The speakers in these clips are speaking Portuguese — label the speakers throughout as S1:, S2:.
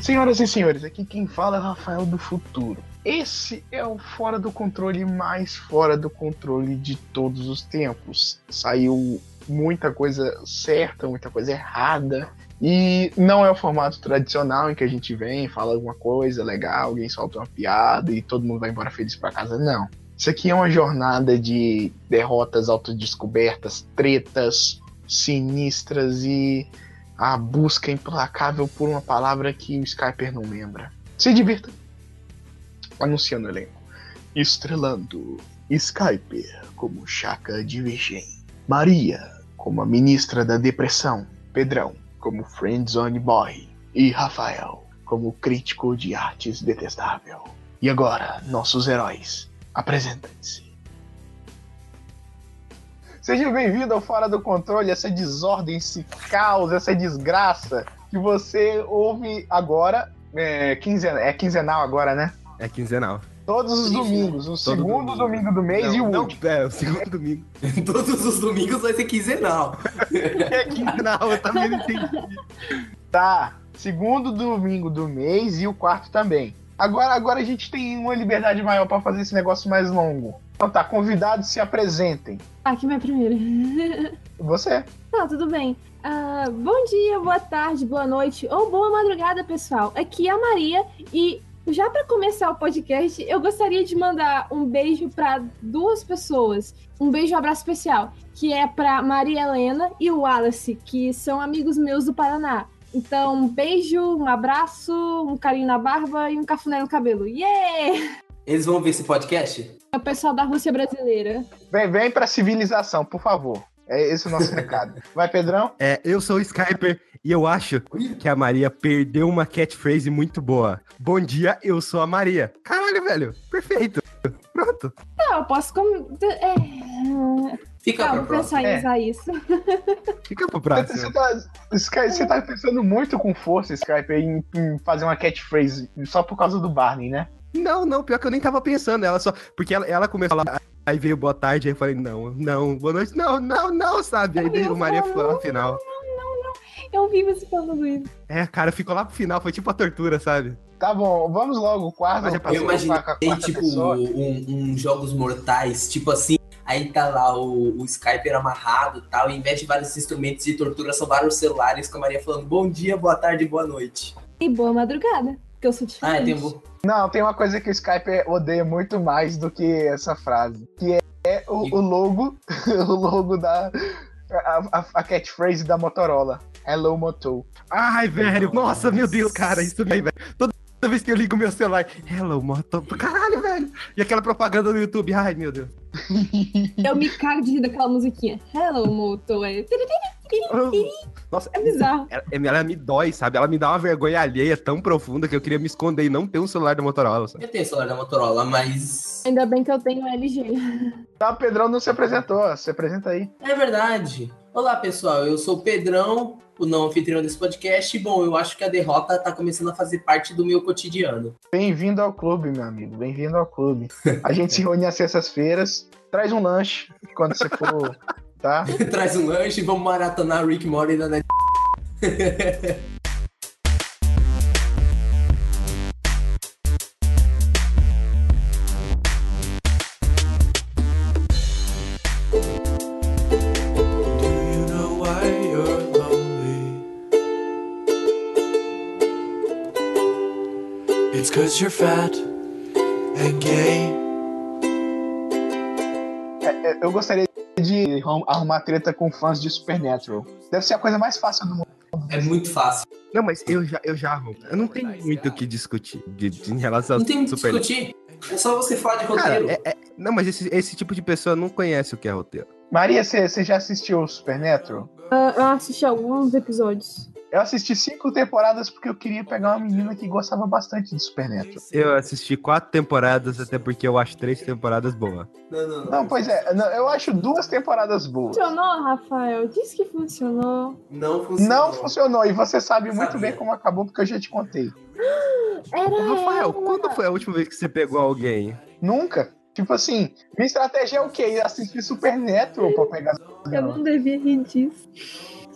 S1: Senhoras e senhores, aqui quem fala é Rafael do Futuro. Esse é o fora do controle mais fora do controle de todos os tempos. Saiu muita coisa certa, muita coisa errada. E não é o formato tradicional em que a gente vem, fala alguma coisa legal, alguém solta uma piada e todo mundo vai embora feliz para casa. Não. Isso aqui é uma jornada de derrotas, autodescobertas, tretas sinistras e a busca implacável por uma palavra que o Skyper não lembra. Se divirta! Anunciando o elenco. Estrelando Skyper como Chaka de Virgem. Maria como a ministra da depressão. Pedrão como Friendzone Boy. E Rafael como crítico de artes detestável. E agora, nossos heróis. Apresentem-se. Seja bem-vindo ao Fora do Controle, essa desordem, esse caos, essa desgraça que você ouve agora, é, quinzena, é quinzenal agora, né?
S2: É quinzenal.
S1: Todos os domingos, o segundo domingo, do mês e o
S2: não,
S1: último.
S2: é, o segundo domingo.
S3: Todos os domingos vai ser quinzenal.
S2: É quinzenal, eu também não entendi.
S1: Tá, segundo domingo do mês e o quarto também. Agora, agora a gente tem uma liberdade maior pra fazer esse negócio mais longo. Então tá, convidados se apresentem.
S4: Aqui Ah, minha primeira.
S1: Você.
S4: Tá, tudo bem. Ah, bom dia, boa tarde, boa noite ou boa madrugada, pessoal. Aqui é a Maria e já para começar o podcast, eu gostaria de mandar um beijo para duas pessoas. Um beijo e um abraço especial, que é para Maria Helena e o Wallace, que são amigos meus do Paraná. Então, um beijo, um abraço, um carinho na barba e um cafuné no cabelo. Yeah!
S3: Eles vão ver esse podcast?
S4: É o pessoal da Rússia brasileira.
S1: Vem, vem pra civilização, por favor. É esse o nosso recado. Vai, Pedrão?
S2: É, eu sou o Skyper e eu acho que a Maria perdeu uma catchphrase muito boa. Bom dia, eu sou a Maria. Caralho, velho, perfeito. Pronto.
S4: Não, eu posso. Com... É...
S3: Fica
S4: Não,
S3: pra
S4: vou pensar
S3: próxima.
S4: em
S1: É.
S4: usar isso.
S2: Fica pro
S1: Você, você
S2: próximo.
S1: tá, Sky- você tá pensando muito com força, Skype, em, em fazer uma catchphrase só por causa do Barney, né?
S2: Não, não, pior que eu nem tava pensando. Ela só. Porque ela, ela começou a falar. Aí veio boa tarde, aí eu falei, não, não, boa noite, não, não, não, sabe? Aí veio o Maria falou no final.
S4: Eu vivo se falando isso.
S2: É, cara, ficou lá pro final, foi tipo a tortura, sabe?
S1: Tá bom, vamos logo, quarta.
S2: Mas já
S1: com a-
S2: passou.
S3: Eu imaginei,
S1: com a quarta
S3: tipo,
S1: pessoa.
S3: um, um Jogos Mortais, tipo assim, aí tá lá o, o Skyper amarrado e tal, e em vez de vários instrumentos de tortura, são vários celulares com a Maria falando bom dia, boa tarde, boa noite.
S4: E boa madrugada, porque eu sou diferente.
S3: Ah, tem um...
S1: Não, tem uma coisa que o Skype odeia muito mais do que essa frase, que é, é o, o logo, o logo da a, a- a catchphrase da Motorola. Hello Moto.
S2: Ai, velho, nossa,
S3: Nossa.
S2: meu Deus, cara, isso daí, velho. Toda vez que eu ligo meu celular, hello, moto. Caralho, velho. E aquela propaganda no YouTube, ai, meu Deus.
S4: Eu me cago de rir daquela musiquinha. Hello, motor. É
S2: Nossa,
S4: é bizarro.
S2: ela, ela me dói, sabe? Ela me dá uma vergonha alheia tão profunda que eu queria me esconder e não ter um celular da Motorola, sabe?
S3: Eu tenho celular da Motorola, mas...
S4: Ainda bem que eu tenho LG.
S1: Tá, o Pedrão não se apresentou, se apresenta aí.
S3: É verdade. Olá, pessoal. Eu sou o Pedrão, o não anfitrião desse podcast. E, Bom, eu acho que a derrota tá começando a fazer parte do meu cotidiano.
S1: Bem-vindo ao clube, meu amigo. Bem-vindo ao clube. A gente se reúne às sextas-feiras. Traz um lanche quando você for, tá?
S3: Traz um lanche e vamos maratonar Rick Morty na Netflix.
S5: You know why you're lonely? It's cause you're fat and gay.
S1: É, é, Eu gostaria de arrum- arrumar treta com fãs de Supernatural. Deve ser a coisa mais fácil do mundo.
S3: É muito fácil.
S2: Não, mas eu já, eu já arrumo. Eu não tenho muito o que discutir de, de- em relação
S3: Não tem
S2: a
S3: muito o que
S2: Tá Super
S3: discutir. É só você falar de
S2: Cara,
S3: roteiro.
S2: é- é- não, mas esse, esse tipo de pessoa não conhece o que é roteiro.
S1: Maria, você você já assistiu o Supernatural?
S4: Ah, eu assisti alguns episódios.
S1: Eu assisti cinco temporadas porque eu queria pegar uma menina que gostava bastante de Supernatural.
S2: Eu assisti quatro temporadas, até porque eu acho três temporadas boas.
S3: Não, não,
S1: Não, pois é, não, eu acho duas temporadas boas.
S4: Funcionou, Rafael? Diz que funcionou.
S3: Não funciona.
S1: Não funcionou, e você sabe muito
S3: Sabia.
S1: bem como acabou, porque eu já te contei.
S4: Era
S2: Ô, Rafael,
S4: ela.
S2: quando foi a última vez que você pegou alguém?
S1: Nunca. Tipo assim, minha estratégia é o quê? Assistir Supernatural pra pegar.
S4: Eu não devia rir disso.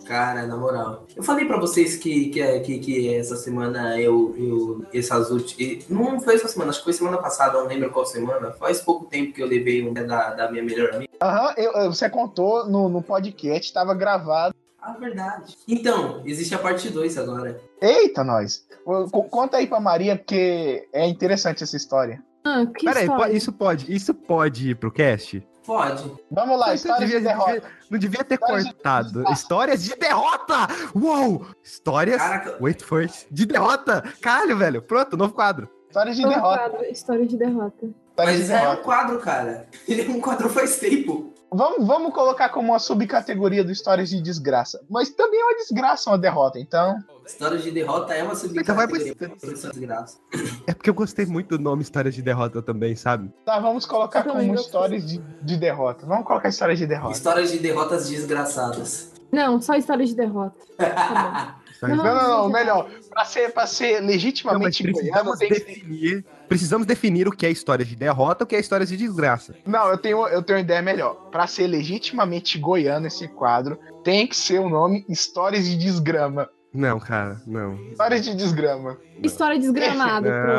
S6: Cara, na moral. Eu falei pra vocês que, que, que, que essa semana eu. eu essas últimas. Não foi essa semana, acho que foi semana passada, não lembro qual semana. Faz pouco tempo que eu levei um da, da minha melhor amiga.
S1: Aham, eu- eu- você contou no, no podcast, tava gravado.
S6: Ah, verdade. Então, existe a parte 2 agora.
S1: Eita, nós! Ô, co- Conta aí pra Maria, porque é interessante essa história.
S4: Ah, que
S2: Peraí, po-
S4: história.
S2: isso pode, isso pode ir pro cast?
S6: Pode.
S1: Vamos lá,
S2: Você
S1: história de
S2: devia-
S1: derrota.
S2: Não devia ter
S1: Histórias de
S2: cortado. Histórias de derrota! Uou! Histórias.
S6: Caraca,
S2: Wait first. De derrota! Caralho, velho. Pronto, novo quadro.
S1: História de
S4: Todo
S1: derrota.
S4: quadro, História de derrota.
S1: História Tá de
S6: mas é
S1: derrota.
S6: um quadro, cara. Ele é um quadro faz tempo.
S1: Vamos, vamos colocar como uma subcategoria do histórias de desgraça. Mas também é uma desgraça uma derrota, então.
S6: História de derrota é uma
S2: Então vai pro-
S6: subcategoria. Professor Desgraça.
S2: É porque eu gostei muito do nome Histórias de Derrota também, sabe?
S1: Tá, vamos colocar
S4: Eu também
S1: como
S4: gosto.
S1: histórias de, de derrota. Vamos colocar histórias de derrota.
S6: Histórias de derrotas desgraçadas.
S4: Não, só história de derrota. Tá
S2: Histórias
S1: Não, não, não,
S4: Nossa,
S1: melhor. Pra ser, pra ser
S2: Não, mas
S1: legitimamente goiano,
S2: precisamos
S1: tem que ser-
S2: definir, precisamos definir o que é história de derrota, o que é história de desgraça.
S1: Não, eu tenho, eu tenho uma ideia melhor. Pra ser legitimamente goiano esse quadro, tem que ser o nome Histórias de Desgrama.
S2: Não, cara, não.
S1: Histórias de Desgrama.
S4: História desgramada, pronto.
S2: É,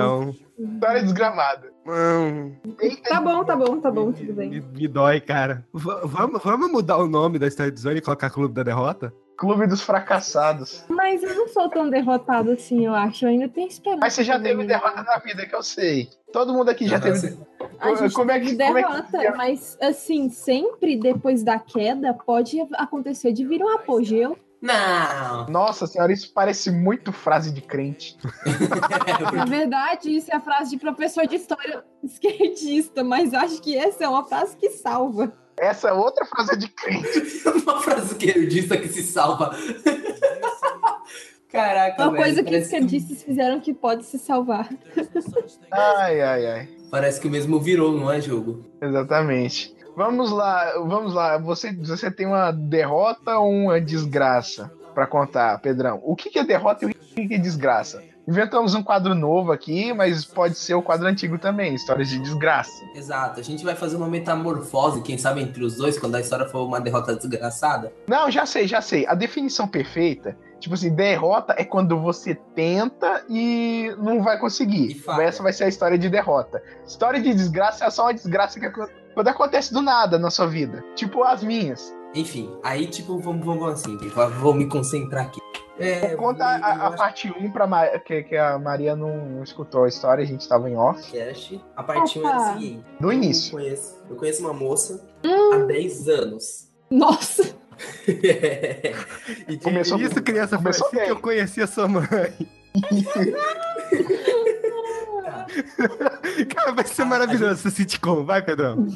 S2: Não,
S1: História desgramada.
S2: não.
S1: Eita,
S4: Tá bom, tá bom, tá bom, tudo
S2: Me,
S4: bem.
S2: me dói, cara. V- vamos, vamos mudar o nome da história de Zone e colocar Clube da Derrota?
S1: Clube dos Fracassados.
S4: Mas eu não sou tão derrotado assim, eu acho. Eu ainda tenho esperança.
S1: Mas você já
S4: também,
S1: teve
S4: né?
S1: derrota na vida, que eu sei. Todo mundo aqui já teve.
S4: A gente
S1: Como é que-
S4: teve
S1: como é que
S4: derrota,
S1: seria?
S4: mas assim, sempre depois da queda pode acontecer de vir um apogeu.
S6: Não.
S1: Nossa senhora, isso parece muito frase de crente.
S4: Na verdade, isso é a frase de professor de história esquerdista, mas acho que essa é uma frase que salva.
S1: Essa é outra frase de crente.
S6: Uma frase esquerdista que se salva. Caraca,
S4: Uma
S6: velho,
S4: coisa que os
S6: parece,
S4: esquerdistas fizeram que pode se salvar.
S1: Ai, ai, ai.
S6: parece que o mesmo virou, não é, jogo?
S1: Exatamente. Vamos lá, vamos lá. Você, você tem uma derrota ou uma desgraça pra contar, Pedrão? O que, que é derrota e o que, que é desgraça? Inventamos um quadro novo aqui, mas pode ser o quadro antigo também, histórias de desgraça.
S6: Exato. A gente vai fazer uma metamorfose, quem sabe, entre os dois, quando a história for uma derrota desgraçada.
S1: Não, já sei, já sei. A definição perfeita, tipo assim, derrota é quando você tenta e não vai
S6: E
S1: conseguir.
S6: falha.
S1: Essa vai ser a história de derrota. História de desgraça é só uma desgraça que aco- quando acontece do nada na sua vida. Tipo as minhas.
S6: Enfim, aí, tipo, vamos, vamos assim. Vou, vou me concentrar aqui. É,
S1: Conta
S6: eu- eu
S1: a, a
S6: acho
S1: parte 1 pra Ma- que, que a Maria não, não escutou a história, a gente tava em off.
S6: que é- A parte 1 é
S4: Opa. Hum.
S6: a seguinte.
S1: Do
S6: Eu
S1: início.
S6: conheço- eu conheço uma moça há 10 anos.
S4: Nossa!
S6: e de-
S1: Começou-
S2: Isso, criança, foi
S1: começou
S2: assim
S1: bem.
S2: que eu conheci a sua mãe. Cara, vai ser maravilhoso essa sitcom. Vai, Pedrão.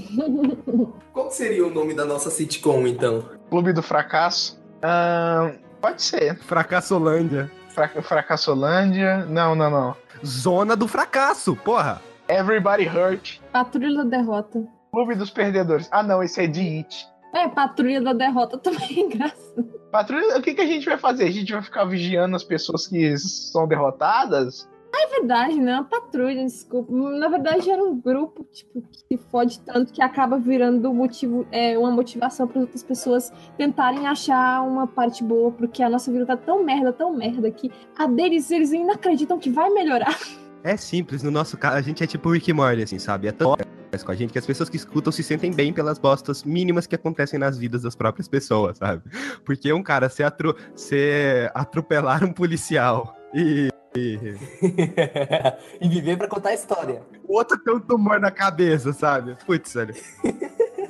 S6: Qual que seria o nome da nossa sitcom, então?
S1: Clube do Fracasso. Ahn, pode ser.
S2: Fracassolândia.
S1: Fra- Fracassolândia. Não, não, não.
S2: Zona do fracasso, porra.
S1: Everybody Hurt.
S4: Patrulha da derrota.
S1: Clube dos Perdedores. Ah, não, esse é de It.
S4: É, patrulha da derrota também é engraçado.
S1: Patrulha, o que, que a gente vai fazer? A gente vai ficar vigiando as pessoas que são derrotadas?
S4: Na verdade, né? Uma patrulha, desculpa. Na verdade, era um grupo, tipo, que se fode tanto que acaba virando motivo, é, uma motivação para outras pessoas tentarem achar uma parte boa, porque a nossa vida tá tão merda, tão merda, que a deles, eles ainda acreditam que vai melhorar.
S2: É simples, no nosso caso, a gente é tipo o Rick e Morty, assim, sabe? É tão honesto com a gente que as pessoas que escutam se sentem bem pelas bostas mínimas que acontecem nas vidas das próprias pessoas, sabe? Porque um cara se, atro se atropelar um policial e
S6: e viver pra contar a história.
S2: o outro tem um tumor na cabeça, sabe? Putz, velho.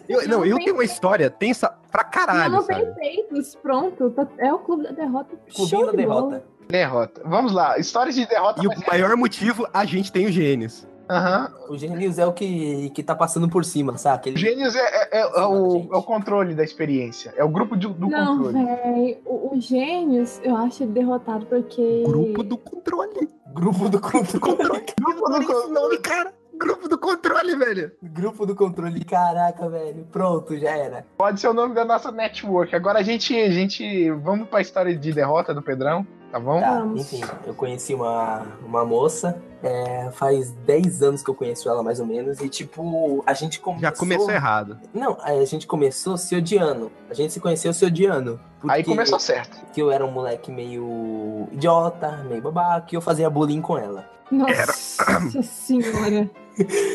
S2: Eu,
S4: Eu
S2: não,
S4: não
S2: eu
S4: tenho-
S2: tenho uma história tensa pra
S4: Não,
S2: caralho,
S4: não
S2: sabe?
S4: tem peitos, pronto. tá- É o clube da derrota.
S6: Clubinho
S4: Show
S6: da
S4: de bola.
S6: derrota.
S1: Derrota. Vamos lá, histórias de derrota.
S2: E
S1: mas-
S2: o maior motivo, a gente tem os genes.
S1: Aham.
S6: O Genius é o que, que tá passando por cima, sabe? Ele...
S1: Gênios é, é- é- é o, é o controle da experiência. É o grupo de- do
S4: Não,
S1: controle.
S4: velho. O, o Gênios, eu acho ele derrotado porque.
S2: Grupo do controle.
S6: Grupo do controle.
S1: Grupo do
S2: Esse
S1: controle.
S2: nome, cara. Grupo do controle, velho.
S6: Grupo do controle. Caraca, velho. Pronto, já era.
S1: Pode ser o nome da nossa network. Agora a gente, a gente vamos pra história de derrota do Pedrão, tá bom?
S6: Tá,
S4: Vamos.
S6: enfim, eu conheci uma, uma moça É, faz 10 anos que eu conheço ela, mais ou menos, e tipo, a gente começou.
S2: Já começou errado.
S6: Não, a gente começou se odiando. A gente se conheceu se odiando. Porque
S1: Aí começou certo.
S6: que eu era um moleque meio idiota, meio babaca, e eu fazia bullying com ela.
S4: Nossa senhora.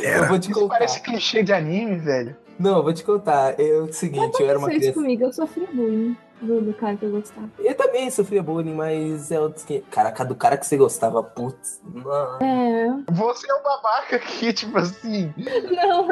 S6: Eu vou te
S1: Isso
S6: contar.
S1: parece clichê de anime, velho.
S6: Não, eu vou te contar. Eu, é o
S4: Não
S6: seguinte, eu era uma
S4: aconteceu isso
S6: criança.
S4: comigo, eu sofri bullying do, do cara que eu gostava.
S6: Eu também sofria bullying, mas é outro que. Caraca, do cara que você gostava, putz. Não.
S4: É,
S1: Você é um babaca que, tipo assim,
S4: não,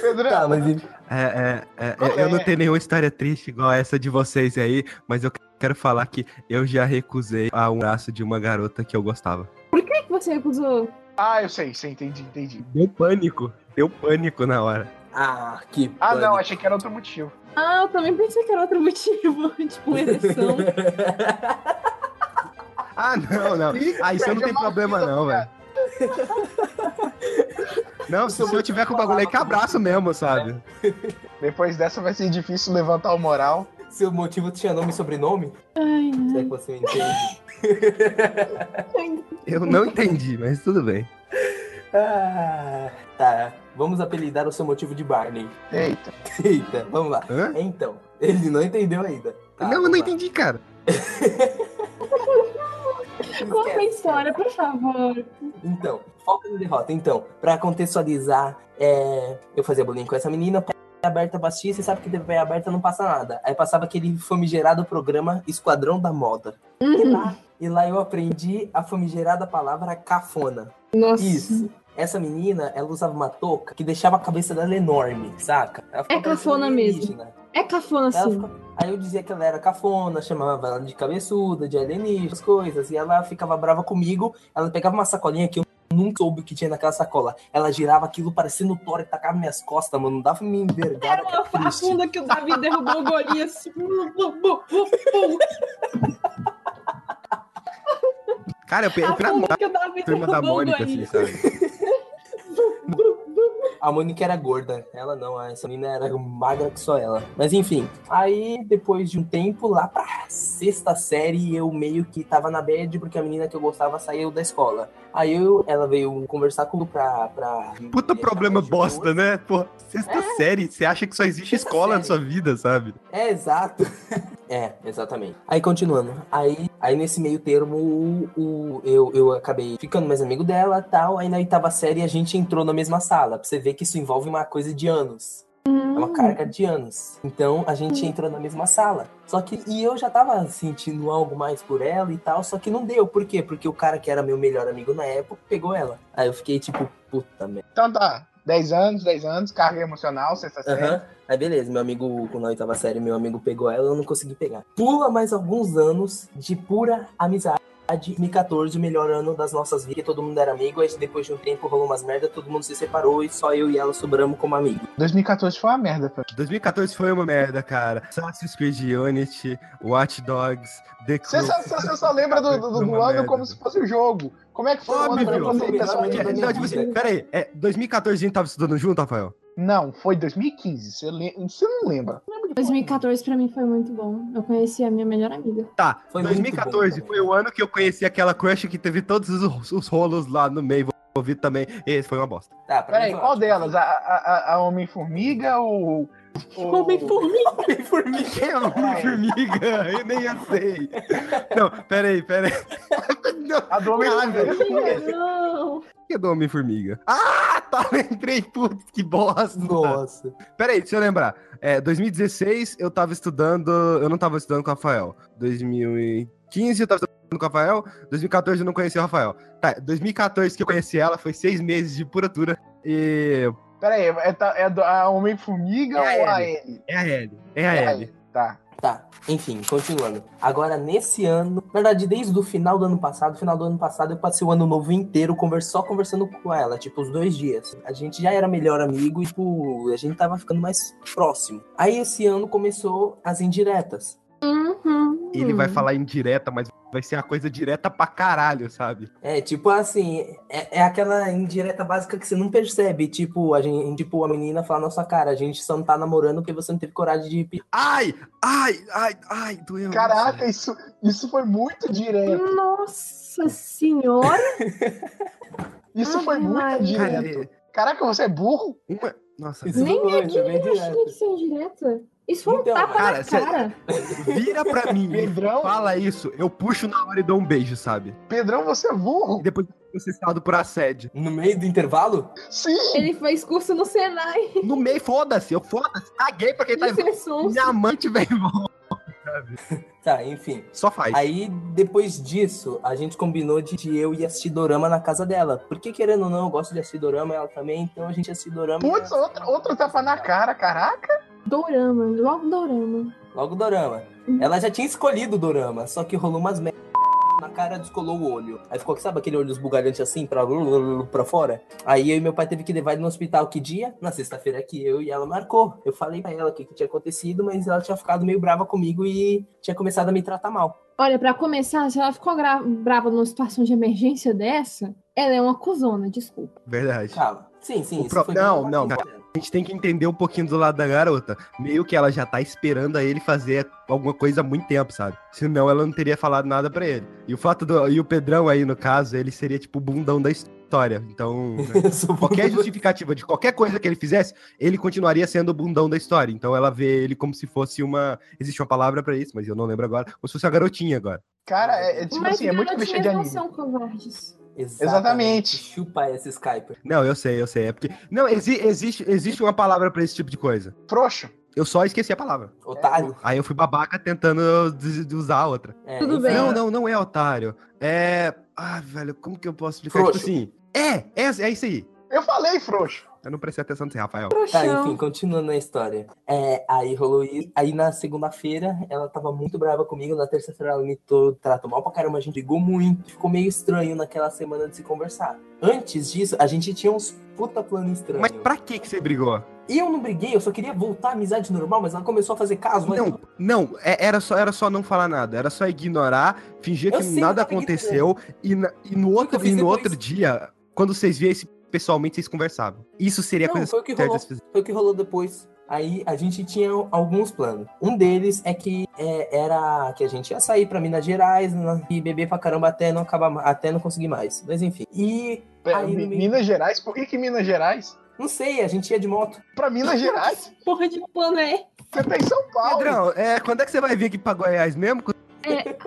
S1: Pedrão,
S6: Tá, mas ele-
S2: É, é, é, eu- eu não tenho nenhuma história triste igual essa de vocês aí, mas eu quero falar que eu já recusei a um abraço de uma garota que eu gostava.
S4: Por que você recusou?
S1: Ah, eu sei, sei, entendi, entendi.
S2: Deu pânico. Deu pânico na hora.
S6: Ah, que.
S1: Ah, não,
S6: pânico.
S1: achei que era outro motivo.
S4: Ah, eu também pensei que era outro motivo, tipo, ereção.
S2: Ah, não, não. Ah, isso eu não
S1: Perde
S2: tem
S1: uma
S2: problema
S1: vida,
S2: não, velho.
S1: cara.
S2: Não, se eu tiver com o bagulho aí, que abraço mesmo, sabe?
S1: Depois dessa vai ser difícil levantar o moral.
S6: Seu motivo tinha nome e sobrenome?
S4: Ai,
S6: Será que você entende?
S2: Eu não entendi, mas tudo bem.
S6: ah, tá. Vamos apelidar o seu motivo de Barney.
S1: Eita.
S6: Eita, vamos lá.
S2: Hã?
S6: Então, ele não entendeu ainda. Tá,
S2: Não, eu não
S6: vamos lá.
S2: entendi, cara.
S4: conta a
S6: Esquece,
S4: história, por favor.
S6: Então, foca na derrota. Então, pra contextualizar, é, eu fazia bullying com essa menina, TV aberta batia, você sabe que TV aberta não passa nada. Aí passava aquele famigerado programa Esquadrão da Moda. E
S4: Uhum.
S6: lá, e lá eu aprendi a famigerada palavra cafona.
S4: Nossa.
S6: Isso. Essa menina, ela usava uma touca que deixava a cabeça dela enorme, saca? Ela ficava
S4: É cafona
S6: parecendo
S4: mesmo.
S6: alienígena.
S4: É cafona
S6: Ela
S4: assim.
S6: fica- Aí eu dizia que ela era cafona, chamava ela de cabeçuda, de alienígena, essas coisas. E ela ficava brava comigo. Ela pegava uma sacolinha que eu nunca soube o que tinha naquela sacola. Ela girava aquilo parecendo um Thor e tacava minhas costas, mano. Não dava pra me envergar.
S4: Era uma
S6: triste.
S4: funda que o Davi derrubou o golinho assim. Bu, bu, bu, bu, bu.
S2: Cara, eu
S4: A
S6: Tá
S2: peguei pra
S4: funda que o Davi
S2: turma da
S4: derrubou o
S2: Mônica,
S4: golinho.
S2: assim, sabe?
S6: A Mônica era gorda. Ela não, essa menina era magra que só ela. Mas enfim. Aí, depois de um tempo, lá pra sexta série, eu meio que tava na bad porque a menina que eu gostava saiu da escola. Aí eu, ela veio conversar comigo pra. pra
S2: Puta
S6: me
S1: tá
S2: problema
S6: chamar de gorda.
S2: bosta, né? Pô, sexta série, você acha que só existe
S6: É. Sexta
S2: escola na
S6: série.
S2: sua vida, sabe?
S6: É, exato. É, exatamente. Aí, continuando. Aí, aí nesse meio termo, o, o- eu, eu acabei ficando mais amigo dela tal. Aí, na oitava série, a gente entrou na mesma sala. Pra você ver que isso envolve uma coisa de anos. É uma carga de anos. Então, a gente entrou na mesma sala. Só que... E eu já tava sentindo algo mais por ela e tal. Só que não deu. Por quê? Porque o cara que era meu melhor amigo na época pegou ela. Aí eu fiquei tipo, puta merda.
S1: Então tá, 10 anos, 10 anos, carga emocional, sexta série.
S6: Aham. Aí beleza, meu amigo, quando eu oitava série, meu amigo pegou ela, eu não consegui pegar. Pula mais alguns anos de pura amizade. 2014, o melhor ano das nossas vidas, todo mundo era amigo, aí depois de um tempo rolou umas merda, todo mundo se separou e só eu e ela sobramos como amigo.
S1: 2014 foi uma merda, pô.
S2: 2014 foi uma merda, cara. Assassin's Creed Unity, Watch Dogs, The Crew.
S1: Você só, você- você só lembra do, do, do
S2: Uma
S1: ano
S2: merda.
S1: como se fosse o jogo. Como é que foi o ano pra
S2: Óbvio.
S1: você, pessoal?
S6: Óbvio.
S2: É, não, tipo assim, peraí, é, 2014 a gente tava estudando junto, Rafael?
S1: Não, foi 2015. Você, le- você não lembra.
S4: 2014 pra mim foi muito bom. Eu conheci a minha melhor amiga.
S2: Tá,
S6: Foi muito
S2: 2014
S6: bom
S2: foi o ano que eu conheci aquela crush que teve todos os, os rolos lá no meio envolvido também. Esse foi uma bosta.
S6: Tá, pra
S1: Peraí,
S6: mim foi
S1: qual
S6: ótimo.
S1: delas? A, a, a- a Homem-Formiga ou. ou-
S4: Homem-formiga.
S6: Formiga.
S2: Quem é o Formiga? Eu nem eu sei. Não, peraí, peraí. Não,
S1: A do Homem-Formiga.
S4: Não.
S2: que é do Homem-Formiga? Ah, tá, lembrei, putz, que bosta.
S6: Nossa.
S2: Peraí, deixa eu lembrar. É, 2016 eu tava estudando. Eu não tava estudando com o Rafael. 2015 eu tava estudando com o Rafael. 2014 eu não conheci o Rafael. Tá, 2014 que eu conheci ela foi seis meses de pura dura. E.
S1: Peraí, é, ta- é do- a Homem-Formiga
S2: É a
S1: ou a L?
S2: É a L. É a L.
S1: Tá.
S6: Tá, enfim, continuando. Agora, nesse ano, na verdade, desde o final do ano passado, final do ano passado, eu passei o ano novo inteiro conver- só conversando com ela, tipo, os dois dias. A gente já era melhor amigo e, tipo, a gente tava ficando mais próximo. Aí, esse ano, começou as indiretas.
S4: Uhum.
S1: Hum.
S2: Ele vai falar indireta, mas vai ser a coisa direta pra caralho, sabe?
S6: É, tipo assim, é, é aquela indireta básica que você não percebe. Tipo, a gente, tipo, a menina fala na sua cara, a gente só não tá namorando porque você não teve coragem de pedir.
S2: Ai, ai, ai, ai, doeu.
S1: Caraca, isso, isso foi muito direto.
S4: Nossa senhora!
S1: Isso
S4: Ave
S1: foi muito
S4: Maria.
S1: direto. Caraca, você é burro?
S2: é Uma... Nossa,
S6: Isso
S4: Nem
S6: foi,
S4: aqui
S6: foi bem
S4: eu achei
S6: direto.
S4: que isso é indireta. Isso foi um
S6: Então,
S4: tapa
S2: cara,
S4: na
S2: cê-
S4: cara.
S2: vira pra mim e
S1: Pedrão,
S2: fala isso, eu puxo na hora e dou um beijo, sabe?
S1: Pedrão, você é
S2: E
S1: burro?
S2: depois eu sou processado por assédio.
S6: No meio do intervalo?
S1: Sim!
S4: Ele fez curso no Senai
S2: No meio, foda-se, eu foda-se, caguei pra quem tá
S4: de
S2: envolvido.
S4: ser sonso.
S2: Minha mãe tiver envolvida.
S6: Tá, enfim.
S2: Só faz.
S6: Aí, depois disso, a gente combinou de, de eu ir assistir Dorama na casa dela. Porque, querendo ou não, eu gosto de assistir Dorama, ela também, então a gente assistiu Dorama. e
S1: Putz,
S6: ela-
S1: outra, outro tapa na cara, caraca!
S4: Dorama, logo Dorama.
S6: Logo Dorama. Ela já tinha escolhido o Dorama, só que rolou umas merda. Na cara descolou o olho. Aí ficou, sabe aquele olho esbugalhante assim, pra, pra fora? Aí eu e meu pai teve que levar ele no hospital. Que dia? Na sexta-feira que eu e ela marcou. Eu falei pra ela o que, que tinha acontecido, mas ela tinha ficado meio brava comigo e tinha começado a me tratar mal.
S4: Olha, pra começar, se ela ficou gra- brava numa situação de emergência dessa, ela é uma cuzona, desculpa.
S2: Verdade.
S6: Calma. Sim, sim.
S2: O pro- não, não,
S6: Dela.
S2: A gente tem que entender um pouquinho do lado da garota. Meio que ela já tá esperando a ele fazer alguma coisa há muito tempo, sabe? Senão ela não teria falado nada pra ele. E o fato do. E o Pedrão aí, no caso, ele seria tipo o bundão da história. Então. né,
S6: Eu sou
S2: Qualquer
S6: bunda-
S2: justificativa de qualquer coisa que ele fizesse, ele continuaria sendo o bundão da história. Então ela vê ele como se fosse uma. Existe uma palavra pra isso, mas eu não lembro agora. Como se fosse uma garotinha agora.
S1: Cara, é, é tipo assim, é muito clichê de
S4: não
S1: anime. Tá,
S4: são covardes.
S1: Exatamente.
S6: Chupa esse Skype.
S2: Não, eu sei, eu sei. É porque. Não, exi- existe, existe uma palavra pra esse tipo de coisa.
S1: Frouxo.
S2: Eu só esqueci a palavra.
S6: Otário.
S2: Aí eu fui babaca tentando des- usar a outra.
S6: É,
S4: Tudo
S6: enfim.
S4: bem.
S2: Não, não, não é otário. É. Ah, velho, como que eu posso explicar?
S6: Frouxo.
S2: Tipo assim. É, é, é isso aí.
S1: Eu falei frouxo.
S2: Eu não prestei atenção nesse Rafael.
S6: Tá,
S4: Trouxão.
S6: enfim, continuando a história. É, aí rolou isso. Aí na segunda-feira ela tava muito brava comigo. Na terça-feira ela me to- tratou mal pra caramba. A gente brigou muito. Ficou meio estranho naquela semana de se conversar. Antes disso, a gente tinha uns puta plano estranho.
S2: Mas pra que que você brigou?
S6: Eu não briguei, eu só queria voltar à amizade normal, mas ela começou a fazer caso. mas-
S2: Não, não, é- era só, era só não falar nada, era só ignorar, fingir
S6: Eu
S2: que
S6: sei,
S2: nada
S6: eu tava
S2: aconteceu e, na- e no outro
S6: fiz
S2: e no
S6: depois.
S2: outro dia, quando vocês viam esse pessoalmente, vocês conversavam. Isso seria a
S6: Não,
S2: coisa
S6: foi o que
S2: certa
S6: rolou.
S2: de se fazer.
S6: Foi o que rolou depois. Aí a gente tinha alguns planos. Um deles é que é, era que a gente ia sair pra Minas Gerais né, e beber pra caramba até não acabar, ma- até não conseguir mais. Mas enfim. E
S1: Pera,
S6: Aí,
S1: Mi-
S6: no meio-
S1: Minas Gerais? Por que, que Minas Gerais?
S6: não sei, a gente ia de moto.
S1: Pra Minas Gerais?
S4: Porra de plano é.
S1: Você tá em São Paulo.
S2: Pedrão, é, quando é que você vai vir aqui pra Goiás mesmo?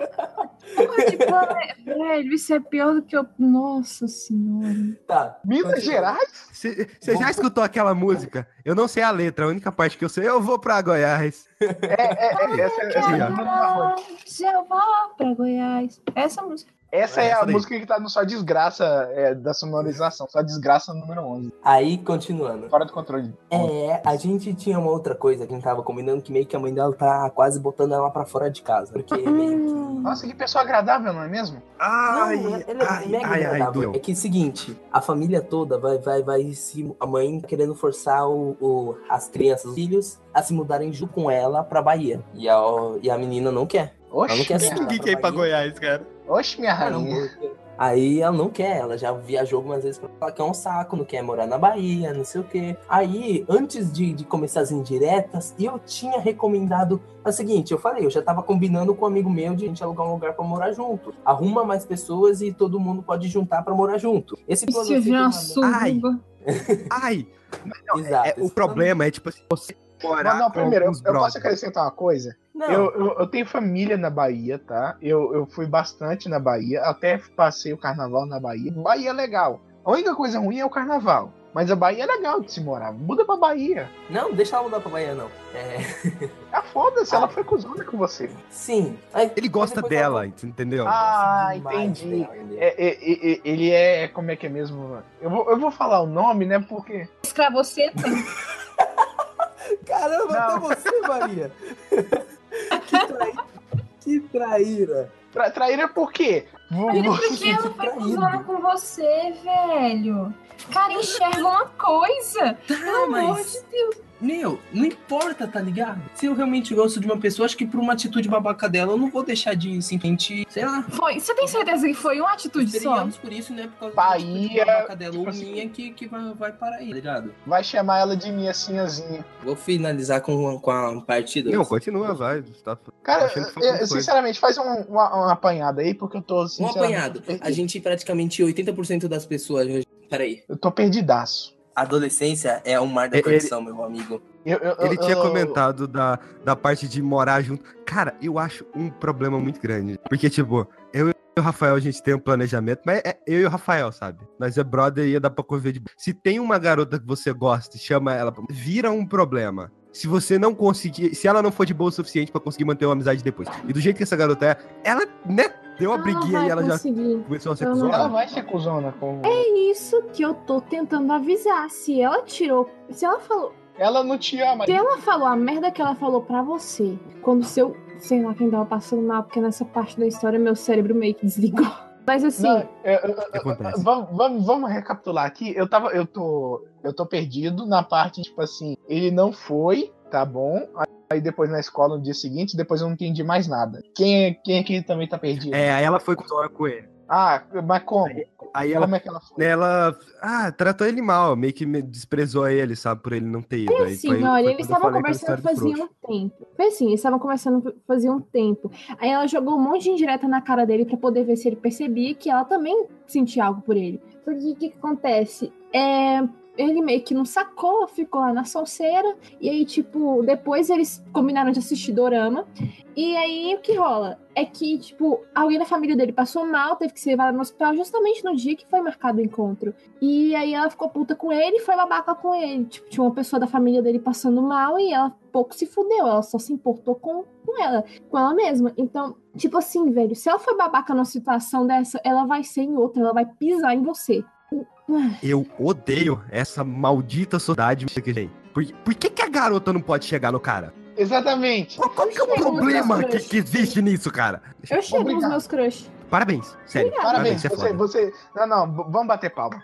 S4: Porra de plano é. Velho, isso é pior do que eu. Nossa senhora.
S6: Tá.
S1: Minas
S6: continua.
S1: Gerais?
S2: Você você
S6: Vou-
S2: já escutou aquela música? Eu não sei a letra, a única parte que eu sei, eu vou pra Goiás.
S1: É, é, é, essa, essa,
S2: Sim,
S1: é a
S2: ó.
S1: música da Rosa.
S4: eu vou pra Goiás. Essa música.
S1: Essa é
S2: Essa
S1: a
S2: daí.
S1: música que tá no Só Desgraça é, da sonorização. Só Desgraça número 11.
S6: Aí, continuando.
S1: Fora do controle.
S6: É, a gente tinha uma outra coisa que a gente tava combinando que meio que a mãe dela tá quase botando ela pra fora de casa. Porque meio que.
S1: Nossa, que pessoa agradável, não é mesmo?
S2: Ai,
S6: Não, ela é
S2: ai,
S6: mega
S2: ai, ai,
S6: agradável.
S2: doeu.
S6: é que é o seguinte, a família toda vai, vai, vai se. A mãe querendo forçar o, o- as crianças, os filhos, a se mudarem junto com ela pra Bahia. E a, e a menina não quer. Ela não
S1: Oxe,
S6: quer se
S1: minha,
S6: mudar
S2: Ninguém quer ir pra Goiás, cara.
S6: assim.
S1: oxe, minha rainha.
S6: Caramba. Aí ela não quer, ela já viajou algumas vezes pra falar que é um saco, não quer morar na Bahia, não sei o quê. Aí, antes de, de começar as indiretas, eu tinha recomendado a seguinte: eu falei, eu já tava combinando com um amigo meu de a gente alugar um lugar pra morar junto. Arruma mais pessoas e todo mundo pode juntar pra morar junto. Esse plano
S1: é um
S4: Se vier uma
S6: fica-
S4: suruba.
S2: Ai,
S6: Exato.
S2: é,
S6: Ah, esse
S2: o
S6: plano-
S2: problema é, tipo assim, você morar
S1: Não, não,
S2: com
S1: primeiro, eu,
S2: alguns
S1: eu posso
S2: brothers.
S1: acrescentar uma coisa?
S2: é
S6: Não,
S1: Eu, eu, eu tenho família na Bahia, tá? Eu, eu fui bastante na Bahia, até passei o carnaval na Bahia. Bahia é legal. A única coisa ruim é o carnaval. Mas a Bahia é legal de se morar. Muda pra Bahia.
S6: não, deixa ela mudar pra Bahia, não. É,
S1: Ah, foda-se,
S6: Ah.
S1: ela foi cuzona com você.
S6: sim. Aí-
S2: Ele gosta
S6: depois ela-
S2: dela, entendeu?
S1: Ah,
S6: Gosta demais
S1: entendi.
S6: dela, entendeu?
S1: É, é, é, é, ele é. Como é que é mesmo? Eu vou, eu vou falar o nome, né? Porque.
S4: Escravoceta.
S6: Caramba,
S1: Não.
S6: até você, Maria! que, traíra. que traíra!
S1: Tra, traíra é por quê? Vo-
S4: Ele
S1: vo-
S4: porque ela foi
S6: Traído.
S4: cuzona com
S1: Tá,
S4: você, velho. Cara, enxerga uma coisa. Pelo amor de Deus.
S6: Tá, Meu, não importa, tá ligado? Se eu realmente gosto de uma pessoa, acho que por uma atitude babaca dela, eu não vou deixar de simplesmente, sei lá,
S7: Foi. Você tem certeza que foi uma atitude só?
S6: brigamos por isso, né? Por causa
S1: Bahia,
S6: da atitude babaca dela ou
S1: tipo assim-
S6: minha que, que vai, vai parar aí, tá ligado?
S1: Vai chamar ela de minha sinhazinha.
S6: Vou finalizar com, com a parte 2.
S2: Não, continua, vai. Tá
S1: Cara,
S2: Achando que foi
S1: eu-
S2: alguma coisa.
S1: sinceramente, faz um, uma, uma apanhada aí, porque eu tô.
S6: Um
S1: sinceramente, É,
S6: apanhado. A
S1: perdido.
S6: gente, praticamente 80% das pessoas hoje. Peraí.
S1: Eu tô perdidaço.
S6: Adolescência é um mar da
S2: É, ele-
S6: perdição, meu amigo.
S1: Eu- eu-
S2: Ele
S1: eu-
S2: tinha
S1: eu-
S2: comentado da, da parte de morar junto. Cara, eu acho um problema muito grande. Porque, tipo, eu e o Rafael, a gente tem um planejamento, mas é eu e o Rafael, sabe? Nós é brother e ia dar pra conviver de... Se tem uma garota que você gosta e chama ela, pra- vira um problema. Se você não conseguir, se ela não for de boa o suficiente pra conseguir manter uma amizade depois. E do jeito que essa garota é, ela, né, deu uma
S4: Ela
S2: briguinha e
S4: Ah, vai
S2: ela
S4: conseguir.
S2: já começou a ser
S4: Ela não
S1: Ela
S2: cuzona.
S1: vai ser cuzona com.
S4: É isso que eu tô tentando avisar. Se ela tirou. Se ela falou.
S1: Ela não te ama.
S4: Se ela falou a merda que ela falou pra você, quando seu. Sei lá quem tava passando mal, porque nessa parte da história meu cérebro meio que desligou. Mas assim,
S1: Não, é, eu- eu-
S2: O que acontece?
S1: Vamos, vamos, vamos recapitular aqui. Eu tava, eu tô, eu tô perdido na parte tipo assim, ele não foi, tá bom? Aí- Aí depois na escola no dia seguinte, depois eu não entendi mais nada. Quem, é, quem aqui também tá perdido?
S2: É, aí ela foi cuzona com ele.
S1: Ah, mas como?
S2: Aí ela Né?
S1: Como é que ela foi?
S2: ela ah, tratou ele mal, meio que me desprezou ele, sabe, por ele não ter ido. Aí
S4: assim,
S2: foi- foi
S4: olha,
S2: quando
S4: eles
S2: eu
S4: estavam
S2: falei aquela
S4: conversando
S2: história do
S4: fazia um
S2: frouxo.
S4: tempo. Foi assim, eles estavam conversando fazia um tempo. Aí ela jogou um monte de indireta na cara dele pra poder ver se ele percebia que ela também sentia algo por ele. Só que o que, que acontece? É, ele meio que não sacou, ficou lá na solceira. E aí, tipo, depois eles combinaram de assistir Dorama. E aí, o que rola? É que, tipo, alguém da família dele passou mal, teve que ser levado no hospital justamente no dia que foi marcado o encontro. E aí ela ficou puta com ele e foi babaca com ele. Tipo, tinha uma pessoa da família dele passando mal e ela pouco se fudeu. Ela só se importou com, com ela, com ela mesma. Então, tipo assim, velho, se ela foi babaca numa situação dessa, ela vai ser em outra, ela vai pisar em você.
S2: Eu odeio essa maldita sociedade que tem. Por, por que, que a garota não pode chegar no cara?
S1: Exatamente.
S2: Qual, qual que é o
S4: Chegou
S2: problema
S4: outras
S2: que,
S4: coisas.
S2: que existe nisso, cara?
S4: Eu chego nos
S1: Obrigado.
S4: meus crush.
S2: Parabéns, sério.
S4: Obrigada.
S1: Parabéns,
S2: você é
S1: você,
S2: foda.
S1: você. Não, não, v- vamos bater palma.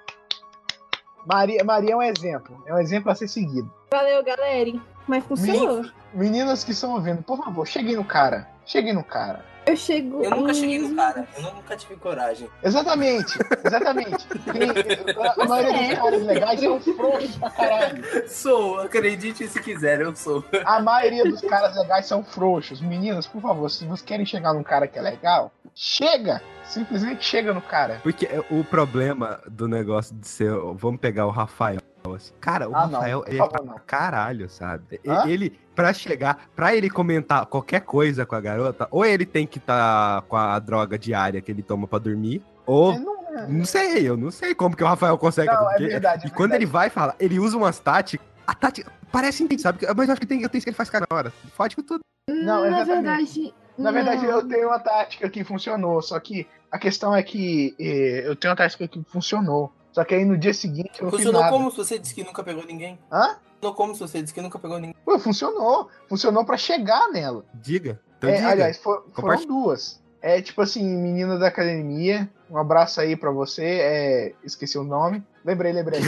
S1: Maria, Maria é um exemplo. É um exemplo a ser seguido.
S4: Valeu, galera. Mas funcionou.
S1: Meninas que estão ouvindo, por favor, cheguem no cara. Cheguem no cara.
S4: Eu chego.
S6: Eu
S1: Uhum.
S6: nunca
S4: em-
S6: cheguei no cara. Eu nunca tive coragem.
S1: Exatamente, exatamente. Quem- a- a maioria
S4: é.
S1: dos caras legais são frouxos pra caralho.
S6: Sou, acredite se quiser, eu sou.
S1: A maioria dos caras legais são frouxos. Meninas, por favor, se vocês querem chegar num cara que é legal, chega! Simplesmente chega no cara.
S2: Porque o problema do negócio de ser. Vamos pegar o Rafael. assim. Cara, o
S1: Ah, não.
S2: Rafael
S1: Por
S2: ele é
S1: favor, não.
S2: pra caralho, sabe? E-
S1: Hã?
S2: Ele, pra chegar, pra ele comentar qualquer coisa com a garota, ou ele tem que estar com a droga diária que ele toma pra dormir, ou.
S1: É, não, é-
S2: Não sei, eu não sei como que o Rafael consegue.
S1: Não,
S2: fazer,
S1: é verdade, é
S2: e quando
S1: verdade.
S2: ele vai falar, ele usa umas táticas. A tática parece entender, sabe? Mas eu acho que tem, eu tenho que ele faz cara na hora. Fode com tudo.
S1: Não,
S4: Hum, na
S1: exatamente.
S4: verdade.
S1: Na verdade,
S4: não.
S1: eu tenho uma tática que funcionou, só que a questão é que eh, eu tenho uma tática que funcionou. Só que aí no dia seguinte eu não fiz
S6: Funcionou
S1: nada.
S6: como se você disse que nunca pegou ninguém?
S1: Hã?
S6: Funcionou como se você disse que nunca pegou ninguém?
S1: Ué, funcionou. Funcionou pra chegar nela.
S2: Diga. Então
S1: É,
S2: diga.
S1: aliás, fo- foram
S2: Compartilha.
S1: duas. É tipo assim, menina da academia, um abraço aí pra você. É, esqueci o nome. Lembrei, lembrei.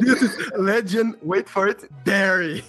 S2: This is Legend, wait for it, Dairy.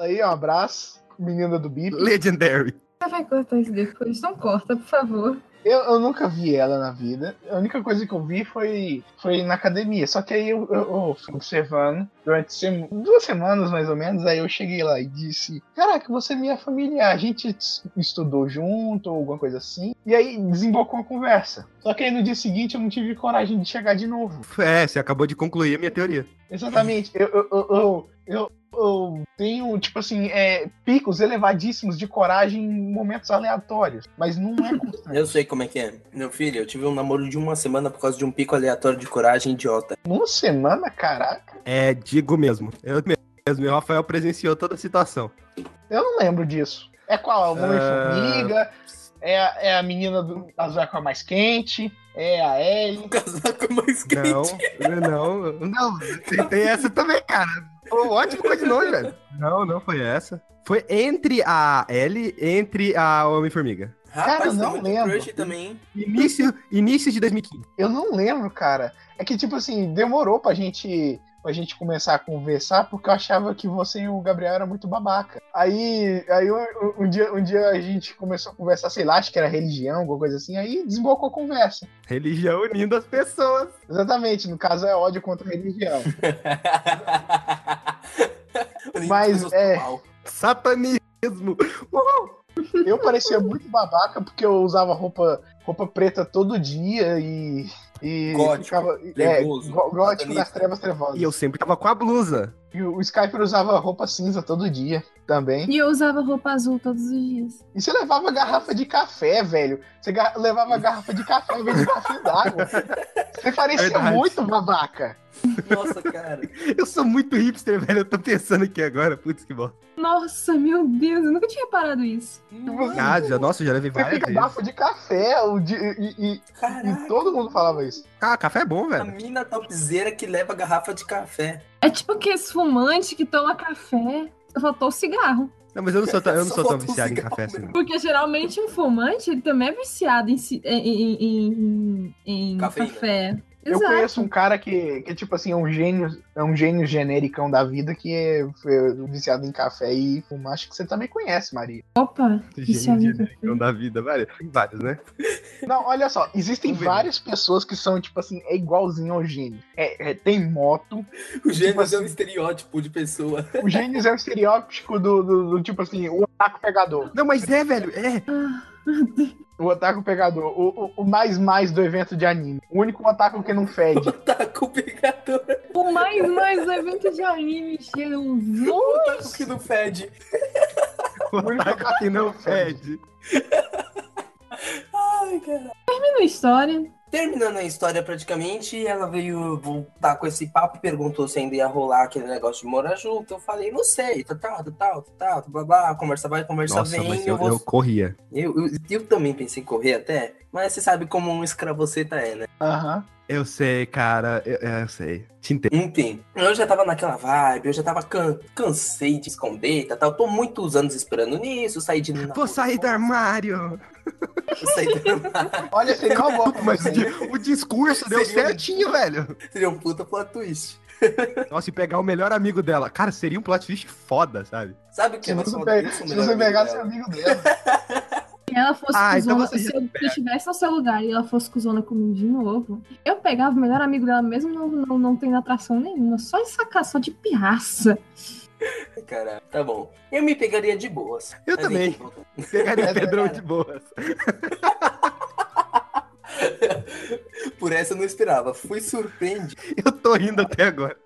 S1: aí, um abraço. Menina do Bip.
S2: Legendary.
S7: Você vai cortar isso depois? Não corta, por favor.
S1: Eu, eu nunca vi ela na vida. A única coisa que eu vi foi, foi na academia. Só que aí eu, eu, eu fui observando durante sem- duas semanas mais ou menos. Aí eu cheguei lá e disse: Caraca, você é minha familiar. A gente es- estudou junto ou alguma coisa assim. E aí desembocou a conversa. Só que aí no dia seguinte eu não tive coragem de chegar de novo.
S2: É, você acabou de concluir a minha teoria.
S1: Exatamente. Eu, eu, eu, eu, eu- eu tenho, tipo assim, é, picos elevadíssimos de coragem em momentos aleatórios. Mas não é constante.
S6: Eu sei como é que é. Meu filho, eu tive um namoro de uma semana por causa de um pico aleatório de coragem idiota.
S1: Numa semana, caraca.
S2: É, digo mesmo. Eu mesmo. E o Rafael presenciou toda a situação.
S1: Eu não lembro disso. É qual? É o Homem
S2: Ah.
S1: Formiga? É, a- é a menina do casaco mais quente? É a Ellie?
S6: Um Casaco mais quente.
S2: Não, não, não. Tem, tem essa também, cara. Foi um ótimo codinome, velho. Não, não foi essa. Foi entre a L e entre a Homem-Formiga.
S1: Cara,
S6: Rapaz,
S1: não
S6: tem muito
S1: lembro.
S6: crush também.
S2: Início, início de 2015.
S1: Eu não lembro, cara. É que, tipo assim, demorou pra gente, pra gente começar a conversar, porque eu achava que você e o Gabriel eram muito babaca. Aí, aí um, um dia, um dia a gente começou a conversar, sei lá, acho que era religião, alguma coisa assim, aí desembocou a conversa.
S2: Religião unindo as pessoas.
S1: Exatamente, no caso é ódio contra a religião.
S6: Unindo
S1: Mas,
S6: pessoas do
S1: é.
S6: mal.
S2: Satanismo.
S1: Eu parecia muito babaca porque eu usava roupa, roupa preta todo dia e. e
S6: Gótico,
S1: ficava, é,
S6: trevoso,
S1: gó- gótico
S6: satanista.
S1: das trevas trevosas.
S2: E eu sempre tava com a blusa.
S1: E o Skyper usava roupa cinza todo dia também.
S8: E eu usava roupa azul todos os dias.
S1: E você levava garrafa de café, velho. Você ga- levava garrafa de café em vez de café d'água. Você parecia
S2: Verdade.
S1: muito babaca.
S6: Nossa, cara.
S2: Eu sou muito hipster, velho. Eu tô pensando aqui agora. Putz, que bosta.
S4: Nossa, meu Deus, eu nunca tinha reparado isso.
S2: Ah, já, nossa, eu já levei
S1: Você
S2: várias
S1: Tipo, fica
S2: vezes.
S1: garrafa de café o di- e, e- e
S6: Caraca.
S1: todo mundo falava isso.
S2: Ah, café é bom,
S6: A
S2: velho.
S6: mina topzeira que leva garrafa de café.
S8: É tipo aqueles fumantes que toma café. Só faltou o cigarro.
S2: Não, mas eu não sou tão, eu não
S6: Só
S2: sou tão
S6: falta um
S2: viciado em
S6: cigarro,
S2: café assim. não.
S8: Porque geralmente um fumante, ele também é viciado em, ci- em, em, em- em
S6: Cafeína.
S8: café.
S1: Eu
S8: Exato.
S1: conheço um cara que, que, tipo assim, é um gênio, é um gênio genericão da vida que é, é viciado em café e fumar. Acho que você também conhece, Maria.
S8: Opa, isso é
S2: Gênio
S8: muito
S2: genericão da vida, velho. Tem vários, né?
S1: Não, olha só, existem
S2: Vamos ver.
S1: várias pessoas que são, tipo assim, é igualzinho ao gênio. É- é, tem moto,
S6: O Gêmeos
S1: assim.
S6: é um estereótipo de pessoa.
S1: O Gênesis é o estereótipo do, do- do tipo assim, o ataco pegador.
S2: Não, mas é, velho. É.
S1: O ataco pegador. O, o- o mais mais do evento de anime. O único ataco que não fede.
S6: Tá complicado.
S4: O mais, mais evento de anime um cheiroso.
S6: Tá com que não fede.
S2: O ataque que não fede.
S6: Ai, cara.
S4: Uma história.
S6: Terminando a história praticamente, ela veio voltar com esse papo, perguntou se ainda ia rolar aquele negócio de morar junto. Eu falei, não sei, tá, tá, tá, tá, tá, tá, blá, blá, conversa vai, conversa
S2: Nossa,
S6: vem.
S2: mas
S6: eu,
S2: eu,
S6: vou-
S2: eu corria.
S6: eu- eu- eu também pensei em correr até, mas você sabe como um escravoceta é, né?
S1: Aham.
S2: Eu sei, cara. Eu, eu sei. Te entendo.
S6: Enfim, eu já tava naquela vibe, eu já tava can- cansei de esconder, tá, tal. Tô muitos anos esperando nisso, saí de
S2: Vou sair do armário.
S6: Vou sair do armário.
S1: Olha, seria uma boa.
S2: Mas o di- o discurso deu
S6: Seria-
S2: certinho, velho.
S6: Seria um puta plot twist.
S2: Nossa, e pegar o melhor amigo dela. Cara, seria um plot twist foda, sabe?
S6: Sabe o que
S1: Se
S6: é mais
S1: você,
S6: foda
S1: pega,
S6: disso,
S1: se
S6: melhor
S1: você
S6: amigo
S1: pegasse o
S6: dela?
S1: amigo dela.
S4: Se ela fosse
S2: Ah, então
S4: cuzona,
S2: você
S4: se eu se eu estivesse no seu lugar e ela fosse cuzona comigo de novo, eu pegava o melhor amigo dela mesmo não, não, não tendo atração nenhuma, só de sacar, só de pirraça.
S6: Cara, tá bom. Eu me pegaria de boas.
S2: Eu
S6: Mas,
S2: também.
S6: enfim, voltando. É
S2: Pegaria o
S1: Essa
S2: Pedrão
S6: era.
S2: de boas.
S6: Por essa eu não esperava. Fui surpreendido.
S2: Eu tô rindo até agora.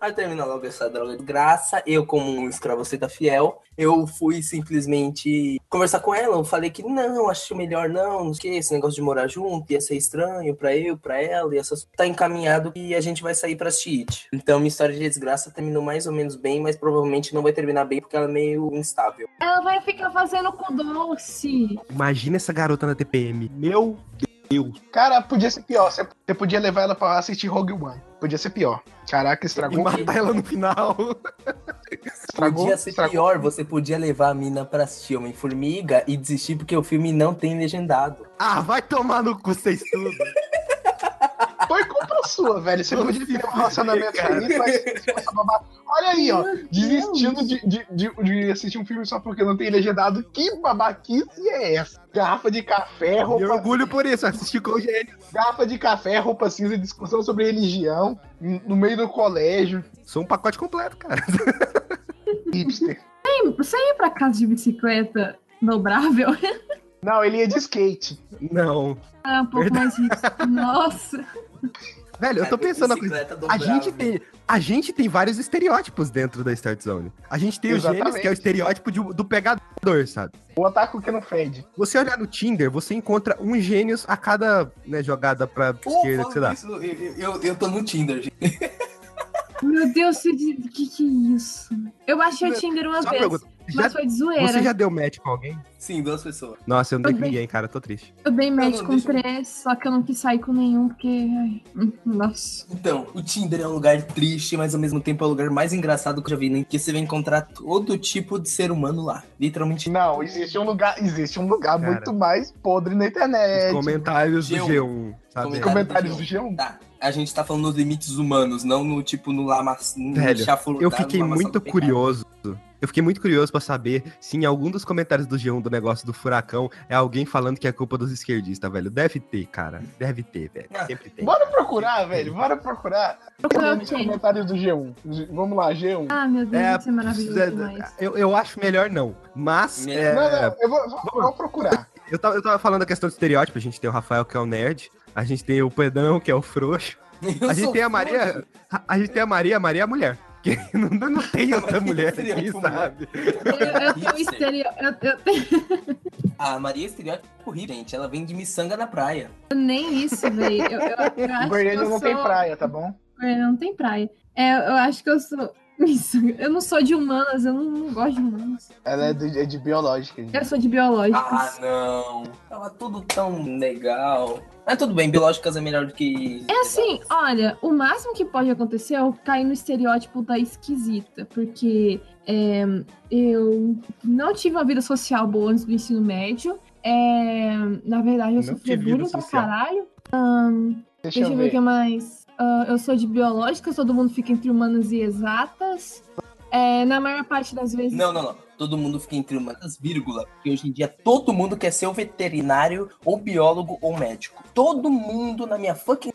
S6: Aí termina logo essa droga de graça. Eu, como um escravoceta fiel, eu fui simplesmente conversar com ela. Eu falei que não, acho melhor não, não sei o que esse negócio de morar junto ia ser estranho pra eu, pra ela, e essas. Tá encaminhado e a gente vai sair pra assistir It. Então, minha história de desgraça terminou mais ou menos bem, mas provavelmente não vai terminar bem porque ela é meio instável.
S4: Ela vai ficar fazendo com doce.
S2: Imagina essa garota na TPM. Meu Deus.
S1: Cara, podia ser pior. Você você podia levar ela pra assistir Rogue One. Podia ser pior. Caraca,
S2: E
S6: Tá
S1: estragou.
S2: matar ela no final.
S1: Estragou.
S6: podia ser
S1: estragou.
S6: pior, você podia levar a mina pra assistir Homem-Formiga e desistir porque o filme não tem legendado.
S2: Ah, vai tomar no cu vocês tudo.
S1: Foi culpa sua, velho. Você podia ter um relacionamento
S2: Cara.
S1: feliz, mas você começou a babar. Olha aí, ó. Desistindo de, de- de- de assistir um filme só porque não tem legendado. Que babaquice é essa? Garrafa de café,
S2: Me
S1: roupa
S2: orgulho por isso. Assisti com o gênio.
S1: garrafa de café, roupa cinza, discussão sobre religião, n- no meio do colégio.
S2: Sou um pacote completo, cara.
S1: Hipster.
S4: Você ia pra casa de bicicleta dobrável?
S1: Não, ele ia de skate.
S2: Não.
S4: Ela é um pouco mais rica. Nossa.
S2: Velho, eu tô
S6: Cara,
S2: pensando na coisa.
S6: É, bicicleta
S2: A
S6: dobrável.
S2: gente, tem, a gente tem vários estereótipos dentro da Start Zone. A gente tem o
S1: Exatamente.
S2: gênio, que é o estereótipo de- do pegador, sabe?
S1: O ataco que não fede.
S2: Você olhar no Tinder, você encontra um gênio a cada né, jogada pra
S6: Pô,
S2: esquerda
S6: falando
S2: que você dá.
S6: isso, eu, eu, eu tô no Tinder, gente.
S4: Meu Deus, o que, que é isso? Eu baixei o Tinder uma
S2: Só uma
S4: vez.
S2: pergunta, Já-
S4: Mas foi de zoeira.
S2: Você já deu match com alguém?
S6: Sim, duas pessoas.
S2: Nossa, eu não dei com
S4: Também.
S2: ninguém, cara. Tô triste.
S4: Eu dei match
S6: não,
S4: com
S6: deixa eu-
S4: três, só que eu não quis sair com nenhum, porque. ai, hum, Nossa.
S6: Então, o Tinder é um lugar triste, mas ao mesmo tempo é o lugar mais engraçado que eu já vi, né? Porque você vai encontrar todo tipo de ser humano lá. Literalmente.
S1: Não, existe um lugar, existe um lugar
S2: Cara.
S1: muito mais podre na
S2: Os
S1: internet.
S2: comentários do
S6: G1.
S2: G1, sabe?
S6: Comentário.
S1: Comentários do G1.
S6: Tá. A gente tá falando nos limites humanos, não no tipo no lamas. no
S2: Velho,
S6: chafurdado,
S2: um. Eu fiquei
S6: no amassado
S2: muito
S6: do pecado.
S2: curioso. Eu fiquei muito curioso pra saber se em algum dos comentários do G1 do negócio do furacão é alguém falando que é culpa dos esquerdistas, velho. Deve ter, cara. Deve ter, velho.
S6: Ah,
S2: Sempre tem.
S1: Bora procurar, velho. Bora procurar.
S4: Procurar o
S1: Os
S4: quê?
S1: comentários do G1. Vamos lá, G1.
S4: Ah, meu Deus,
S2: É,
S4: isso é maravilhoso
S2: é,
S4: demais.
S2: eu, eu acho melhor não. Mas
S6: Melhor
S2: é,
S1: não, não, eu vou, vou- vou procurar.
S2: Eu, tava, eu tava falando da questão de estereótipo. A gente tem o Rafael, que é o nerd. A gente tem o Pedão, que é o frouxo.
S6: Eu
S2: A gente
S6: sou
S2: tem a
S6: fã, gente.
S2: Maria. A, a gente tem a Maria, a Maria é a mulher. Que não, não tem outra
S6: Maria
S2: mulher
S6: seria
S2: aqui,
S6: tipo uma
S2: sabe?
S4: Eu, eu tenho estereo... eu, eu tenho-
S6: A Maria é estereótipo horrível, gente. Ela vem de miçanga na praia.
S4: nem isso, velho. Eu, eu, eu acho que
S1: Goiânia
S4: eu
S1: não tem
S4: sou-
S1: praia, tá bom?
S4: Goiânia não tem praia. É, eu acho que eu sou. Isso, eu não sou de humanas, eu não, não gosto de humanas.
S1: Ela é de, é de biológica. gente.
S4: Eu sou de biológicas.
S6: Ah, não. Tava tudo tão legal. Mas tudo bem, biológicas é melhor do que.
S4: É assim, olha, o máximo que pode acontecer é eu cair no estereótipo da esquisita, porque é, eu não tive uma vida social boa antes do ensino médio. É, na verdade, eu
S2: Não
S4: sofri
S2: tive vida
S4: bullying pra
S2: social.
S4: caralho.
S1: Deixa,
S4: Deixa eu ver o que mais. Ah, eu sou de biológicas, todo mundo fica entre humanas e exatas. É, na maior parte das vezes.
S6: Não, não, não. Todo mundo fica entre umas vírgula. Porque hoje em dia todo mundo quer ser o veterinário, ou biólogo, ou médico. Todo mundo na minha fucking.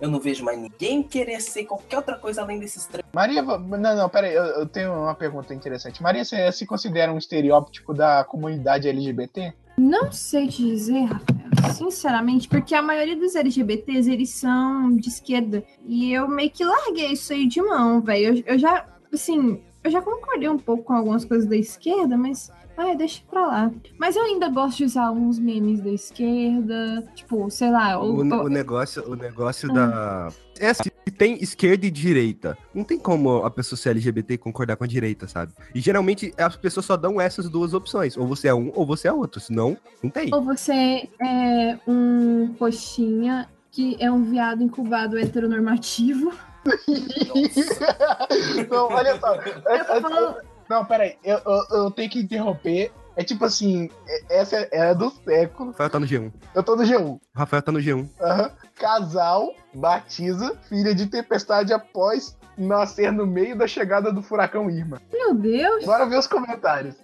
S6: Eu não vejo mais ninguém querer ser qualquer outra coisa além desses três.
S1: Maria, va- não, não, peraí, eu, eu tenho uma pergunta interessante. Maria, você se considera um estereótipo da comunidade LGBT?
S4: Não sei te dizer, Rafael, sinceramente, porque a maioria dos LGBTs, eles são de esquerda. E eu meio que larguei isso aí de mão, velho. Eu, eu já, assim, eu já concordei um pouco com algumas coisas da esquerda, mas. Ai, deixa pra lá. Mas eu ainda gosto de usar alguns memes da esquerda. Tipo, sei lá,
S2: O,
S4: o-
S2: o negócio, o negócio
S4: Ah.
S2: da. É assim, tem esquerda e direita. Não tem como a pessoa ser LGBT e concordar com a direita, sabe? E geralmente as pessoas só dão essas duas opções. Ou você é um ou você é outro. Senão, não tem.
S4: Ou você é um coxinha que é um viado incubado heteronormativo.
S1: não, olha só. É,
S4: Eu tô falando.
S1: Não, peraí, eu, eu, eu tenho que interromper. É tipo assim, é- essa é, é do século.
S2: O Rafael tá no G1.
S1: Eu tô no G1.
S2: O Rafael tá no G1.
S1: Aham. Casal batiza filha de tempestade após nascer no meio da chegada do furacão Irma.
S4: Meu Deus!
S1: Bora ver os comentários.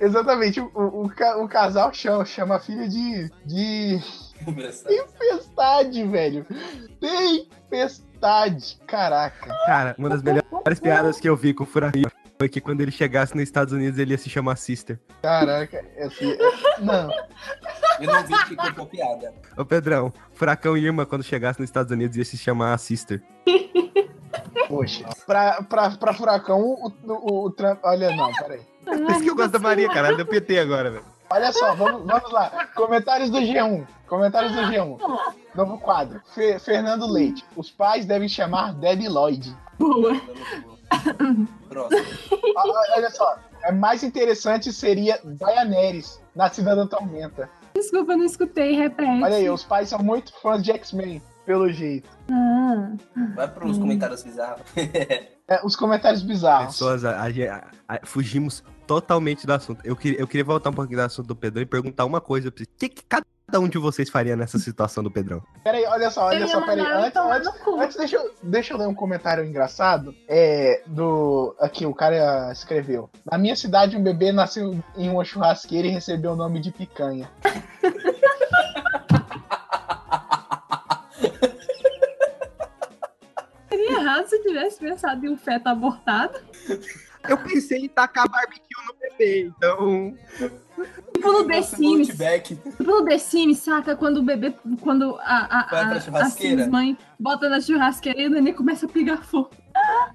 S1: Exatamente, o, o, o ca- o casal chama, chama a filha de, de tempestade, velho. Tempestade, caraca.
S2: Cara, uma das melhores piadas que eu vi com o Furacão foi que quando ele chegasse nos Estados Unidos ele ia se chamar Sister.
S1: Caraca, essa, essa- não.
S6: Eu não vi que ficou copiada.
S2: Ô Pedrão, Furacão Irma quando chegasse nos Estados Unidos ia se chamar Sister.
S1: Poxa, pra, pra, pra furacão, o, o, o Trump. Olha, não, peraí.
S2: Por isso que eu gosto da Maria, cara. Ela deu PT agora, velho.
S1: Olha só, vamos, vamos lá. Comentários do G1. Comentários do G1. Novo quadro. Fe- Fernando Leite. Os pais devem chamar Debbie Lloyd.
S4: Boa.
S6: Próximo.
S1: Ó, ó, Olha só. É mais interessante seria Daenerys, nascida da Tormenta.
S4: Desculpa, eu não escutei, repete.
S1: Olha aí, os pais são muito fãs de X-Men, pelo jeito.
S4: Ah,
S6: Vai pros comentários bizarros.
S1: É, os comentários bizarros.
S2: Pessoas, a- a- a- fugimos totalmente do assunto. Eu, queria- eu queria voltar um pouquinho do assunto do Pedrão e perguntar uma coisa pra vocês. O que, que cada um de vocês faria nessa situação do Pedrão?
S1: Peraí, olha só, olha
S4: eu ia
S1: só, peraí.
S4: mandar ela
S1: Antes,
S4: tomar
S1: antes,
S4: então, no cu.
S1: Antes, deixa eu, deixa eu ler um comentário engraçado. É, do. Aqui, o cara escreveu. Na minha cidade, um bebê nasceu em uma churrasqueira e recebeu o nome de picanha.
S4: Seria errado se eu tivesse pensado em um feto abortado.
S2: Eu pensei em tacar barbecue no bebê, então.
S4: Tipo no The Sims.
S6: Outback.
S4: Tipo no The Sims, saca? Quando o bebê. Quando a,
S6: Vai
S4: a, a,
S6: pra
S4: a
S6: churrasqueira.
S4: Sims mãe bota na churrasqueira e o neném começa a pegar fogo.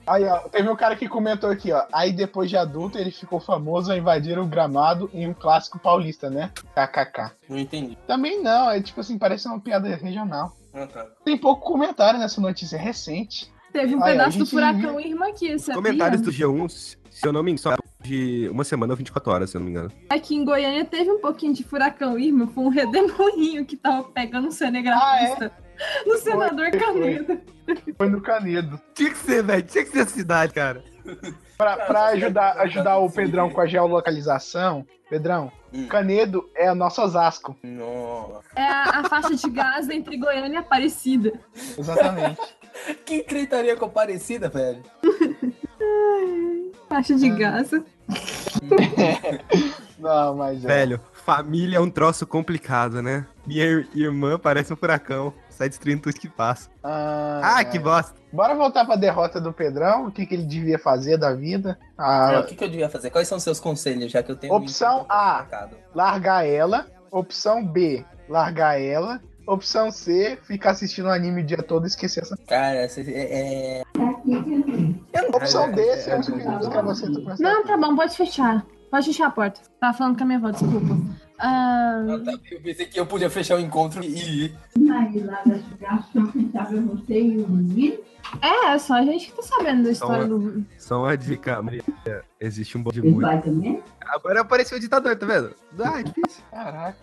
S1: Aí, ó, teve um cara que comentou aqui, ó. Aí depois de adulto, ele ficou famoso a invadir o gramado em um clássico paulista, né? KKK.
S6: Não entendi.
S1: Também não, é tipo assim, parece uma piada regional.
S6: Ah, tá.
S1: Tem pouco comentário nessa notícia recente.
S4: Teve um
S1: Ai, a
S4: pedaço do
S1: gente-
S4: furacão Irma aqui, sabia?
S2: Comentários do G1, se um, eu não me engano, só de uma semana ou 24 horas, se eu não me engano.
S4: Aqui É em Goiânia teve um pouquinho de furacão Irma, foi um redemoinho que tava pegando um cinegrafista. No
S1: Ah,
S4: senador
S1: é? foi.
S4: Canedo.
S1: Foi no Canedo.
S2: Tinha que ser, velho. Tinha que ser a cidade, cara.
S1: Pra, pra ajudar,
S3: tá
S1: ajudar o
S3: assim,
S1: Pedrão
S3: né?
S1: com a geolocalização, Pedrão,
S3: Hum.
S1: Canedo é a nossa Osasco.
S3: Nossa.
S4: É a, a faixa de gás entre Goiânia e Aparecida.
S1: Exatamente.
S3: Que gritaria com parecida, velho.
S4: Faixa
S1: Ah.
S4: de gás.
S1: Não, mas é.
S2: Velho, família é um troço complicado, né? Minha ir- irmã parece um furacão. Sai destruindo tudo que passa. Ah,
S1: ai.
S2: que bosta.
S1: Bora voltar pra derrota do Pedrão, o que, que ele devia fazer da vida.
S3: É,
S1: Ah,
S3: o que, que eu devia fazer? Quais são os seus conselhos, já que eu tenho...
S1: Opção
S3: muito
S1: A.
S3: marcado?
S1: largar ela. Opção B, largar ela. Opção C, ficar assistindo anime o dia todo e esquecer essa.
S3: Cara, essa- é... é-
S1: Opção
S2: É,
S1: D,
S2: é,
S1: ser
S2: é,
S1: os filhos pra você. tá prestando
S7: Não, tá bom, pode fechar. Pode fechar a porta. Tava falando com a minha avó, desculpa. Ah,
S3: Ah, tá, Eu pensei que eu podia fechar o encontro e ir.
S7: é, é só a gente que tá sabendo da história
S2: Então,
S7: do.
S2: Só uma dica, Maria. Existe um bom de muito. Agora apareceu o ditador, tá vendo? Ah, é difícil.
S1: Caraca.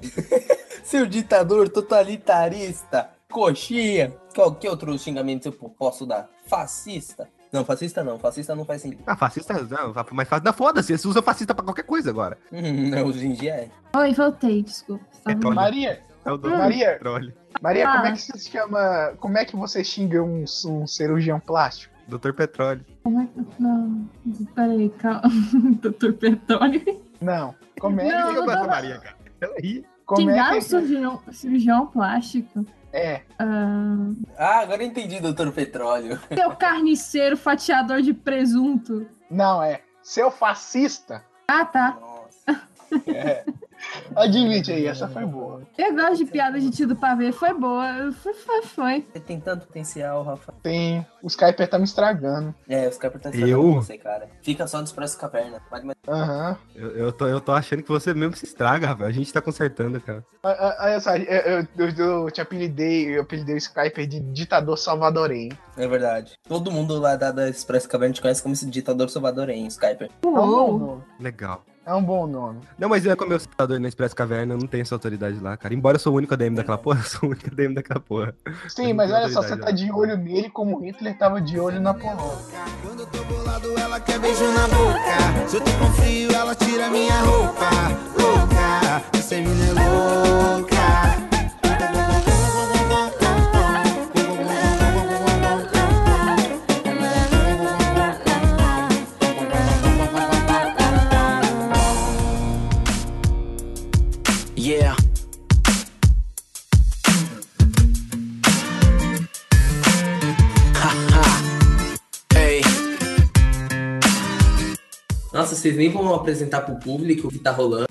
S3: Seu ditador totalitarista, coxinha. Qual que outro xingamento eu posso dar? Fascista. Não, fascista não. Fascista não faz sentido.
S2: Ah, fascista, não, mas faz da foda-se. Eles usam fascista pra qualquer coisa agora.
S3: Hum, não, hoje em dia é.
S7: Oi, voltei, desculpa. Tava-
S2: Petróleo.
S1: Maria,
S2: É o dono do
S1: Maria,
S2: petróleo.
S1: Maria, como
S7: Ah.
S1: é que se chama. Como é que você xinga um, um cirurgião plástico?
S2: Doutor Petróleo.
S7: Não, peraí, calma. é Doutor Petróleo.
S1: Não. Como é,
S7: Não,
S2: Quem
S7: não
S2: gosta
S7: dá-
S2: da Maria, cara? Ela ri.
S1: como
S7: Quem
S1: é
S7: dá
S1: que.
S7: um cirurgião, cirurgião plástico?
S1: É.
S3: Ah, agora eu entendi, doutor Petróleo.
S7: Teu carniceiro fatiador de presunto.
S1: Não, é. Seu fascista.
S7: Ah, tá.
S3: Nossa.
S1: É. Admite aí, essa foi boa.
S7: Eu gosto de piada de tio do pavê, foi boa. Foi, foi, foi.
S3: Você tem tanto potencial, Rafa.
S1: Tem. O Skyper tá me estragando.
S3: É, os caras estão
S2: Eu?
S3: com você, cara. Fica só no Expresso Caverna. Vale mais-
S1: Aham.
S2: Eu, eu tô, eu tô achando que você mesmo se estraga, Rafael. A gente tá consertando, cara.
S1: Ah, ah, Olha só, eu, eu, eu- eu te apelidei, eu apelidei o Skyper de ditador salvadorenho.
S3: É verdade. Todo mundo lá da, da Expresso Caverna te conhece como esse ditador salvadorenho, Skyper.
S1: É um bom
S7: Uou.
S1: nome.
S2: Legal.
S1: É um bom nome.
S2: Não, mas eu, como eu sou ditador na Expresso Caverna, eu não tenho essa autoridade lá, cara. Embora eu sou o único ADM daquela porra, eu sou o único ADM daquela porra.
S1: Sim, mas olha só, você
S2: autoridade,
S1: tá
S2: né?
S1: de olho nele como Hitler tava de olho na Polônia.
S9: Quando eu tô bolado, ela quer beijo na boca. Se eu tô com frio, ela tira minha roupa. Louca, essa mina é louca.
S5: Yeah. Hey.
S6: Nossa, vocês nem vão apresentar pro público o que tá rolando,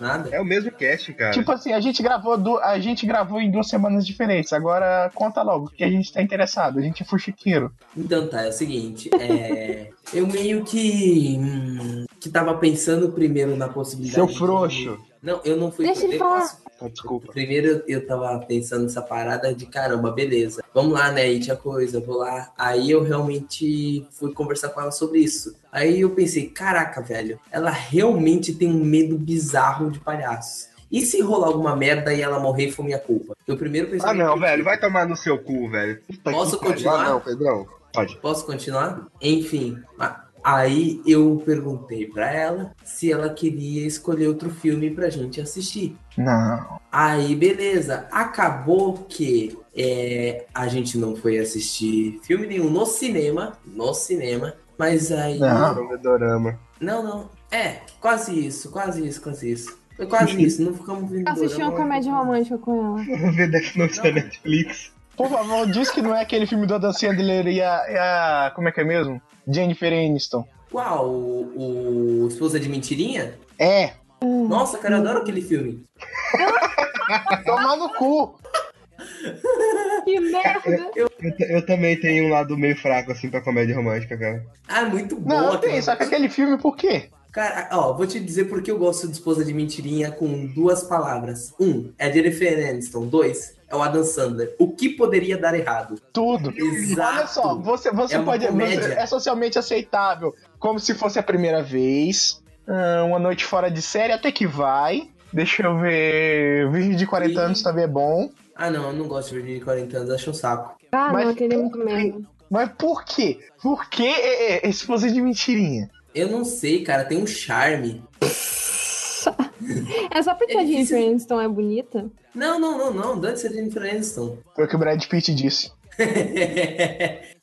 S6: nada.
S2: É o mesmo cast, cara.
S1: Tipo assim, a gente gravou du- a gente gravou em duas semanas diferentes. Agora conta logo, que a gente tá interessado. A gente é fuxiqueiro.
S6: Então tá, é o seguinte, é, eu meio que hum, que tava pensando primeiro na possibilidade.
S1: Seu
S6: de-
S1: frouxo.
S6: Não, eu não fui.
S4: Deixa ele
S6: eu
S4: falar.
S6: posso-
S2: Então,
S1: Tá,
S2: tipo,
S1: desculpa.
S6: Primeiro eu- eu tava pensando nessa parada de caramba, beleza. Vamos lá, né? E tinha coisa, vou lá. Aí eu realmente fui conversar com ela sobre isso. Aí eu pensei, caraca, velho, ela realmente tem um medo bizarro de palhaços. E se rolar alguma merda e ela morrer foi minha culpa? Eu primeiro pensei.
S2: ah, vai tomar no seu cu, velho. Ah,
S6: Posso
S10: Ah,
S6: continuar?
S2: Pedrão.
S6: Posso continuar? Enfim, Ah, a- aí eu perguntei pra ela se ela queria escolher outro filme pra gente assistir.
S1: Não.
S6: Aí, beleza. Acabou que é, a gente não foi assistir filme nenhum no cinema, no cinema, mas aí...
S1: Não.
S2: Dorama.
S6: não. não. É, quase isso, quase isso, quase isso. Foi
S1: Uhum.
S6: quase isso, não ficamos vendo... né?
S4: Assisti uma
S6: dorama.
S4: comédia romântica com ela.
S2: Vê Death Note
S3: é.
S2: da Netflix.
S1: Por favor, diz que não é aquele filme do Adam Sandler e a, e a- Como é que é mesmo? Jennifer Aniston.
S6: Qual? O, o Esposa de Mentirinha?
S1: É.
S4: Hum.
S6: Nossa, cara, eu adoro aquele filme.
S1: Tomar no cu.
S4: Que merda!
S2: Eu, também tenho um lado meio fraco, assim, pra comédia romântica, cara.
S6: Ah, muito
S1: Não,
S6: boa.
S1: tem,
S6: cara.
S1: só que aquele filme por quê?
S3: Cara, ó, vou te dizer porque eu gosto de esposa de mentirinha com duas palavras. Um, é Jennifer Aniston. Dois, é o Adam Sandler. O que poderia dar errado?
S1: Tudo.
S3: Exato.
S1: Olha só, você, você
S3: É uma
S1: pode.
S3: comédia.
S1: É socialmente aceitável. Como se fosse a primeira vez. Ah, uma noite fora de série até que vai. Deixa eu ver. Virgem de 40
S3: Ih.
S1: anos também é bom.
S3: Ah, não, eu não gosto de Virgínia de 40 anos, acho um saco.
S4: Ah,
S1: Mas-
S4: não, aquele é muito mesmo.
S1: Mas por quê? Por que é, é, esse fazer de mentirinha?
S3: Eu não sei, cara, tem um charme.
S4: É só porque a
S3: É difícil.
S4: Jennifer
S7: então
S4: Aniston é bonita.
S3: Não, não, não, não, dane-se a Jennifer Aniston.
S1: Foi o que o Brad Pitt disse.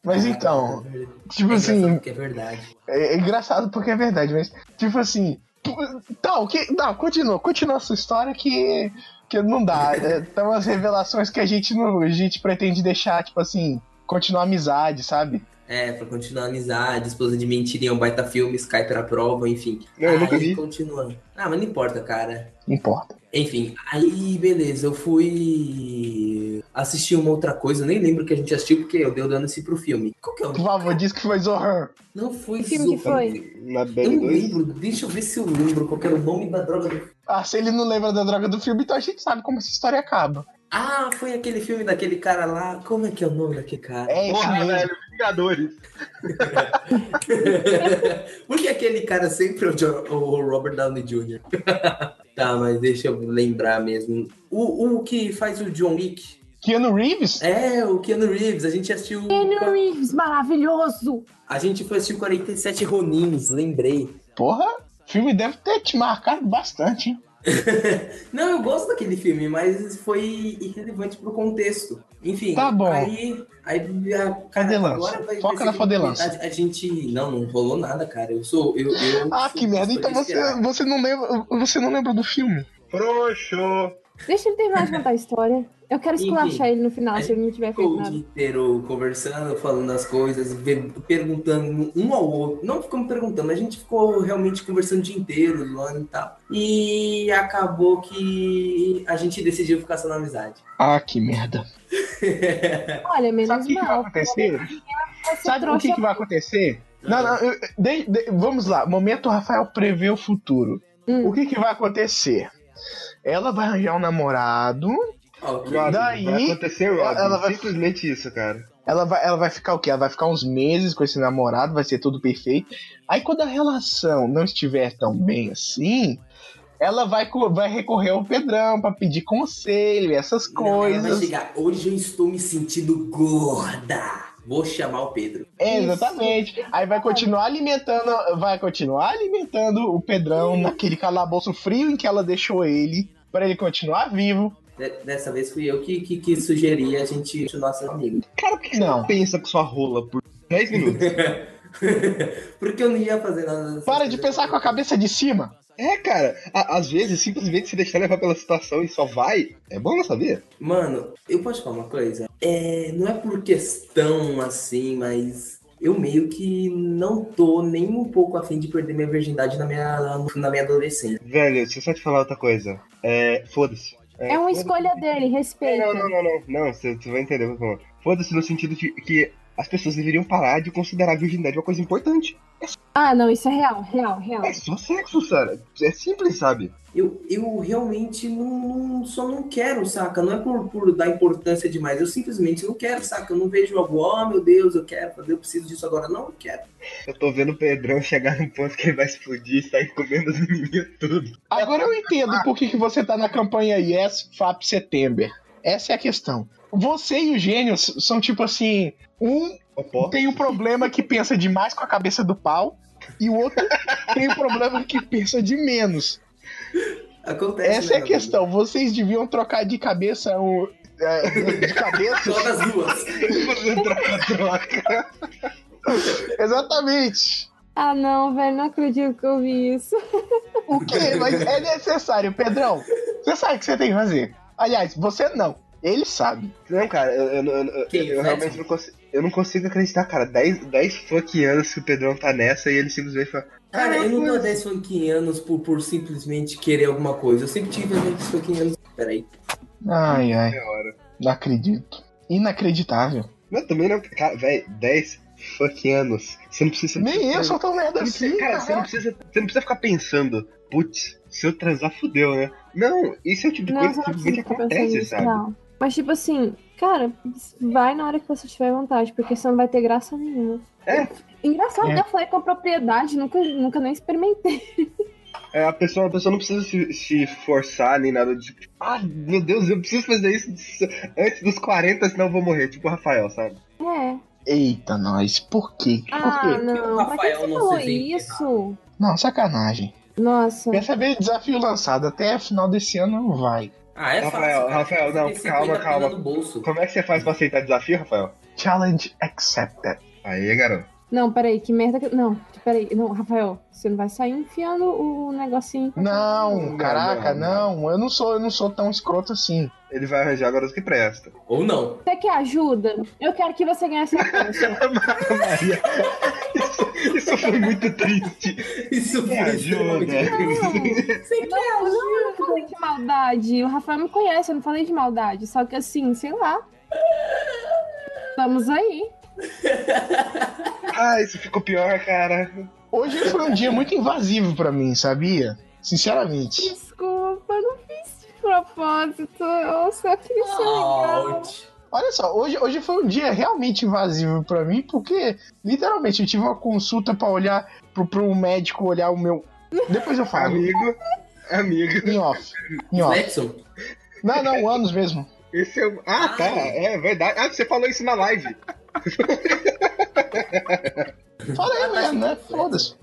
S1: Mas então, tipo
S3: é
S1: assim,
S3: Porque é verdade.
S1: é, é engraçado porque é verdade, mas tipo assim. tu- Tá, o que. Não, continua, continua a sua história que. Que não dá. Estão as revelações que a gente não. A gente pretende deixar, tipo assim, continuar a amizade, sabe?
S3: É, pra continuar a amizade, esposa de mentirinha, um baita filme, Skype era prova, enfim.
S1: Eu nunca
S3: Aí
S1: vi.
S3: continua. Ah, mas não importa, cara.
S1: Não importa.
S3: Enfim, aí beleza, eu fui assistir uma outra coisa, eu nem lembro o que a gente assistiu, porque eu dei o dano-se pro filme. Qual que é o
S1: Por
S3: nome?
S1: favor, diz que foi Zohan.
S3: Não foi
S4: Que filme que
S3: Zucker.
S1: Na
S3: Eu não lembro, deixa eu ver se eu lembro qual que era o nome da droga do
S1: Ah, se ele não lembra da droga do filme, então a gente sabe como essa história acaba.
S3: Ah, foi aquele filme daquele cara lá. Como é que é o nome daquele cara?
S1: É isso
S2: Porra,
S1: mesmo.
S2: velho, Vingadores.
S3: Porque aquele cara sempre é o, Jo- o Robert Downey Jr. tá, mas deixa eu lembrar mesmo. O, o que faz o John Wick?
S1: Keanu Reeves?
S3: É, o Keanu Reeves. A gente assistiu.
S4: Keanu Reeves, maravilhoso!
S3: A gente foi assistir 47 Ronins, lembrei.
S1: Porra, o filme deve ter te marcado bastante, hein?
S3: Não, eu gosto daquele filme, mas foi irrelevante pro contexto. Enfim,
S1: Tá bom.
S3: aí. aí a,
S1: Fodelância. Foca na
S3: ser
S1: fodelância.
S3: complicado. A, gente. Não, não rolou nada, cara. Eu sou. Eu, eu
S1: Ah,
S3: sou-
S1: que merda.
S3: sou
S1: Então você,
S3: viciado.
S1: você, não lembra, você não lembra do filme.
S2: Frouxo.
S4: Deixa ele terminar de contar a história. Eu quero
S3: Enfim,
S4: esculachar ele no final, se ele não tiver feito
S3: Ficou o dia
S4: nada.
S3: inteiro conversando, falando as coisas, ve- perguntando um ao outro. Não ficamos perguntando, mas a gente ficou realmente conversando o dia inteiro, zoando e tal. E acabou que a gente decidiu ficar só na amizade.
S1: Ah, que merda.
S4: Olha,
S1: Sabe o
S4: menos
S1: que, que vai
S4: mal.
S1: acontecer?
S4: Vai ser
S1: Sabe o
S4: trouxa
S1: que, que vai acontecer? Não, não, eu- de- de- vamos lá. Momento Rafael prevê o futuro.
S4: Hum.
S1: O que, que vai acontecer? Ela vai arranjar um namorado.
S3: Ok.
S1: Robin, Daí-
S2: vai acontecer, Robin.
S1: Ela vai-
S2: Simplesmente isso, cara.
S1: Ela vai, ela vai ficar o quê? Ela vai ficar uns meses com esse namorado, vai ser tudo perfeito. Aí quando a relação não estiver tão bem assim, ela vai, co- vai recorrer ao Pedrão pra pedir conselho, essas
S3: Não, ela vai
S1: coisas.
S3: chegar. Hoje eu estou me sentindo gorda. Vou chamar o Pedro.
S1: É, exatamente. Aí vai continuar alimentando, vai continuar alimentando o Pedrão naquele calabouço frio em que ela deixou ele, pra ele continuar vivo.
S3: De- dessa vez fui eu que, que, que sugeri a gente continuar sendo amigo.
S1: Cara, por que não?
S2: Pensa com sua rola por 10 minutos.
S3: Porque eu não ia fazer nada. dessas
S1: Para de
S3: coisas.
S1: pensar com a cabeça de cima.
S10: É, cara, a- às vezes simplesmente se deixar levar pela situação e só vai, é bom não saber.
S3: Mano, eu posso falar uma coisa? É, não é por questão assim, mas eu meio que não tô nem um pouco afim de perder minha virgindade na minha, na minha adolescência.
S10: Velho, deixa eu só te falar outra coisa. É, foda-se.
S4: É uma
S10: foda-se.
S4: escolha dele, respeita.
S10: Não, não, não, não, não, você, você vai entender o que eu tô falando. Foda-se no sentido de que as pessoas deveriam parar de considerar a virgindade uma coisa importante.
S4: Ah, não, isso é real, real, real.
S10: É só sexo, cara. É simples, sabe?
S3: Eu, eu realmente não, não- só não quero, saca? Não é por, por dar importância demais. Eu simplesmente não quero, saca? Eu não vejo algo, oh meu Deus, eu quero fazer, eu preciso disso agora. Não, eu quero.
S10: Eu tô vendo o Pedrão chegar num ponto que ele vai explodir e sair comendo as menininhas tudo.
S1: Agora eu entendo por que, que você tá na campanha Yes FAP September. Essa é a questão. Você e o gênio s- são tipo assim: um
S10: Ó, pó.
S1: tem o problema que pensa demais com a cabeça do pau, e o outro tem o problema que pensa de menos.
S3: Acontece.
S1: Essa
S3: né,
S1: é a
S3: meu
S1: questão. Vocês deviam trocar de cabeça o. é, De
S3: amigo?
S1: cabeça?
S3: Só das duas.
S1: Exatamente.
S4: Ah, não, velho, não acredito que eu vi isso.
S1: O quê? Mas é necessário, Pedrão. Você sabe o que você tem que fazer. Aliás, você não. Ele sabe.
S10: Não, cara, eu, eu, eu- eu-
S3: Quem,
S10: eu
S3: o
S10: realmente
S3: Fletcher?
S10: não consigo, eu não consigo acreditar, cara. 10, 10 fucking anos que o Pedrão tá nessa e ele simplesmente fala.
S3: Cara, eu não tô
S10: "Ah,
S3: há 10 funk anos por, por simplesmente querer alguma coisa. Eu sempre tive 10 funk anos. Peraí.
S1: Ai, ai.
S10: é hora.
S1: Não acredito. Inacreditável.
S10: Não, também não. Cara, velho, 10 fucking anos. Você não precisa.
S1: Nem
S10: precisa,
S1: eu sou tão merda assim.
S10: Cara, você não, precisa, você não precisa ficar pensando, putz, se eu transar, fudeu, né? Não, isso é o tipo de
S4: Não,
S10: coisa
S4: você
S10: que
S4: não precisa
S10: simplesmente
S4: ficar pensando
S10: acontece,
S4: nisso,
S10: sabe?
S4: não. Mas, tipo assim, cara, vai na hora que você tiver vontade, porque você não vai ter graça nenhuma.
S10: É.
S4: Engraçado
S1: É.
S4: que eu falei com propriedade, nunca, nunca nem experimentei.
S10: É, a, pessoa, a pessoa não precisa se, se forçar nem nada de tipo, ah, meu Deus, eu preciso fazer isso antes dos 40, senão eu vou morrer. Tipo o Rafael, sabe?
S4: É.
S1: Eita, nós, por quê? Por
S4: Ah,
S1: quê?
S4: não.
S3: o
S4: Pra que
S3: Rafael
S4: você
S3: não
S4: falou
S3: se né? vê
S4: isso?
S1: Não, sacanagem.
S4: Nossa.
S1: Quer saber? Desafio lançado. Até final desse ano não vai.
S3: Ah, é
S10: Rafael,
S3: fácil, cara.
S10: Rafael,
S3: Você
S10: não,
S3: tem
S10: calma,
S3: 50 pila
S10: calma.
S3: no bolso.
S10: Como é que você faz pra aceitar desafio, Rafael?
S1: Challenge accepted.
S10: Aí, garoto.
S4: Não, peraí, que merda que. Não, peraí. Não, Rafael, você não vai sair enfiando o negocinho.
S1: Não,
S10: Não,
S1: caraca,
S10: não,
S1: não, Eu não sou, eu não sou tão escroto assim.
S10: Ele vai arranjar a garota que presta.
S3: Ou não.
S4: Você quer ajuda? Eu quero que você ganhe essa coisa.
S10: Maria, isso, isso foi muito triste.
S3: Isso foi
S10: É,
S4: Você
S10: ajuda.
S4: quer ajuda? Não, eu não falei de maldade. O Rafael me conhece, eu não falei de maldade. Só que assim, sei lá. Estamos aí.
S10: Ah, isso ficou pior, cara.
S1: Hoje foi um dia muito invasivo pra mim, sabia? Sinceramente.
S4: Desculpa, eu não fiz de propósito. Eu só queria
S6: Ah,
S4: ser legal.
S3: Out.
S1: Olha só, hoje, hoje foi um dia realmente invasivo pra mim, porque literalmente eu tive uma consulta pra olhar pro, pro médico olhar o meu. Depois eu
S4: Tá.
S1: falo.
S10: Amigo, amigo.
S1: Em off. Em off.
S3: Flexon?
S1: Não, não, anos mesmo.
S10: Esse é o. Ah, tá, é verdade. Ah, você falou isso na live.
S1: Falei mesmo, né? Foda-se.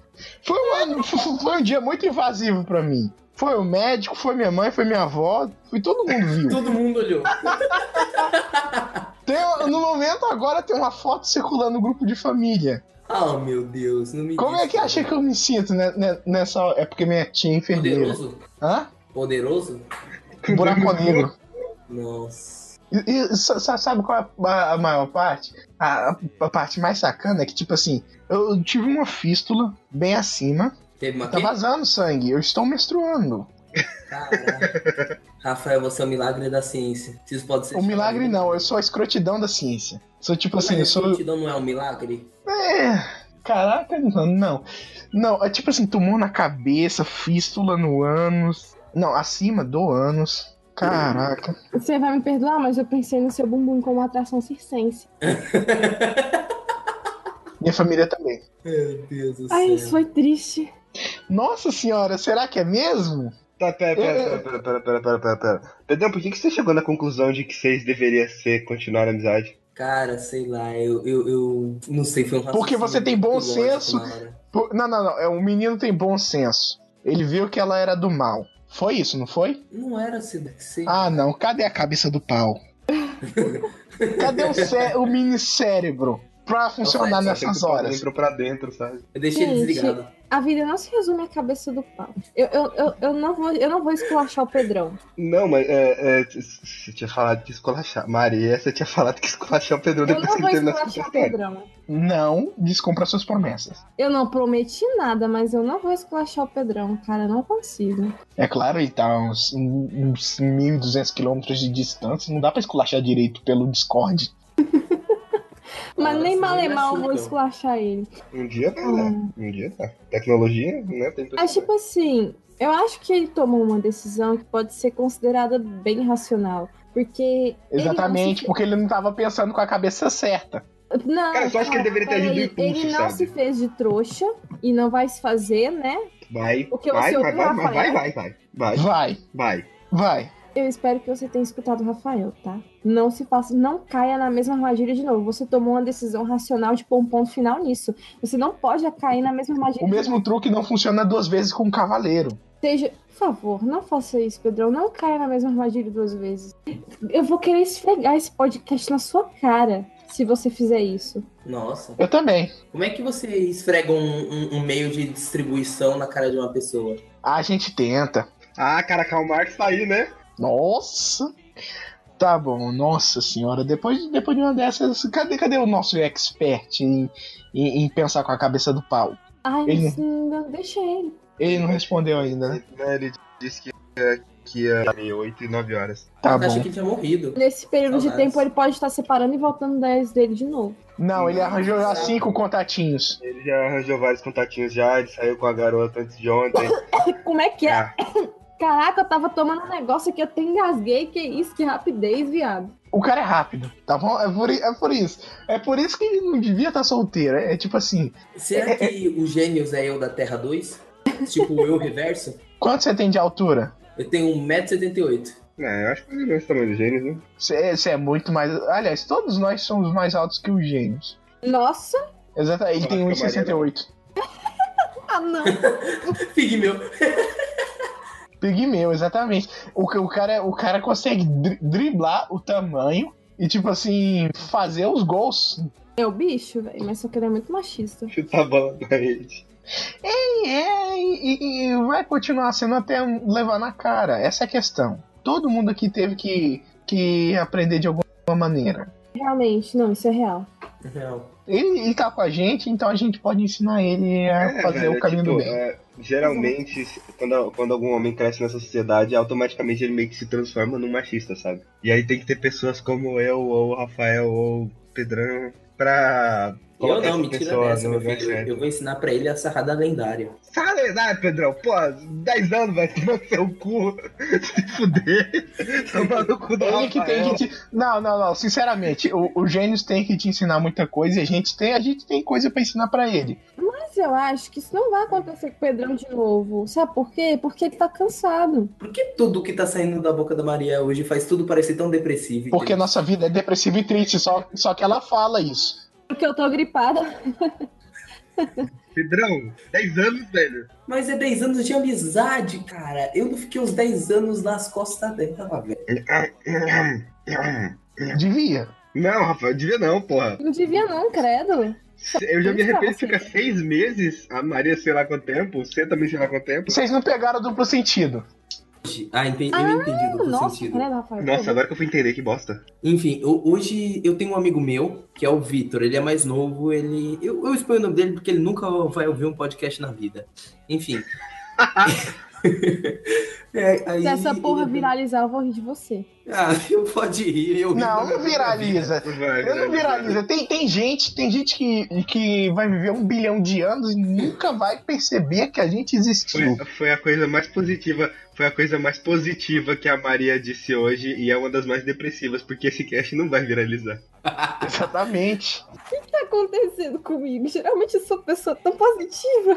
S1: Foi um ano, foi um dia muito invasivo pra mim. Foi o médico, foi minha mãe, foi minha avó, foi todo mundo viu.
S3: Todo mundo olhou.
S1: Tem, no momento agora tem uma foto circulando no grupo de família.
S3: Ah, meu Deus, não me
S1: Como
S3: diz,
S1: é que
S3: cara.
S1: acha que eu me sinto né, né, nessa É porque minha tia é enfermeira.
S3: Poderoso?
S1: Hã?
S3: Poderoso?
S1: Buraco negro.
S3: Nossa.
S1: E, e sa- sa- sabe qual é a, a maior parte? A, a- a parte mais sacana é que, tipo assim, eu eu tive uma fístula bem acima,
S3: Teve uma
S1: tá
S3: quê?
S1: vazando sangue, eu estou menstruando.
S3: Caraca. Rafael, você é um milagre da ciência. Isso pode ser.
S1: O milagre não, eu sou a escrotidão da ciência. Sou tipo assim, eu sou.
S3: Gratidão não é um milagre?
S1: É. Caraca, não, não. Não, é tipo assim, tumor na cabeça, fístula no ânus. Não, acima do ânus. Caraca.
S4: Você vai me perdoar, mas eu pensei no seu bumbum como atração circense.
S1: Minha família também.
S3: Meu Deus do
S4: Ai, isso foi triste.
S1: Nossa senhora, será que é mesmo?
S10: Tá, pera, pera, pera, pera, pera, pera, pera, pera. Pedrão, por que, que você chegou na conclusão de que vocês deveriam ser continuar a amizade?
S3: Cara, sei lá, eu, eu, eu não sei, foi um
S1: Porque
S3: raciocínio
S1: você tem bom
S3: muito lógico
S1: senso.
S3: na hora.
S1: Pô, Não, não, não. é, O menino tem bom senso. Ele viu que ela era do mal. Foi isso, não foi?
S3: Não era assim, deve ser.
S1: Ah, não. Cadê a cabeça do pau? Cadê o, cé o mini cérebro pra funcionar
S3: Nossa,
S1: nessas horas?
S10: Entrou pra dentro, sabe?
S3: Eu deixei ele
S4: Gente.
S3: desligado.
S4: A vida não se resume à cabeça do pau. Eu, eu, eu, eu não, vou, eu não vou esculachar o Pedrão.
S10: Não, mas é, é, t- você tinha falado que escolachar. Maria, você tinha falado que escolachar o Pedrão
S4: Eu
S10: depois
S4: não
S10: que
S4: vou
S10: ele terminou essa
S4: esculachar o
S10: história.
S4: Pedrão.
S1: Não descumpra suas promessas.
S4: Eu não prometi nada, mas eu não vou esculachar o Pedrão, cara. Eu não consigo.
S1: É claro, ele tá a uns, um, uns 1.200 quilômetros de distância. Não dá pra esculachar direito pelo Discord.
S4: Mas
S3: Cara,
S4: nem
S3: você
S4: mal
S3: me
S4: é mal eu
S3: machuca.
S4: vou esculachar ele.
S10: Um dia tá, né?
S4: Hum.
S10: Um dia tá. Tecnologia, né? Tem
S4: Mas, tipo assim, eu acho que ele tomou uma decisão que pode ser considerada bem racional. Porque. ele
S1: Exatamente,
S4: não
S1: porque ele não tava pensando com a cabeça certa.
S4: se... Não,
S10: Cara, eu só acho que ele deveria ter
S4: peraí,
S10: agido do impulso,
S4: Ele não
S10: sabe?
S4: se fez de trouxa e não vai se fazer, né?
S10: Vai,
S4: o que
S10: vai,
S4: você
S10: vai,
S4: ouviu,
S10: vai, vai, vai,
S4: Rafael?
S10: vai, vai, vai,
S1: Vai,
S10: vai.
S1: vai.
S4: Eu espero que você tenha escutado o Rafael, tá? Não se faça, não caia na mesma armadilha de novo. Você tomou uma decisão racional de pôr um ponto final nisso. Você não pode cair na mesma armadilha.
S1: O mesmo truque não funciona duas vezes com um cavaleiro.
S4: Seja, por favor, não faça isso, Pedrão. Não caia na mesma armadilha duas vezes. Eu vou querer esfregar esse podcast na sua cara se você fizer isso.
S3: Nossa.
S1: Eu também.
S3: Como é que você esfrega um, um- um meio de distribuição na cara de uma pessoa?
S1: A gente tenta.
S10: Ah, cara, Karl Marx tá aí, né?
S1: Nossa! Tá bom, nossa senhora. Depois, depois de uma dessas, cadê, cadê o nosso expert em, em, em pensar com a cabeça do pau?
S4: Ai,
S1: Ele-
S4: mas, hum, não, deixa ele.
S1: Ele não respondeu ainda, né?
S10: Né, Ele disse que, é, daqui a 8 e 9 horas.
S1: Tá
S3: eu achei
S1: bom.
S3: que ele tinha morrido.
S4: Nesse período de
S3: Saudades.
S4: tempo, ele pode estar separando e voltando da ex dele de novo.
S1: Não, ele arranjou já cinco contatinhos.
S10: Ele já arranjou vários contatinhos já, ele saiu com a garota antes de ontem.
S4: Como é que é?
S10: Ah,
S4: Caraca, eu tava tomando um negócio aqui, eu até engasguei. Que isso, que rapidez, viado.
S1: O cara é rápido, tá bom? É por, i- é por isso. É por isso que ele não devia estar solteiro. É, é tipo assim,
S3: Será que o Gênios é eu da Terra 2? Tipo, eu reverso?
S1: quanto você tem de altura?
S3: Eu tenho 1,78m.
S10: é, eu acho que ele é esse tamanho do gênio, né?
S1: Você você é muito mais. Aliás, todos nós somos mais altos que os gênios.
S4: Nossa,
S1: Exatamente. Ele
S10: Eu
S1: tem
S10: acho que a Maria
S1: 1,68.
S4: ah não.
S3: Pigmeu.
S1: Pigmeu, exatamente. O, ca- o, cara, o cara consegue dri- driblar o tamanho e, tipo assim, fazer os gols.
S4: Eu É bicho, velho, mas só que ele é muito machista.
S10: Chutar a bola na rede.
S1: E, é, e, e- e vai continuar sendo até levar na cara. Essa é a questão. Todo mundo aqui teve que, que aprender de alguma maneira.
S4: Realmente, não, isso é real.
S3: Não.
S1: Ele, ele tá com a gente, então a gente pode ensinar ele a
S10: É,
S1: fazer
S10: velho,
S1: o caminho
S10: tipo,
S1: do bem.
S10: é, geralmente, quando, quando algum homem cresce nessa sociedade, automaticamente ele meio que se transforma num machista, sabe? E aí tem que ter pessoas como eu, ou o Rafael, ou o Pedrão, pra.
S3: Eu
S10: colocar
S3: não,
S10: essa
S3: mentira
S10: pessoa
S3: dessa,
S10: no
S3: meu
S10: lugar
S3: filho.
S10: certo.
S3: Eu vou ensinar pra ele a sarrada lendária.
S10: Sabe, ah, Pedrão, pô, 10 anos, vai tomar seu cu, se fuder, tomar no cu do
S1: Ele que tem
S10: Rafael.
S1: que te... Não, não, não. Sinceramente, o, o Gênios tem que te ensinar muita coisa e a gente tem, a gente tem coisa pra ensinar pra ele.
S4: Mas eu acho que isso não vai acontecer com o Pedrão de novo. Sabe por quê? Porque ele tá cansado.
S3: Por que tudo que tá saindo da boca da Maria hoje faz tudo parecer tão depressivo?
S1: Porque nossa vida é depressiva e triste, só, só que ela fala isso.
S4: Porque eu tô gripada.
S10: Pedrão, 10 anos, velho.
S3: Mas é 10 anos de amizade, cara. Eu não fiquei uns 10 anos nas costas dela, velho.
S10: É.
S1: Devia.
S10: Não, Rafael, devia não, porra.
S4: Não devia não, credo.
S1: é
S10: Eu já me arrependo de
S4: Tá,
S10: ficar seis meses, a Maria sei lá quanto tempo, você também sei lá quanto tempo.
S1: Vocês não pegaram o duplo sentido.
S3: Ah, entendi, eu entendi o duplo
S4: Nossa, né?
S3: sentido.
S4: credo,
S1: é
S4: Rafael.
S10: Nossa, agora que eu fui entender, que bosta.
S3: Enfim, ho- hoje eu tenho um amigo meu, que é o Vitor. Ele é mais novo, ele. Eu, eu exponho o nome dele porque ele nunca vai ouvir um podcast na vida. Enfim. É, aí-
S4: Se essa porra viralizar, eu vou rir de você.
S3: Ah, eu pode rir, eu rio
S1: Não,
S3: da
S1: não
S3: minha própria
S1: viraliza.
S10: Vai,
S1: Eu não viraliza. Tem, tem gente, tem gente que, que vai viver um bilhão de anos e nunca vai perceber que a gente
S10: Foi,
S1: existiu.
S10: foi a coisa mais positiva, foi a coisa mais positiva que a Maria disse hoje e é uma das mais depressivas, porque esse cast não vai viralizar.
S1: Exatamente.
S4: O que tá acontecendo comigo? Geralmente eu sou uma pessoa tão positiva.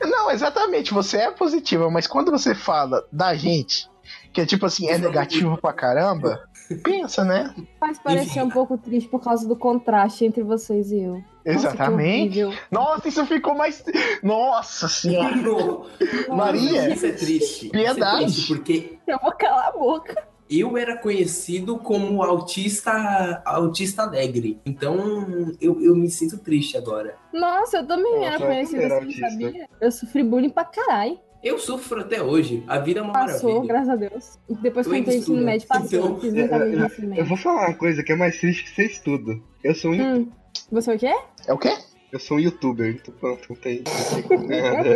S1: Não, exatamente. Você é positiva, mas quando você fala da gente, que é tipo assim, é negativo pra caramba, pensa, né?
S4: Faz parecer um pouco triste por causa do contraste entre vocês e eu. Nossa, que
S1: Exatamente.
S4: horrível.
S1: Nossa, isso ficou mais. Nossa senhora.
S3: Não,
S1: Maria.
S3: Isso é triste.
S1: Piedade.
S3: Isso é triste, porque
S4: Então, Eu vou calar a boca.
S3: eu era conhecido como autista, autista alegre. Então eu, eu me sinto triste agora.
S4: Nossa, eu também
S10: Nossa,
S4: era
S10: eu
S4: conhecida
S10: também
S4: assim,
S10: era autista.
S4: sabia? Eu sofri bullying pra caralho.
S3: Eu sofro até hoje. A vida é uma
S4: Passou,
S3: maravilha.
S4: graças a Deus. Depois que eu
S3: Eu
S4: entrei no ensino
S3: estudo.
S4: médio, passou.
S3: Então,
S4: eu fiz muita amiga no ensino
S10: É, Eu
S4: médio.
S10: vou falar uma coisa que é mais triste que você estuda. Eu sou um,
S4: Hum, você é o quê?
S1: É o quê?
S10: eu sou um youtuber, então pronto, não tem. não tem nada.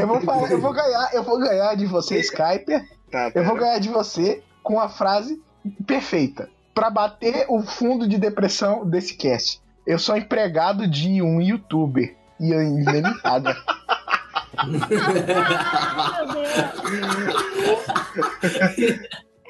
S1: Eu vou falar, eu vou ganhar, eu vou ganhar de você, Skype.
S10: Tá,
S1: Eu vou
S10: pera.
S1: ganhar de você com a frase perfeita. Pra bater o fundo de depressão desse cast. Eu sou empregado de um youtuber. E eu inventada.
S4: Ai, meu Deus.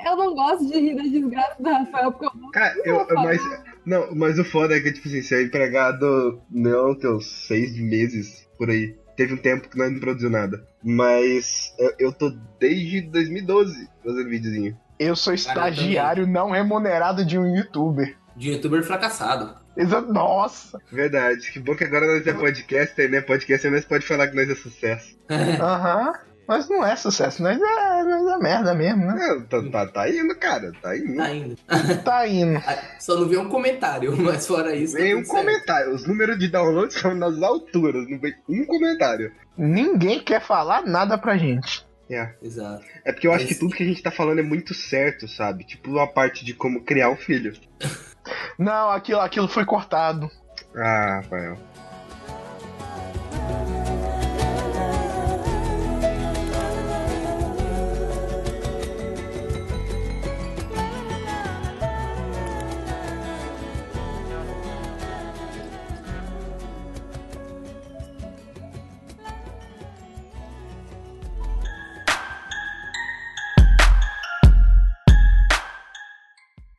S4: Eu não gosto de rir da desgraça do Rafael, porque eu
S10: Cara, eu, eu- mas, não, mas o foda é que, tipo assim, você é empregado, não, que uns seis meses por aí. Teve um tempo que nós não produziu nada. Mas eu, eu tô desde 2012 fazendo videozinho.
S1: Eu sou estagiário não remunerado de um youtuber.
S3: De youtuber fracassado.
S1: Exa- Nossa!
S10: Verdade. Que bom que agora nós é podcaster, né? Podcaster nós pode falar que nós é sucesso.
S1: Aham. Mas não é sucesso, nós é, nós é merda mesmo, né?
S10: Ah, tá, tá, tá indo, cara. Tá indo.
S3: Ainda.
S1: Tá indo.
S3: Só não vi um comentário, mas fora isso. tá
S10: Vem um
S3: tudo certo.
S10: comentário. Os números de downloads estão nas alturas. Não vem um comentário.
S1: Ninguém quer falar nada pra gente.
S10: É.
S3: Exato.
S10: É porque eu acho
S3: Esse-
S10: que tudo que a gente tá falando é muito certo, sabe? Tipo a parte de como criar um filho.
S1: Não, aquilo, aquilo foi cortado.
S10: Ah, Rafael.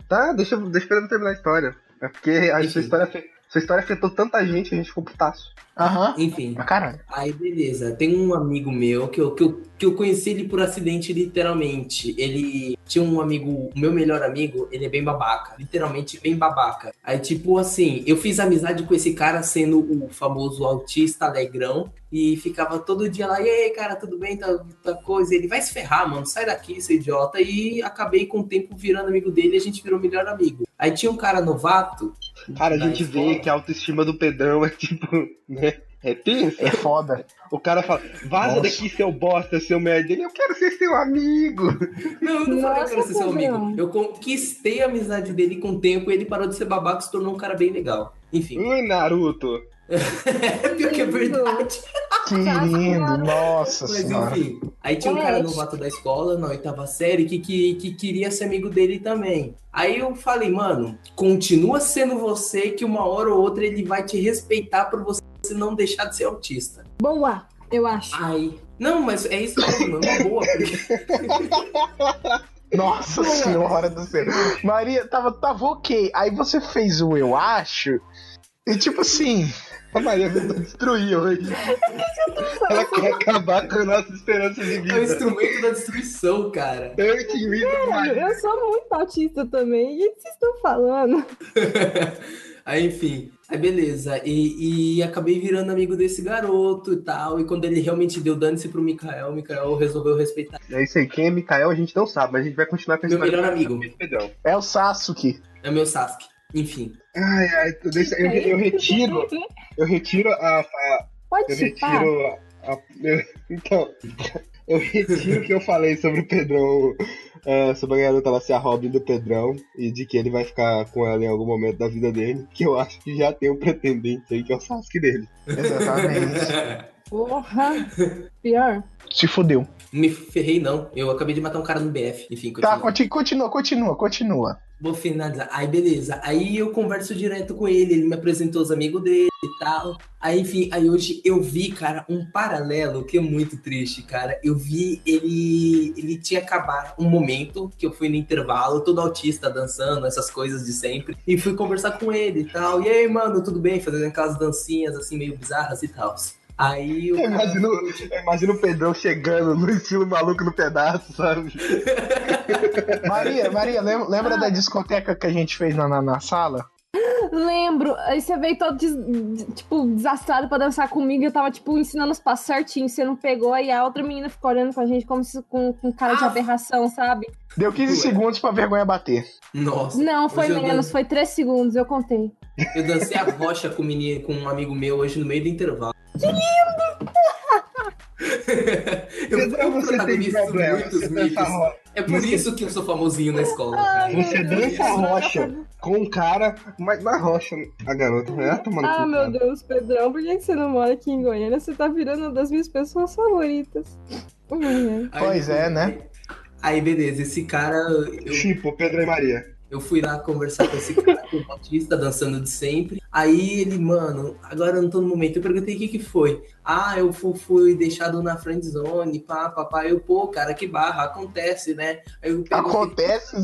S10: Tá, deixa, deixa eu terminar a história. É porque a
S3: Enfim.
S10: sua história, afe- sua história afetou tanta gente que a gente ficou putaço.
S1: Aham.
S3: Enfim.
S1: Mas caralho.
S3: Aí, beleza. Tem um amigo meu que eu, que, eu, que eu conheci ele por acidente, literalmente. Ele tinha um amigo, o meu melhor amigo, ele é bem babaca. Literalmente, bem babaca. Aí, tipo assim, eu fiz amizade com esse cara sendo o famoso autista alegrão. E ficava todo dia lá, e aí, cara, tudo bem? Tá, tá coisa. Ele vai se ferrar, mano, sai daqui, seu idiota. E acabei com o tempo virando amigo dele e a gente virou melhor amigo. Aí tinha um cara novato.
S10: Cara, a
S3: na
S10: gente vê
S3: escola.
S10: que a autoestima do Pedrão é tipo, né? É tenso.
S1: É foda.
S10: O cara fala, vaza
S1: Nossa.
S10: daqui, seu bosta, seu merda. Ele, eu quero ser seu amigo.
S3: Não, eu não falei que eu era
S4: Nossa,
S3: seu
S4: Pedrão.
S3: amigo. Eu conquistei a amizade dele com o tempo e ele parou de ser babaca e se tornou um cara bem legal. Enfim,
S1: Hum.
S10: Ui, Naruto.
S3: é pior que é verdade.
S1: Que lindo, nossa
S3: Mas
S1: senhora.
S3: enfim, aí tinha um
S4: É,
S3: cara
S4: isso.
S3: novato da escola, na oitava série, que, que, que queria ser amigo dele também. Aí eu falei, mano, continua sendo você que uma hora ou outra ele vai te respeitar por você não deixar de ser autista.
S4: Boa, eu acho.
S3: Aí. Não, mas é isso mesmo, é uma boa, porque
S1: Nossa senhora do céu. Maria, tava, tava ok. Aí você fez o eu acho. E tipo assim,
S10: A Maria me destruiu. hein? Ela quer acabar com a nossa esperança de
S3: é o
S10: vida.
S3: instrumento da destruição, cara.
S10: Eu te invito, Maria.
S4: Eu sou muito autista também. O que vocês estão falando?
S3: Aí, enfim. Aí, beleza. E, e acabei virando amigo desse garoto e tal. E quando ele realmente deu dane-se pro Mikael, o Mikael resolveu respeitar.
S10: É isso aí, quem é Mikael a gente não sabe, mas a gente vai continuar com a
S3: Meu
S10: história
S3: melhor
S10: do
S3: amigo.
S10: Pedrão.
S1: é o Sasuke.
S3: É meu Sasuke. Enfim.
S10: Ai, ai, tu deixa- eu, eu retiro, eu retiro a, a-
S4: Pode
S10: eu
S4: chipar?
S10: retiro a, a- eu- então, eu retiro o que eu falei sobre o Pedrão, ah, sobre a garota lá ser a Robin do Pedrão e de que ele vai ficar com ela em algum momento da vida dele, que eu acho que já tem um pretendente aí que é o Sasuke dele.
S1: Exatamente.
S4: Porra. Pior.
S1: Se fodeu.
S3: Me ferrei, não. Eu acabei de matar um cara no BF. Enfim,
S1: Tá,
S3: continua.
S1: conti- continua, continua, continua.
S3: Vou finalizar. Aí, beleza. Aí eu converso direto com ele. Ele me apresentou os amigos dele e tal. Aí, enfim, aí hoje eu vi, cara, um paralelo que é muito triste, cara. Eu vi ele. Ele tinha acabado um momento que eu fui no intervalo, todo autista dançando, essas coisas de sempre. E fui conversar com ele e tal. E aí, mano, tudo bem? Fazendo aquelas dancinhas assim meio bizarras e tal. Aí o
S10: Eu
S3: cara-
S10: imagino, eu imagino o Pedrão chegando no estilo maluco no pedaço, sabe?
S1: Maria, Maria, lem- lembra da discoteca que a gente fez na, na, na sala?
S4: Lembro. Aí você veio todo, des- de- tipo, desastrado pra dançar comigo. Eu tava, tipo, ensinando os passos certinho. Você não pegou. Aí a outra menina ficou olhando pra gente como se com, com cara de
S3: Ah.
S4: aberração, sabe?
S1: Deu 15
S3: Ué.
S1: segundos pra vergonha bater.
S3: Nossa.
S4: Não, foi
S3: Hoje eu
S4: menos. Foi três segundos. Eu contei.
S3: Eu dancei a rocha com, o menino, com um amigo meu hoje no meio do intervalo. Que lindo! eu
S10: Pedrão,
S3: eu
S10: você tem
S3: protagonizo
S10: problema,
S3: um muitos
S10: você dança
S3: micos.
S10: rock.
S3: É por
S10: Você-
S3: isso que eu sou famosinho na escola, cara.
S10: meu Você Deus. dança
S4: a
S10: rocha. com um cara mas na rocha, a garota. Ah, tomando
S4: Ah, meu Deus, Pedrão, por que que você não mora aqui em Goiânia? Você tá virando uma das minhas pessoas favoritas. Hum,
S3: Aí,
S1: Pois é, né?
S3: Aí, beleza, esse cara, eu
S10: Tipo, Pedro e Maria.
S3: Eu fui lá conversar com esse cara, com o Batista, dançando de sempre. Aí ele, mano, agora eu não tô no momento. Eu perguntei o que que foi. Ah, eu fu- fui, deixado na friendzone, pá, pá, pá. Eu, pô, cara, que barra, acontece, né? Aí eu perguntei,
S1: Acontece,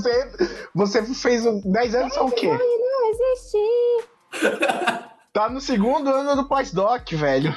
S1: você, você fez um- 10 anos são o quê?
S4: Não existe.
S1: Tá no segundo ano do pós-doc, velho.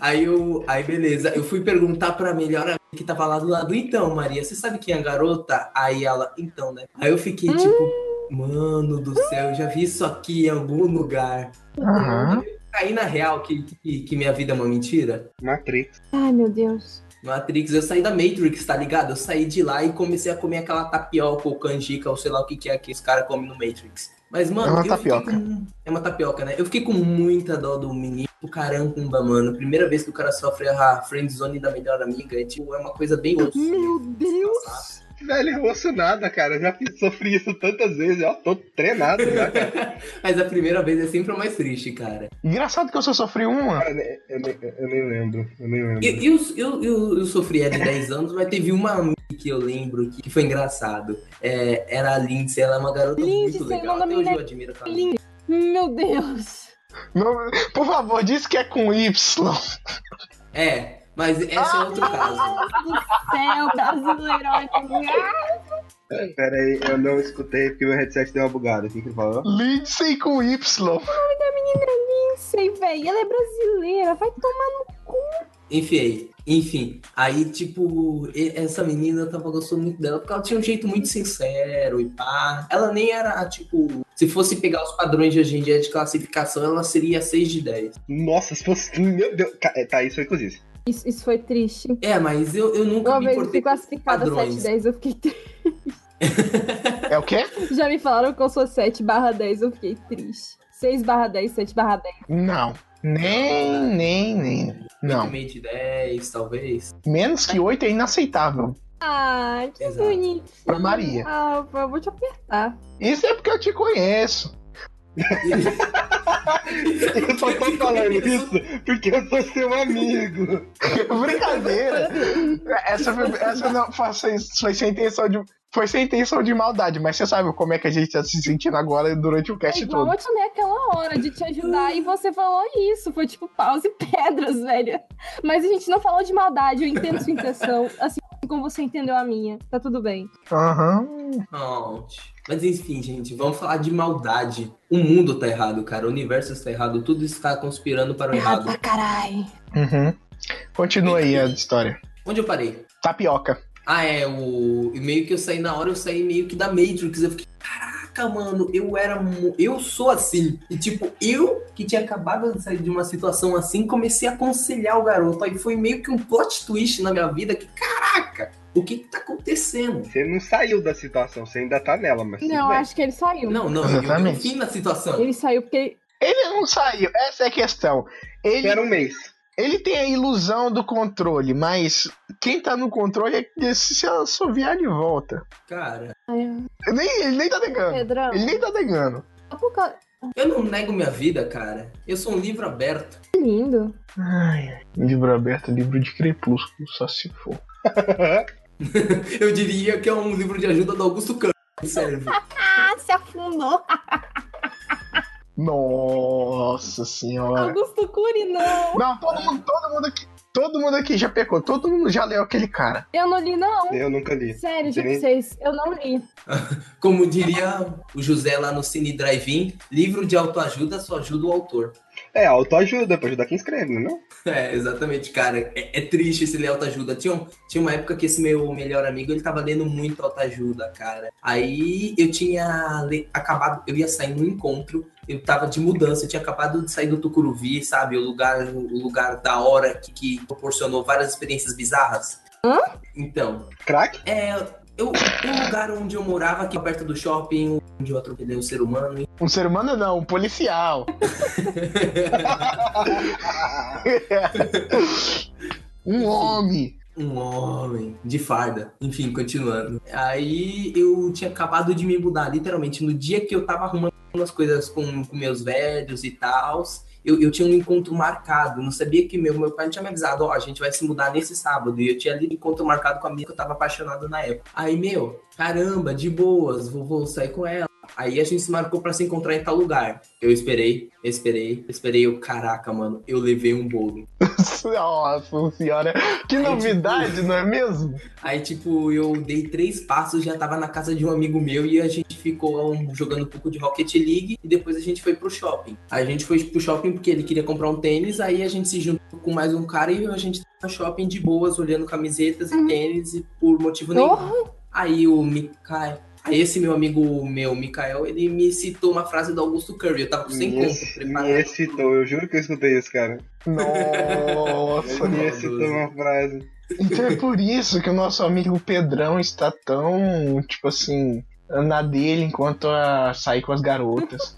S3: aí eu, aí beleza. Eu fui perguntar pra melhor amiga que tava lá do lado. Então, Maria, você sabe quem é a garota? Aí ela, então, né? Aí eu fiquei tipo... Mano do céu, eu já vi isso aqui em algum lugar.
S1: Aham.
S3: Caí na real que- que, que minha vida é uma mentira.
S10: Matrix.
S4: Ai, meu Deus.
S3: Matrix, eu saí da Matrix, tá ligado? Eu saí de lá e comecei a comer aquela tapioca ou canjica ou sei lá o que, que é que os caras comem no Matrix. Mas, mano,
S1: É uma
S3: eu fiquei
S1: tapioca.
S3: com- É uma tapioca, né? Eu fiquei com muita dó do menino. O caramba, mano. Primeira vez que o cara sofre a friendzone da melhor amiga. É, tipo, é uma coisa bem osso.
S4: Meu Deus.
S3: Passar.
S10: Velho, eu ouço nada, cara. Eu já fiz- sofri isso tantas vezes. Eu tô treinado já, cara.
S3: Mas a primeira vez é sempre a mais triste, cara.
S1: Engraçado que eu só sofri uma.
S10: Eu, ne- eu ne- eu nem lembro. Eu nem lembro.
S3: E- Eu, eu, eu, eu sofri há de 10 anos, mas teve uma amiga que eu lembro que que foi engraçado. É, era a Lindsay, ela é uma garota
S4: Lindsay,
S3: muito
S4: o
S3: legal.
S4: nome
S3: Até
S4: da
S3: hoje eu
S4: menina
S3: admiro aquela
S4: Lin- Meu Deus.
S1: Não- por favor, diz que é com Y.
S4: Ah!
S3: É, mas esse é outro caso.
S4: é Do céu, brasileirão.
S10: Pera aí, eu não escutei porque meu headset deu uma bugada. O que que ele falou?
S1: Lindsay com Y.
S4: O nome da menina é Lindsay, velho. Ela é brasileira. Vai tomar no cu.
S3: Enfim, aí- enfim, aí, tipo, e- essa menina eu tava gostando muito dela, porque ela tinha um jeito muito sincero e pá. Ela nem era, tipo, se fosse pegar os padrões de hoje em dia de classificação, ela seria 6 de 10.
S10: Nossa, se fosse. Meu Deus. Ca- é, Tá, isso foi cozice.
S4: Isso, isso foi triste.
S3: É, mas eu, eu nunca
S4: Uma
S3: me
S4: vez eu fui
S3: importei.
S4: classificada
S3: padrões.
S4: 7 10, eu fiquei triste.
S1: É o quê?
S4: Já me falaram que eu sou 7 barra 10, eu fiquei triste. 6 barra 10, 7 barra 10.
S1: Não. Nem, nem, nem.
S3: Não.
S1: Não.
S3: um Meio de 10, talvez.
S1: Menos que 8 é inaceitável.
S4: Ah, que
S3: Exato.
S4: bonito.
S1: Pra Maria.
S4: Ah, eu vou te apertar.
S1: Isso é porque eu te conheço.
S10: Eu só tô falando isso porque eu sou seu amigo.
S1: Brincadeira. Essa, foi- essa não foi, sem- foi sem intenção de. Foi sem intenção de maldade, mas você sabe como é que a gente tá se sentindo agora durante o
S4: É
S1: cast
S4: igual
S1: todo.
S4: eu te dei aquela hora de te ajudar e você falou isso. Foi tipo paus e pedras, velho. Mas a gente não falou de maldade, eu entendo sua intenção. Assim como você entendeu a minha. Tá tudo bem.
S1: Aham.
S3: Não. Mas enfim, gente, vamos falar de maldade. O mundo tá errado, cara. O universo está errado. Tudo está conspirando
S4: É
S3: para o errado.
S4: caralho.
S1: Uhum. Continua aí a história.
S3: Onde eu parei?
S1: Tapioca.
S3: Ah, é, o. e Meio que eu saí na hora, eu saí meio que da Matrix. Eu fiquei, caraca, mano, eu era. mu- Eu sou assim. E tipo, eu que tinha acabado de sair de uma situação assim, comecei a aconselhar o garoto. Aí foi meio que um plot twist na minha vida que, caraca, o que que tá acontecendo?
S10: Você não saiu da situação, você ainda tá nela, mas. tudo
S4: Não,
S10: bem.
S4: acho que ele saiu.
S3: Não, não, eu dei um
S1: Exatamente.
S3: fim na situação.
S4: Ele saiu porque ele.
S1: Ele não saiu, essa é a questão. Ele,
S10: Era um mês.
S1: ele tem a ilusão do controle, mas quem tá no controle é que se assoviar de volta.
S3: Cara,
S1: Nem, ele nem tá negando.
S4: Pedrão.
S1: Ele nem tá negando.
S4: Só por causa-
S3: eu não nego minha vida, cara. Eu sou um livro aberto.
S4: Que é lindo.
S1: Ai, ai. livro aberto, livro de crepúsculo, só se for.
S3: Eu diria que é um livro de ajuda do Augusto Cano. Serve.
S4: Ah, se afundou.
S1: Nossa senhora.
S4: Augusto Cury, não.
S1: Não, todo mundo, todo mundo aqui. Todo mundo aqui já pecou, todo mundo já leu aquele cara.
S4: Eu não li, não.
S10: Eu nunca li.
S4: Sério, juro pra
S10: Sim.
S4: vocês, eu não li.
S3: Como diria o José lá no Cine Drive-In, livro de autoajuda só ajuda o autor.
S10: É, autoajuda, pra ajudar quem escreve, não? é?
S3: É, exatamente, cara. É, é triste esse ler autoajuda. Tinha, um- tinha uma época que esse meu melhor amigo, ele tava lendo muito autoajuda, cara. Aí eu tinha le- acabado, eu ia sair num encontro, eu tava de mudança, eu tinha acabado de sair do Tucuruvi, sabe? O lugar, o lugar da hora que, que proporcionou várias experiências bizarras.
S4: Hã?
S3: Então,
S10: Crack?
S3: é... Eu, o lugar onde eu morava, aqui perto do shopping, onde eu atropelei um ser humano,
S1: Um ser humano não, um policial. um homem.
S3: Um homem de farda. Enfim, continuando. Aí eu tinha acabado de me mudar, literalmente. No dia que eu tava arrumando umas coisas com, com meus velhos e tal, eu, eu tinha um encontro marcado. Não sabia que meu, meu pai não tinha me avisado, ó, a gente vai se mudar nesse sábado. E eu tinha ali encontro marcado com a menina que eu tava apaixonado na época. Aí, meu, caramba, de boas, vou, vou sair com ela. Aí a gente se marcou pra se encontrar em tal lugar. Eu esperei, esperei, esperei. Eu, caraca, mano, eu levei um bolo.
S1: Nossa senhora. Que novidade, não é mesmo?
S3: Aí, tipo, eu dei três passos, já tava na casa de um amigo meu e a gente ficou um, jogando um pouco de Rocket League e depois a gente foi pro shopping. Aí a gente foi pro shopping porque ele queria comprar um tênis, aí a gente se juntou com mais um cara e a gente tava no shopping de boas, olhando camisetas e tênis e por motivo nenhum.
S4: Porra,
S3: Aí o Mikael. Aí esse meu amigo meu, Mikael, ele me citou uma frase do Augusto Curry. Eu tava sem
S10: Me
S3: conta,
S10: ex-
S3: preparado.
S10: Me excitou, eu juro que eu escutei isso, cara.
S1: Nossa.
S10: Me excitou uma frase.
S1: Então é por isso que o nosso amigo Pedrão está tão, tipo assim, na dele enquanto a sair com as garotas.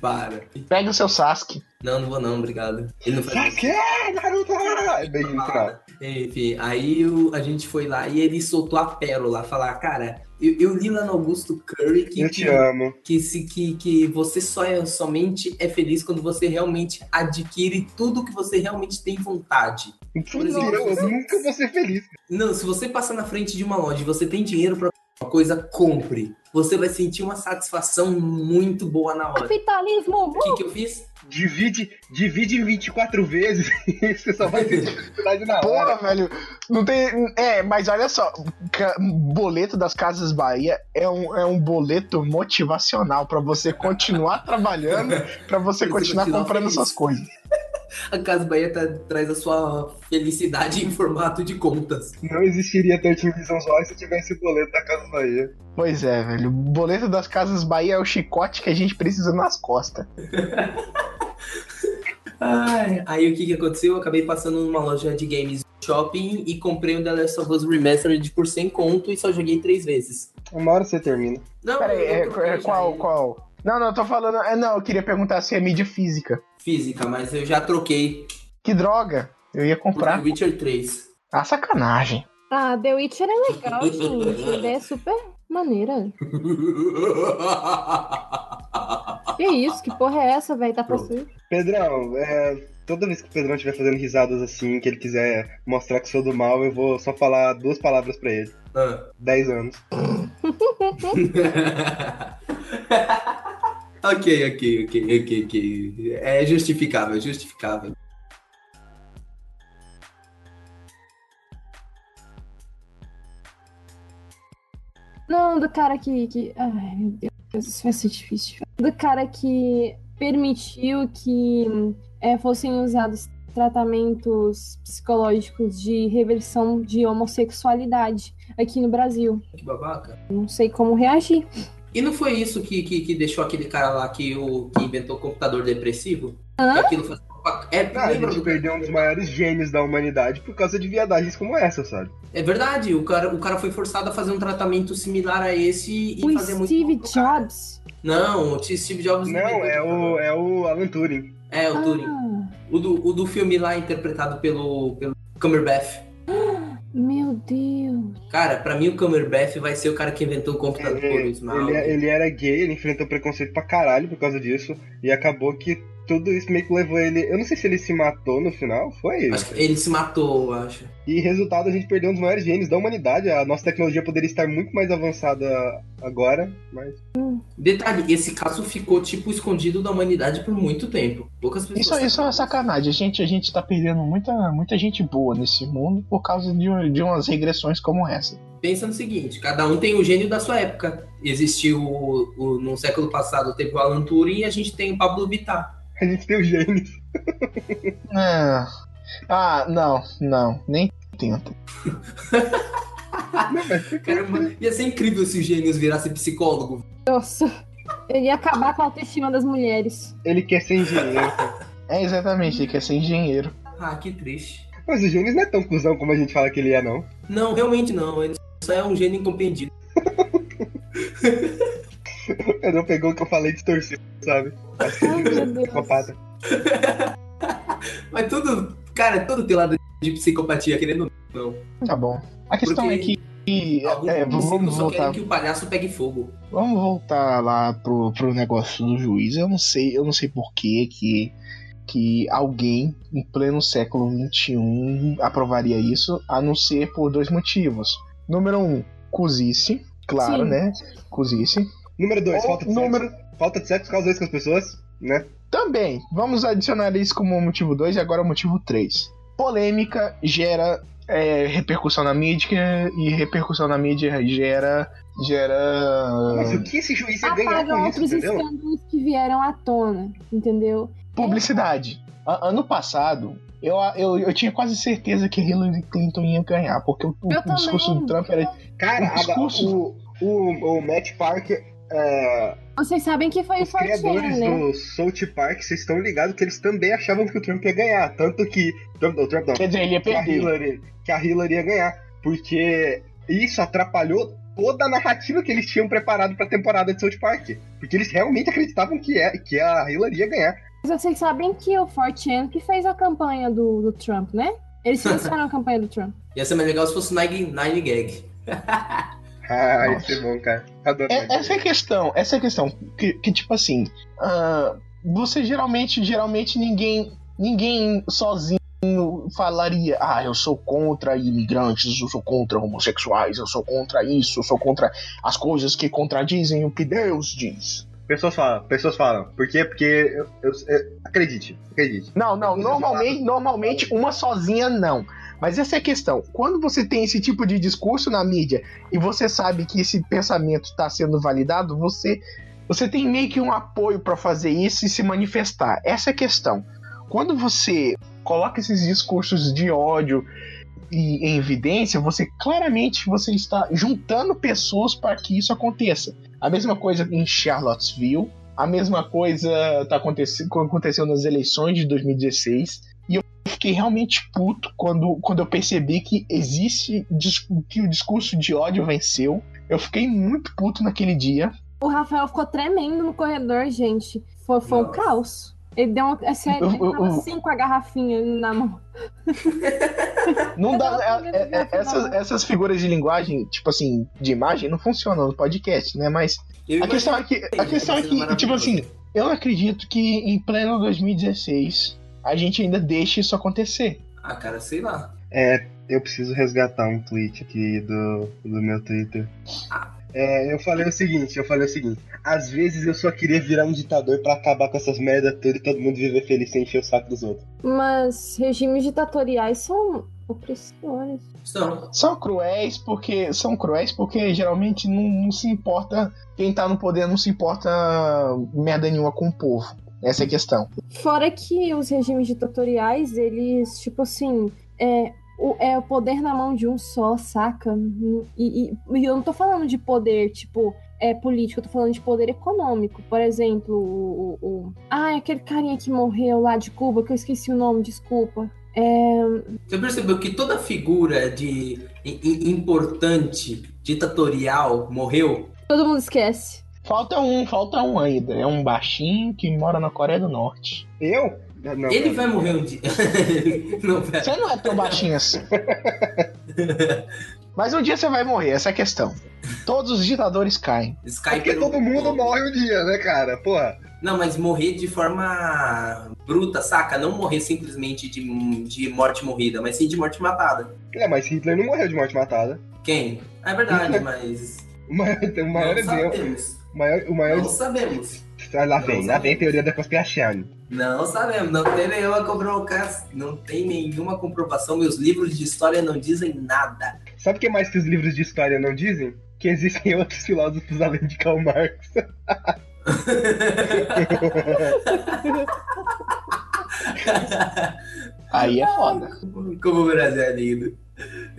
S3: Para.
S1: Pega o seu Sasuke.
S3: Não, não vou não, obrigado. Ele não faz isso.
S10: Que é, garota? É Beijo no final.
S3: né? Enfim, aí o- a gente foi lá e ele soltou a pérola, falar, cara, eu, eu li lá no Augusto Curry que,
S10: Eu te
S3: que,
S10: amo.
S3: que, se- que, que você só é- somente é feliz quando você realmente adquire tudo que você realmente tem vontade.
S10: Mentira, eu nunca vou ser feliz.
S3: Não, se você passa na frente de uma loja e você tem dinheiro pra uma coisa, compre. você vai sentir uma satisfação muito boa na hora.
S4: Capitalismo!
S3: O que, que eu fiz?
S10: Divide, divide em 24 vezes e você só vai ter dificuldade na
S1: Porra,
S10: hora.
S1: velho. Não tem. É, mas olha só. ca- Boleto das Casas Bahia é um, é um boleto motivacional pra você continuar trabalhando, pra você
S3: Você
S1: continuar
S3: continuar
S1: comprando
S3: feliz.
S1: suas coisas.
S3: A Casa Bahia tá- traz a sua felicidade em formato de contas.
S10: Não existiria Tertinho Visão Zoar se tivesse o boleto da Casa Bahia.
S1: Pois é, velho. Boleto das Casas Bahia é o chicote que a gente precisa nas costas.
S3: Ai, aí o que, que aconteceu? Eu acabei passando numa loja de games shopping e comprei o The Last of Us Remastered por 100 conto e só joguei três vezes.
S10: Uma hora você termina.
S3: Não,
S1: Pera aí,
S3: eu
S1: é,
S3: comprei
S1: é
S3: já
S1: qual,
S3: ele.
S1: qual? Não, não, eu tô falando. É, não, eu queria perguntar se é mídia física.
S3: Física, mas eu já troquei
S1: Que droga! Eu ia
S3: por
S1: comprar.
S3: Witcher 3.
S1: Ah, sacanagem.
S4: Ah, The Witcher é legal, gente. A ideia é super maneira. Que isso? Que porra é essa, velho? Tá possuído?
S10: Pedrão, é, toda vez que o Pedrão estiver fazendo risadas assim, que ele quiser mostrar que sou do mal, eu vou só falar duas palavras pra ele.
S3: Ah.
S10: 10 anos.
S3: ok, ok, ok, ok, ok. É justificável, justificável.
S4: Não, do cara que. que... Ai, meu Deus, isso vai ser difícil. Do cara que permitiu que é, fossem usados tratamentos psicológicos de reversão de homossexualidade aqui no Brasil.
S3: Que babaca.
S4: Não sei como reagir.
S3: E não foi isso que, que, que deixou aquele cara lá que, o, que inventou o computador depressivo?
S4: Hã?
S3: Que aquilo fazia... É,
S10: Ah, a
S3: lembra
S10: gente
S3: do-
S10: perdeu um dos maiores gênios da humanidade por causa de viadagens como essa, sabe?
S3: É verdade, o cara, o cara foi forçado a fazer um tratamento similar a esse e
S4: O
S3: fazer muito.
S4: Steve
S3: mal pro cara.
S4: Jobs.
S3: Não, o Steve Jobs
S10: Não,
S3: inventou um-
S10: é o, é o Alan Turing.
S3: É, o Turing.
S4: Ah,
S3: O do, o do filme lá interpretado pelo, pelo Cumberbatch.
S4: meu Deus.
S3: Cara, pra mim o Cumberbatch vai ser o cara que inventou o computador.
S10: Ele, é-
S3: Ismael.
S10: ele- ele era gay, ele enfrentou preconceito pra caralho por causa disso, e acabou que tudo isso meio que levou ele. Eu não sei se ele se matou no final, foi?
S3: Acho que ele se matou, eu acho.
S10: E resultado, a gente perdeu um dos maiores gênios da humanidade. A nossa tecnologia poderia estar muito mais avançada agora, mas.
S3: Detalhe, esse caso ficou, tipo, escondido da humanidade por muito tempo. Poucas pessoas...
S1: Isso, isso é uma sacanagem. A gente, a gente tá perdendo muita, muita gente boa nesse mundo por causa de, um- de umas regressões como essa.
S3: Pensa no seguinte, cada um tem o gênio da sua época. Existiu, o, o- no século passado, teve o Alan Turing e a gente tem o Pablo Vittar.
S10: A gente tem o gênio.
S1: Ah, ah, não, não, nem tenta.
S3: Caramba, ia ser incrível se os gênios virassem psicólogo.
S4: Nossa. Ele ia acabar com a autoestima das mulheres.
S10: Ele quer ser engenheiro. né?
S1: É exatamente, ele quer ser engenheiro.
S3: Ah, que triste.
S10: mas o gênio não é tão cuzão como a gente fala que ele é, não.
S3: Não, realmente não, ele só é um gênio incompreendido.
S10: Eu não pegou o que eu falei distorcido, sabe? Acho que
S4: Ai,
S10: ele
S4: meu
S10: é um
S4: Deus.
S10: psicopata.
S3: Mas tudo, cara, tudo tem lado de psicopatia, querendo ou não.
S1: Tá bom. A questão é que. que-
S3: Alguns
S1: é, vamos
S3: psicos só querem
S1: voltar,
S3: que o palhaço pegue fogo.
S1: vamos voltar lá pro, pro negócio do juiz. Eu não sei, eu não sei por que que que alguém em pleno século XXI aprovaria isso, a não ser por dois motivos. Número um, cozice, claro,
S4: Sim.
S1: né? Cozice.
S10: Número 2,
S1: Ou
S10: falta de
S1: número-
S10: sexo. Falta de sexo causa isso com as pessoas, né?
S1: Também, vamos adicionar isso como motivo 2 e agora o motivo 3. Polêmica gera é, repercussão na mídia e repercussão na mídia gera.
S10: Mas
S1: gera.
S10: o que esse juiz ia ganhar
S4: Apagam
S10: com isso,
S4: outros
S10: entendeu?
S4: escândalos que vieram à tona, entendeu?
S1: publicidade. A- ano passado, eu, eu, eu tinha quase certeza que Hillary Clinton ia ganhar, porque o, o
S4: Eu
S1: discurso
S4: também.
S1: do Trump era.
S10: Cara,
S1: O
S10: a-
S1: Um discurso.
S10: o, o, o Matt Parker. é,
S4: Vocês sabem que foi o
S10: os
S4: Fortran,
S10: criadores
S4: né?
S10: do South Park, vocês estão ligados que eles também achavam que o Trump ia ganhar. Tanto que. Trump, o Trump não,
S1: Quer dizer, ele ia
S10: que a,
S1: perder.
S10: Hillary, que a Hillary ia ganhar. Porque isso atrapalhou toda a narrativa que eles tinham preparado pra temporada de South Park. Porque eles realmente acreditavam que, é, que a Hillary ia ganhar.
S4: Mas vocês sabem que o Fortran que fez a campanha do, do Trump, né? Eles financiaram a campanha do Trump.
S3: Ia ser mais legal se fosse Nine, Nine Gag.
S10: Ah,
S1: Nossa.
S10: isso é bom, cara. Adoro.
S1: É- essa é a questão, essa é a questão. Que, que, tipo assim, ah, você geralmente, geralmente ninguém, ninguém sozinho eu falaria, ah, eu sou contra imigrantes, eu sou contra homossexuais, eu sou contra isso, eu sou contra as coisas que contradizem o que Deus diz.
S10: Pessoas falam, pessoas falam. Por quê? Porque eu, eu- eu- acredite, acredite.
S1: Não, não,
S10: Pessoas
S1: normalmente, normalmente uma sozinha não. Mas essa é a questão. Quando você tem esse tipo de discurso na mídia e você sabe que esse pensamento está sendo validado, você você tem meio que um apoio para fazer isso e se manifestar. Essa é a questão. Quando você coloca esses discursos de ódio e em evidência, você claramente você está juntando pessoas para que isso aconteça. A mesma coisa em Charlottesville, a mesma coisa tá acontecendo, aconteceu nas eleições de 2016. E eu fiquei realmente puto quando, quando eu percebi que existe dis- que o discurso de ódio venceu. Eu fiquei muito puto naquele dia.
S4: O Rafael ficou tremendo no corredor, gente. Foi, foi um
S3: Nossa.
S4: caos. Ele deu uma. É sério, ele
S1: Eu- eu-
S4: tava
S1: eu-
S4: assim com a garrafinha na mão.
S1: Não dá,
S4: tava
S1: é- é- é- essas, essas figuras de linguagem, tipo assim, de imagem, não funcionam no podcast, né? Mas
S3: Eu
S1: a questão é que, a questão é que tipo assim, eu não acredito que em pleno 2016 a gente ainda deixe isso acontecer.
S3: Ah, cara, sei lá.
S10: É, eu preciso resgatar um tweet aqui do, do meu Twitter. É, eu falei o seguinte, eu falei o seguinte. Às vezes eu só queria virar um ditador pra acabar com essas merda toda e todo mundo viver feliz sem encher o saco dos outros.
S4: Mas regimes ditatoriais são opressores.
S3: Então,
S1: São cruéis porque são cruéis porque geralmente não, não se importa quem tá no poder não se importa merda nenhuma com o povo. Essa é a questão.
S4: Fora que os regimes ditatoriais, eles, tipo assim, é o, é o poder na mão de um só, saca? E, e- e eu não tô falando de poder, tipo, é político, eu tô falando de poder econômico. Por exemplo, o. o, o- Ah, aquele carinha que morreu lá de Cuba, que eu esqueci o nome, desculpa. É,
S3: você percebeu que toda figura de i- i- importante, ditatorial, morreu?
S4: todo mundo esquece.
S1: Falta um, falta um ainda. É um baixinho que mora na Coreia do Norte.
S10: Eu? Não, não,
S3: Ele
S10: cara.
S3: vai morrer um dia. Não, pera.
S1: Você não é tão baixinho assim. Mas um dia você vai morrer, essa é a questão. Todos os ditadores caem.
S3: Skype
S10: É Porque
S3: não-
S10: todo mundo morre um dia, né, cara? Porra.
S3: Não, mas morrer de forma bruta, saca? Não morrer simplesmente de, de morte morrida, mas sim de morte matada.
S10: É, mas Hitler não morreu de morte matada.
S3: Quem? Ah, É verdade, mas.
S10: O maior, o maior
S3: não
S10: exemplo.
S3: sabemos.
S10: O maior. O maior é
S3: Não sabemos.
S10: Ah, lá
S3: não
S10: vem, lá
S3: sabemos.
S10: vem teoria da conspiração.
S3: Não sabemos. Não tem nenhuma comprovação. Não tem nenhuma comprovação. Meus livros de história não dizem nada.
S10: Sabe o que mais que os livros de história não dizem? Que existem outros filósofos além de Karl Marx.
S1: Aí é foda.
S3: Como o Brasil é lindo.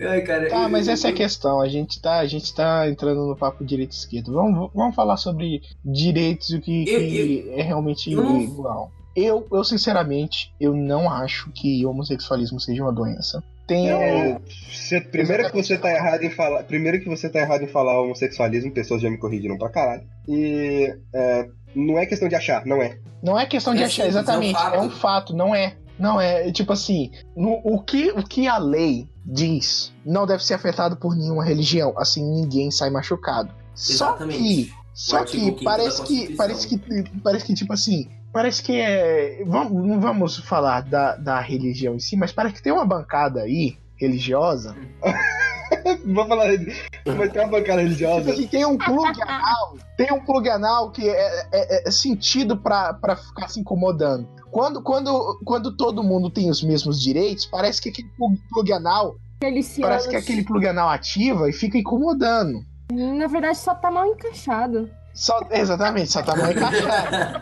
S3: Ai, cara,
S1: Tá,
S3: eu-
S1: mas essa é a questão. A gente tá, a gente tá entrando no papo direito e esquerdo. Vamos, vamos falar sobre direitos e o que,
S3: Eu-
S1: que é realmente
S3: eu não-
S1: igual. Eu, eu, sinceramente, eu não acho que homossexualismo seja uma doença. Tem.
S10: É, você- primeiro que você tá errado em falar. Primeiro que você tá errado em falar homossexualismo, pessoas já me corrigiram pra caralho. E é, não é questão de achar, não é.
S1: Não é questão de
S3: É
S1: achar,
S3: simples, é um
S1: exatamente.
S3: fato.
S1: É um fato, não é. Não é, é tipo assim, no- o, que, o que a lei diz não deve ser afetado por nenhuma religião, assim ninguém sai machucado.
S3: Exatamente. O
S1: Só que, só
S3: artigo
S1: que
S3: quinto
S1: parece
S3: da
S1: que parece que
S3: Constituição.
S1: parece que tipo assim, parece que é, vamos, não vamos falar da, da religião em si, mas parece que tem uma bancada aí religiosa,
S10: Vou falar. Mas tem uma bancada
S1: tipo
S10: religiosa.
S1: assim, tem um plug anal, tem um plug anal que é, é- é sentido pra pra ficar se incomodando. Quando, quando, quando todo mundo tem os mesmos direitos, parece que aquele plug, plug anal,
S4: Feliciano.
S1: parece que é aquele plug anal ativa e fica incomodando.
S4: Na verdade, só tá mal encaixado.
S1: Só, exatamente, só tá mal encaixado.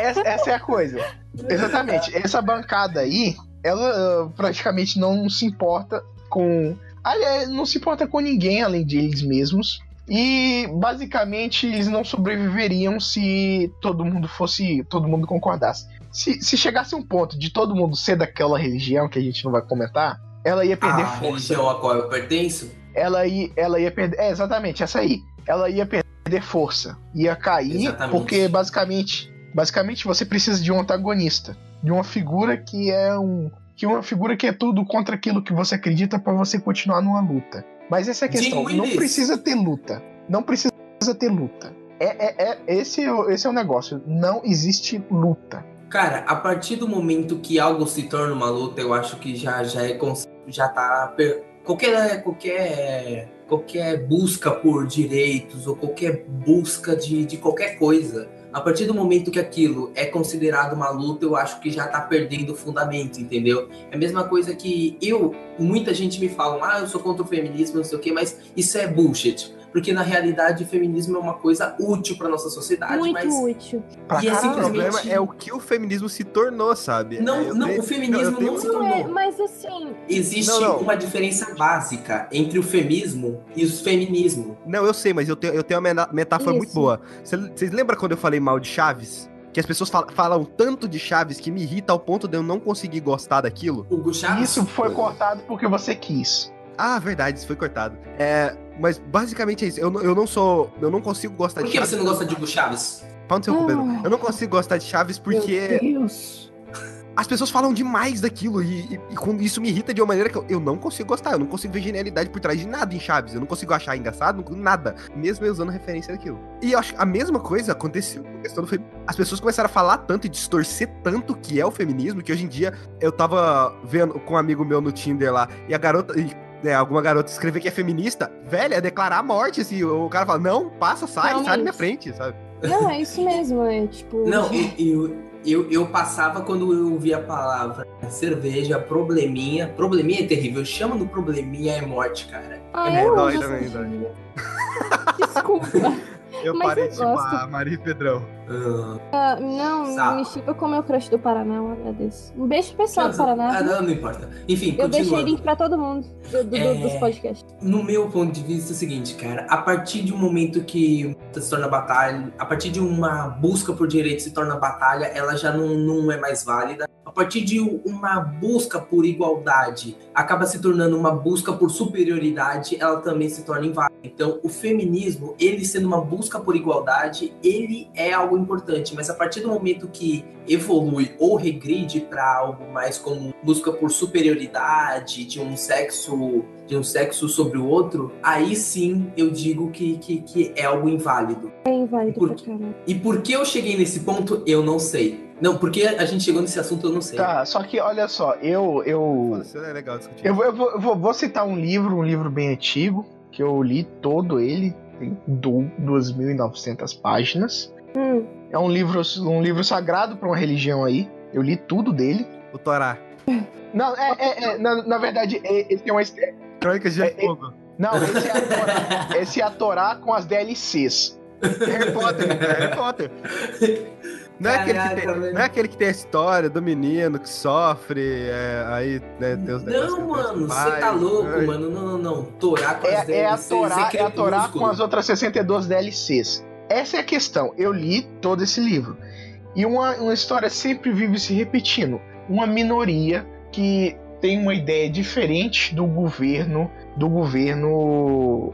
S1: essa, essa é a coisa. Exatamente. Essa bancada aí, ela uh, praticamente não se importa com. Aliás, não se importa com ninguém além de eles mesmos. E basicamente eles não sobreviveriam se todo mundo fosse. todo mundo concordasse. Se, se chegasse um ponto de todo mundo ser daquela religião que a gente não vai comentar, ela ia perder
S3: a
S1: força
S3: Ah, religião a qual eu pertenço?
S1: ela ia, ela ia perder. É, exatamente, essa aí. Ela ia perder força. Ia cair,
S3: Exatamente.
S1: porque basicamente. Basicamente você precisa de um antagonista. De uma figura que é um. Que é uma figura que é tudo contra aquilo que você acredita pra você continuar numa luta. Mas essa é a
S3: Jim
S1: questão. Não
S3: Willis.
S1: precisa ter luta. Não precisa ter luta. É, é, é- esse, é o- esse é o negócio. Não existe luta.
S3: Cara, a partir do momento que algo se torna uma luta, eu acho que já, já é. cons- Já tá. per- Qualquer. Qualquer. Qualquer busca por direitos ou qualquer busca de, de qualquer coisa. A partir do momento que aquilo é considerado uma luta, eu acho que já tá perdendo o fundamento, entendeu? É a mesma coisa que eu, muita gente me fala, ah, eu sou contra o feminismo, não sei o quê, mas isso é bullshit. Porque na realidade o feminismo é uma coisa útil pra nossa sociedade,
S4: Muito
S3: mas
S4: útil.
S2: Pra
S3: E é
S2: caralho, o
S3: simplesmente-
S2: problema é o que o feminismo se tornou, sabe?
S3: Não,
S2: É, eu
S3: não,
S2: tenho-
S3: o feminismo
S2: eu tenho- um
S3: não se
S4: Não é,
S3: tornou.
S4: mas assim,
S3: Existe
S2: Não, não.
S3: uma diferença básica entre o feminismo e o feminismo.
S2: Não, eu sei, mas eu tenho, eu tenho uma mena- metáfora
S4: Isso.
S2: muito boa. Cê- Vocês lembram quando eu falei mal de Chaves? Que as pessoas fal- falam tanto de Chaves que me irrita ao ponto de eu não conseguir gostar daquilo?
S3: O Chaves,
S1: Isso foi
S4: é.
S1: cortado porque você quis.
S2: Ah, verdade, isso foi cortado. É, mas basicamente é isso. Eu, não- eu não sou. Eu não consigo gostar
S3: por
S2: de
S3: que
S2: Chaves.
S3: você não gosta de Hugo Chaves?
S2: Pau no seu cu, Pedro.
S4: Ah.
S2: Eu não consigo gostar de Chaves porque
S7: Deus.
S2: as pessoas falam demais daquilo e, e- e quando isso me irrita de uma maneira que eu, eu não consigo gostar. Eu não consigo ver genialidade por trás de nada em Chaves. Eu não consigo achar engraçado, não- nada. Mesmo eu usando referência daquilo. E eu acho que a mesma coisa aconteceu com a questão do feminismo. As pessoas começaram a falar tanto e distorcer tanto o que é o feminismo que hoje em dia eu tava vendo com um amigo meu no Tinder lá e a garota. e, né, alguma garota escrever que é feminista, velho, é declarar a morte, assim. O cara fala, não, passa, sai,
S4: Não,
S2: sai da
S4: mas-
S2: minha frente, sabe?
S4: não, é isso mesmo, é tipo.
S3: Não, eu, eu, eu passava quando eu ouvia a palavra cerveja, probleminha. Probleminha é terrível. Chama do probleminha é morte, cara.
S4: ah,
S2: é,
S4: eu
S2: dói
S4: amo
S2: também,
S4: essa
S2: dói.
S4: gíria. Desculpa.
S2: Eu
S4: Mas
S2: parei
S4: eu
S2: de chamar
S4: gosto.
S2: a Maria e Pedrão.
S3: Ah,
S4: Ah, não,
S3: Saco.
S4: me chipa como é o crush do Paraná, eu agradeço. Um beijo pro pessoal do Paraná.
S3: ah, não, não importa. Enfim,
S4: Eu deixei
S3: continuando.
S4: link pra todo mundo do- do-
S3: É.
S4: dos podcasts.
S3: no meu ponto de vista é o seguinte, cara, a partir de um momento que se torna batalha, a partir de uma busca por direito se torna batalha, ela já não, não é mais válida. A partir de uma busca por igualdade acaba se tornando uma busca por superioridade, ela também se torna inválida. Então, o feminismo, ele sendo uma busca por igualdade, ele é algo importante, mas a partir do momento que evolui ou regride para algo mais como busca por superioridade de um sexo de um sexo sobre o outro, aí sim eu digo que, que, que é algo inválido.
S4: É inválido
S3: Por
S4: pra
S3: quê?
S4: caralho.
S3: E por que eu cheguei nesse ponto, eu não sei. Não, porque a gente chegou nesse assunto, eu não sei.
S1: Tá, só que olha só, eu. eu...
S2: Isso é legal discutir.
S1: Eu, vou, eu vou- eu vou- vou citar um livro, um livro bem antigo, que eu li todo ele, tem du- 2.900 páginas.
S4: Hum,
S1: É um livro, um livro sagrado para uma religião aí. Eu li tudo dele.
S2: O Torá.
S1: Não, é, é- é, na, na verdade, é- esse é uma. est- é-
S2: Crônicas de
S1: É, é-
S2: Fogo.
S1: Não, esse é a Torá, esse é a Torá com as DLCs.
S2: é Harry Potter, cara, Harry Potter. Não é, aquele que
S3: Caraca,
S2: tem,
S3: velho.
S2: não é aquele que tem a história do menino que sofre, é, aí né, tem os negócios
S3: Não,
S2: que acontecem com
S3: mano,
S2: o
S3: você
S2: pai.
S3: tá louco,
S2: Ai,
S3: mano. Não, não, não. Torá com as
S1: É, é a
S3: DLCs
S1: Torá, é a Torá
S3: Crepúsculo.
S1: com as outras 62 DLCs. Essa é a questão. Eu li todo esse livro. E uma, uma história sempre vive se repetindo. Uma minoria que tem uma ideia diferente do governo, do governo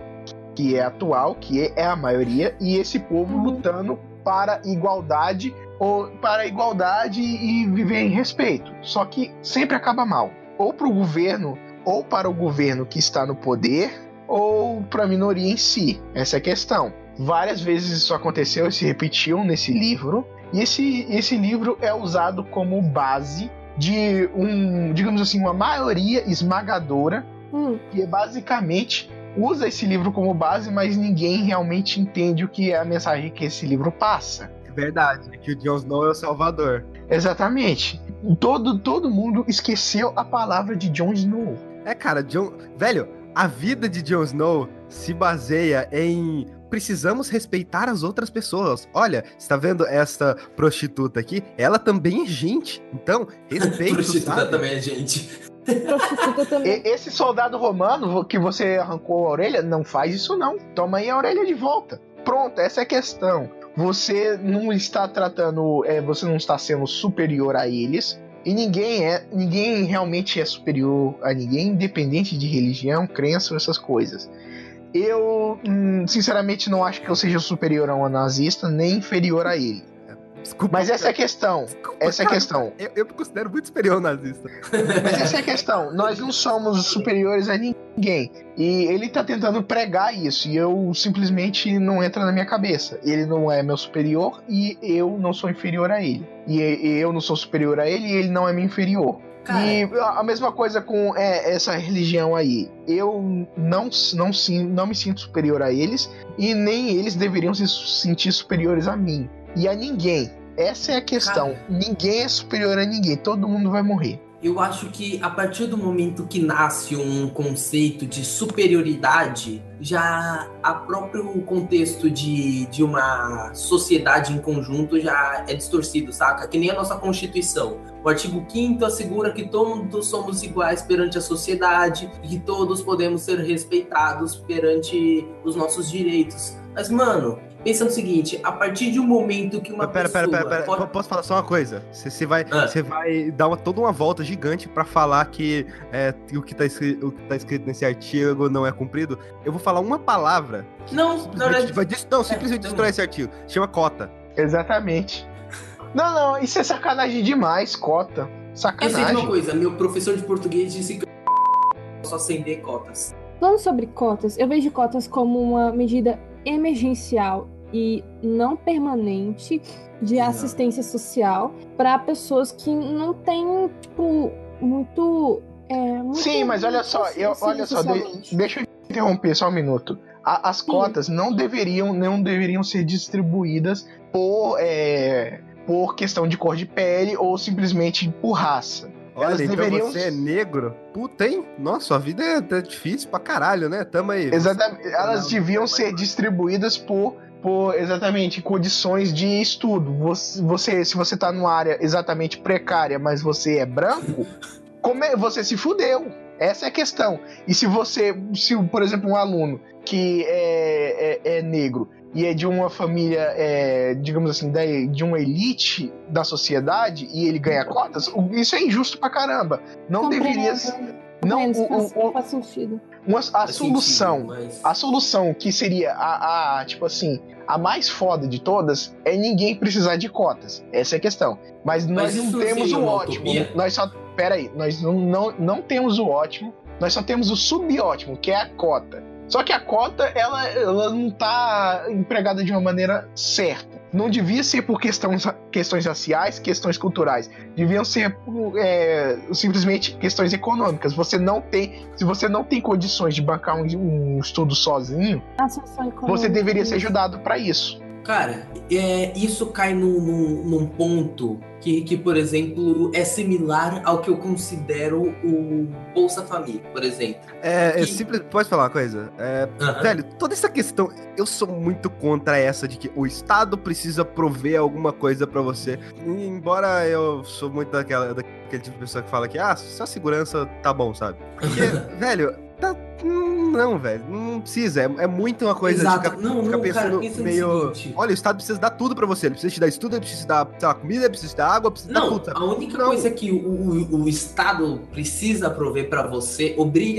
S1: que é atual, que é a maioria, e esse povo
S4: Uhum.
S1: lutando para igualdade ou para igualdade e viver em respeito. Só que sempre acaba mal, ou para o governo, ou para o governo que está no poder, ou para a minoria em si. Essa é a questão. Várias vezes isso aconteceu e se repetiu nesse livro. E esse, esse livro é usado como base de um, digamos assim, uma maioria esmagadora
S4: hum.
S1: que é basicamente usa esse livro como base, mas ninguém realmente entende o que é a mensagem que esse livro passa.
S2: É verdade, que o Jon Snow é o salvador.
S1: Exatamente. Todo, todo mundo esqueceu a palavra de Jon Snow.
S2: É, cara, Jon... Velho, a vida de Jon Snow se baseia em... Precisamos respeitar as outras pessoas. Olha, você tá vendo esta prostituta aqui? Ela também é gente. Então, respeito,
S3: Prostituta
S2: sabe?
S3: também, gente.
S4: Prostituta também.
S1: E- esse soldado romano vo- que você arrancou a orelha, não faz isso não. Toma aí a orelha de volta. Pronto, essa é a questão. Você não está tratando, é, você não está sendo superior a eles. E ninguém é, ninguém realmente é superior a ninguém, independente de religião, crença ou essas coisas. Eu, hum, sinceramente, não acho que eu seja superior a um nazista, nem inferior a ele.
S2: Desculpa.
S1: Mas essa é a questão.
S2: Desculpa,
S1: Essa é a
S2: cara.
S1: questão.
S2: Eu, eu me considero muito superior nazista.
S1: é Mas essa é a questão. Nós não somos superiores a ninguém. ninguém. E ele tá tentando pregar isso e eu simplesmente não entra na minha cabeça. Ele não é meu superior e eu não sou inferior a ele. E eu não sou superior a ele e ele não é meu inferior. Cara. E a mesma coisa com é, essa religião aí. Eu não, não, sim, não me sinto superior a eles e nem eles deveriam se sentir superiores a mim e a ninguém. Essa é a questão. Cara. Ninguém é superior a ninguém. Todo mundo vai morrer.
S3: Eu acho que a partir do momento que nasce um conceito de superioridade, já a próprio contexto de, de uma sociedade em conjunto já é distorcido, saca? Que nem a nossa Constituição. O artigo 5 assegura que todos somos iguais perante a sociedade e que todos podemos ser respeitados perante os nossos direitos. Mas, mano, pensa no seguinte, a partir de um momento que uma
S2: pera,
S3: pessoa...
S2: Pera, pera, pera, pode... posso falar só uma coisa? Você vai, você ah. vai dar uma, toda uma volta gigante para falar que é, o, que tá escrito, o que tá escrito nesse artigo não é cumprido. Eu vou falar uma palavra...
S3: Não,
S2: não, não, vai, dis, não simplesmente é, destrói esse artigo. Chama cota.
S1: Exatamente. não, não, isso é sacanagem demais, cota. Sacanagem.
S3: Eu sei de uma coisa, meu professor de português disse que eu posso acender cotas.
S4: Falando sobre cotas, eu vejo cotas como uma medida emergencial e não permanente de assistência social para pessoas que não têm, tipo, muito. É, muito
S1: Sim, mas olha só, eu, olha só, de, deixa eu interromper só um minuto. A, as cotas Sim. não deveriam, não deveriam ser distribuídas por, é, por questão de cor de pele ou simplesmente por raça.
S2: Olha, Elas então deveriam... você é negro? Puta, hein? Nossa, a vida é, é difícil pra caralho, né? Tamo aí.
S1: Exatamente. Elas deviam ser distribuídas por, por exatamente condições de estudo. Você, você, se você tá numa área exatamente precária, mas você é branco, como é, você se fudeu. Essa é a questão. E se você, se por exemplo, um aluno que é, é, é negro e é de uma família, é, digamos assim, de uma elite da sociedade e ele ganha cotas, isso é injusto pra caramba. Não Compreendo. deveria. Não,
S4: Menos, o, o, faz sentido.
S1: Uma, a faz solução, sentido, mas... a solução que seria a, a, tipo assim, a mais foda de todas é ninguém precisar de cotas. Essa é a questão. Mas nós mas não temos o ótimo. Utopia? Nós só, pera aí, nós não, não, não temos o ótimo. Nós só temos o subótimo, que é a cota. Só que a cota, ela, ela não está empregada de uma maneira certa. Não devia ser por questões, questões raciais, questões culturais. Deviam ser é, simplesmente questões econômicas. Você não tem, se você não tem condições de bancar um, um estudo sozinho, você deveria ser ajudado para isso.
S3: Cara, é, isso cai num, num, num ponto que, que, por exemplo, é similar ao que eu considero o Bolsa Família, por exemplo.
S2: É, que... é simples. Pode falar uma coisa? É,
S3: Ah.
S2: uhum. Velho, toda essa questão, eu sou muito contra essa de que o Estado precisa prover alguma coisa para você. E, embora eu sou muito daquela, daquele tipo de pessoa que fala que, ah, só segurança tá bom, sabe? Porque, velho, tá. Não, velho, não precisa. É, é muito uma coisa
S3: Exato. de ficar, não, ficar não, pensando cara, pensa meio.
S2: Olha, o Estado precisa dar tudo pra você. Ele precisa te dar estudo, ele precisa te dar sei lá, comida, ele precisa te dar água, precisa
S3: não,
S2: dar tudo.
S3: A única não. coisa que o, o, o Estado precisa prover pra você,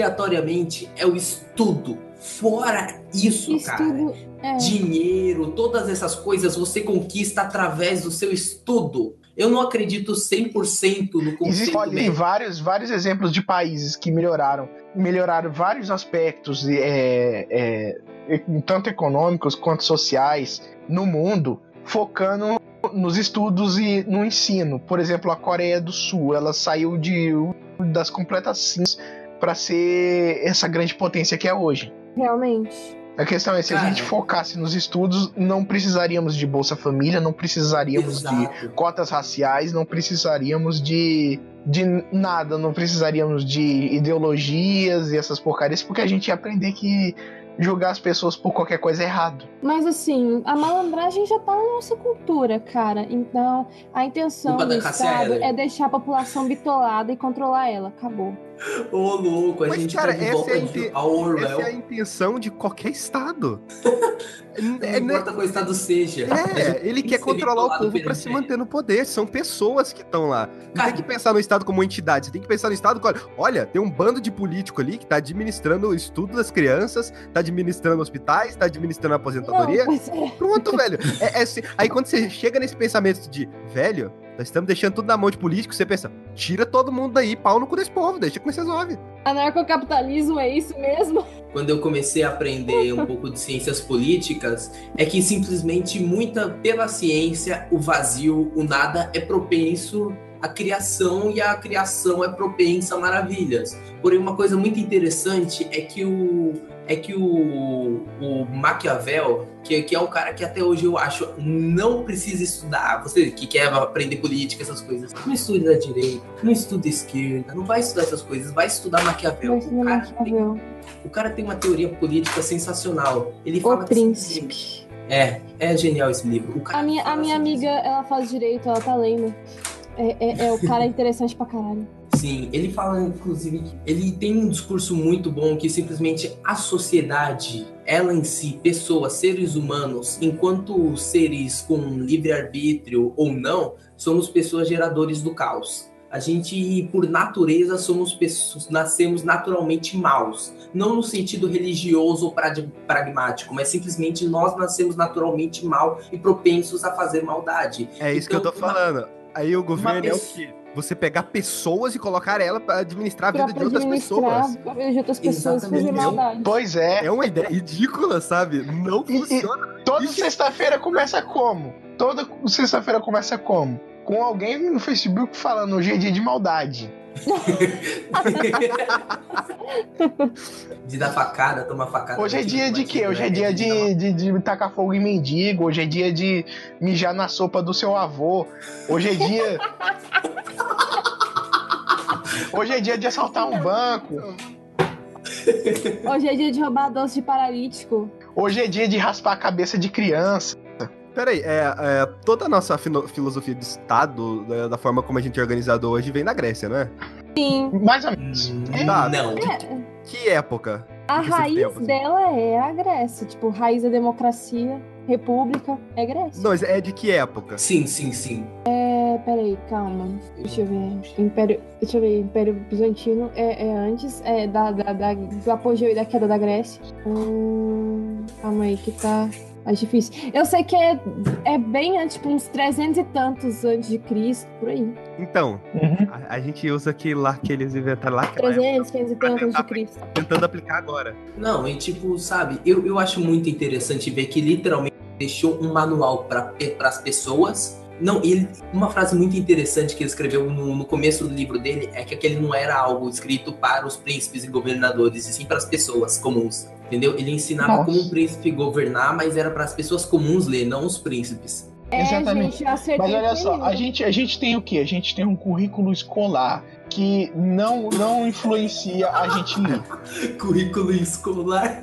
S3: obrigatoriamente, é o estudo. Fora isso, estudo, cara. É. Dinheiro, todas essas coisas você conquista através do seu estudo. Eu não acredito 100% no conceito.
S1: Existem vários, vários exemplos de países que melhoraram, melhoraram vários aspectos, é, é, tanto econômicos quanto sociais, no mundo, focando nos estudos e no ensino. Por exemplo, a Coreia do Sul, ela saiu de, das completas cinzas para ser essa grande potência que é hoje.
S4: Realmente.
S1: A questão é, se Cara. a gente focasse nos estudos, não precisaríamos de Bolsa Família, não precisaríamos Exato. de cotas raciais, não precisaríamos de, de nada, não precisaríamos de ideologias e essas porcarias, porque a gente ia aprender que julgar as pessoas por qualquer coisa é errado.
S4: Mas assim, a malandragem já tá na nossa cultura, cara. Então, a intenção Opa, do Estado
S3: né?
S4: é deixar a população bitolada e controlar ela. Acabou.
S3: Ô, oh, louco, a
S2: Mas,
S3: gente
S2: cara,
S3: tá de
S2: essa, é inte... essa é a intenção de qualquer Estado.
S3: não é, importa né? qual Estado seja.
S2: É, ele quer controlar o povo para se manter no poder. São pessoas que estão lá. Não cara, tem que pensar no Estado como entidade. Você tem que pensar no Estado como... Olha, tem um bando de político ali que tá administrando o estudo das crianças, tá administrando hospitais, tá administrando a assim. aposentadoria. Não, é. Pronto, velho. É, é, aí quando você chega nesse pensamento de, velho, Nós estamos deixando tudo na mão de político. Você pensa, tira todo mundo daí, pau no cu desse povo, deixa como vocês resolve.
S4: Anarcocapitalismo é isso mesmo?
S3: Quando eu comecei a aprender um pouco de ciências políticas, é que simplesmente muita pela ciência, o vazio, o nada é propenso à criação e a criação é propensa a maravilhas. Porém, uma coisa muito interessante é que o é que o, o Maquiavel, que, que é um cara que até hoje eu acho não precisa estudar, você que quer aprender política, essas coisas, não estuda direita, não estuda esquerda, não vai estudar essas coisas, vai estudar Maquiavel.
S4: Mas não
S3: o,
S4: é
S3: cara tem,
S4: Maquiavel.
S3: o cara tem uma teoria política sensacional. Ele fala
S4: O
S3: que-
S4: príncipe.
S3: É, é genial esse livro. O cara
S4: A minha, a
S3: fala
S4: minha
S3: assim,
S4: amiga, ela faz direito, ela tá lendo. É, é- é o cara interessante pra caralho.
S3: Sim, ele fala, inclusive, que ele tem um discurso muito bom que simplesmente a sociedade, ela em si, pessoas, seres humanos, enquanto seres com livre-arbítrio ou não, somos pessoas geradores do caos. A gente, por natureza, somos pessoas, nascemos naturalmente maus. Não no sentido religioso ou prag- pragmático, mas simplesmente nós nascemos naturalmente mal e propensos a fazer maldade.
S2: É isso que eu
S3: Então,
S2: tô falando. Aí o governo é o
S3: pessoa-
S2: quê? Você pegar pessoas e colocar ela pra administrar a
S4: Pra
S2: vida de outras
S4: administrar
S2: pessoas.
S4: a vida de outras pessoas, fazer
S3: Exatamente.
S4: maldade.
S1: Pois é.
S2: É uma ideia ridícula, sabe? Não
S1: E- e-
S2: funciona.
S1: Toda
S2: Isso-
S1: sexta-feira começa como? Toda sexta-feira começa como? Com alguém no Facebook falando hoje é dia de maldade.
S3: De dar facada, tomar facada.
S1: Hoje é
S3: batida,
S1: dia de
S3: batida,
S1: quê? Hoje é
S3: né?
S1: dia
S3: dar uma
S1: de, de, de tacar fogo em mendigo. Hoje é dia de mijar na sopa do seu avô. Hoje é dia. Hoje é dia de assaltar um banco.
S4: Hoje é dia de roubar doce de paralítico.
S1: Hoje é dia de raspar a cabeça de criança.
S2: Peraí, é, é, toda a nossa fino- filosofia de Estado, da, da forma como a gente é organizado hoje, vem da Grécia, não é?
S4: Sim.
S1: Mais ou menos.
S3: Hum,
S2: Tá.
S3: Não.
S4: É,
S2: Que época?
S4: a
S2: Esses
S4: raiz
S2: tempos.
S4: dela é a Grécia. Tipo, raiz da democracia, república, é Grécia.
S2: Não, mas é de que época?
S3: Sim, sim, sim.
S4: É, peraí, calma. Deixa eu ver. Império, deixa eu ver. Império Bizantino é, é antes é, da, da, da- do apogeu e da queda da Grécia. Hum, calma aí, que tá mais difícil. Eu sei que é, é bem antes, tipo, uns 300 e tantos antes de Cristo, por aí.
S2: Então, a, a gente usa aquele lá que eles inventaram lá, aquela época,
S4: 300, 500 e tantos antes de Cristo.
S2: tentando aplicar agora.
S3: Não, e tipo, sabe, eu, eu acho muito interessante ver que literalmente deixou um manual para as pessoas. Não, ele, uma frase muito interessante que ele escreveu no, no começo do livro dele é que aquele não era algo escrito para os príncipes e governadores, e sim para as pessoas comuns. Entendeu? Ele ensinava
S1: Nossa.
S3: como um príncipe governar, mas era para as pessoas comuns ler, não os príncipes.
S4: É,
S1: Exatamente.
S4: gente, eu acertei.
S1: Mas olha só,
S4: tudo.
S1: a gente, a gente tem o quê? A gente tem um currículo escolar que não, não influencia a gente ler.
S3: Currículo escolar.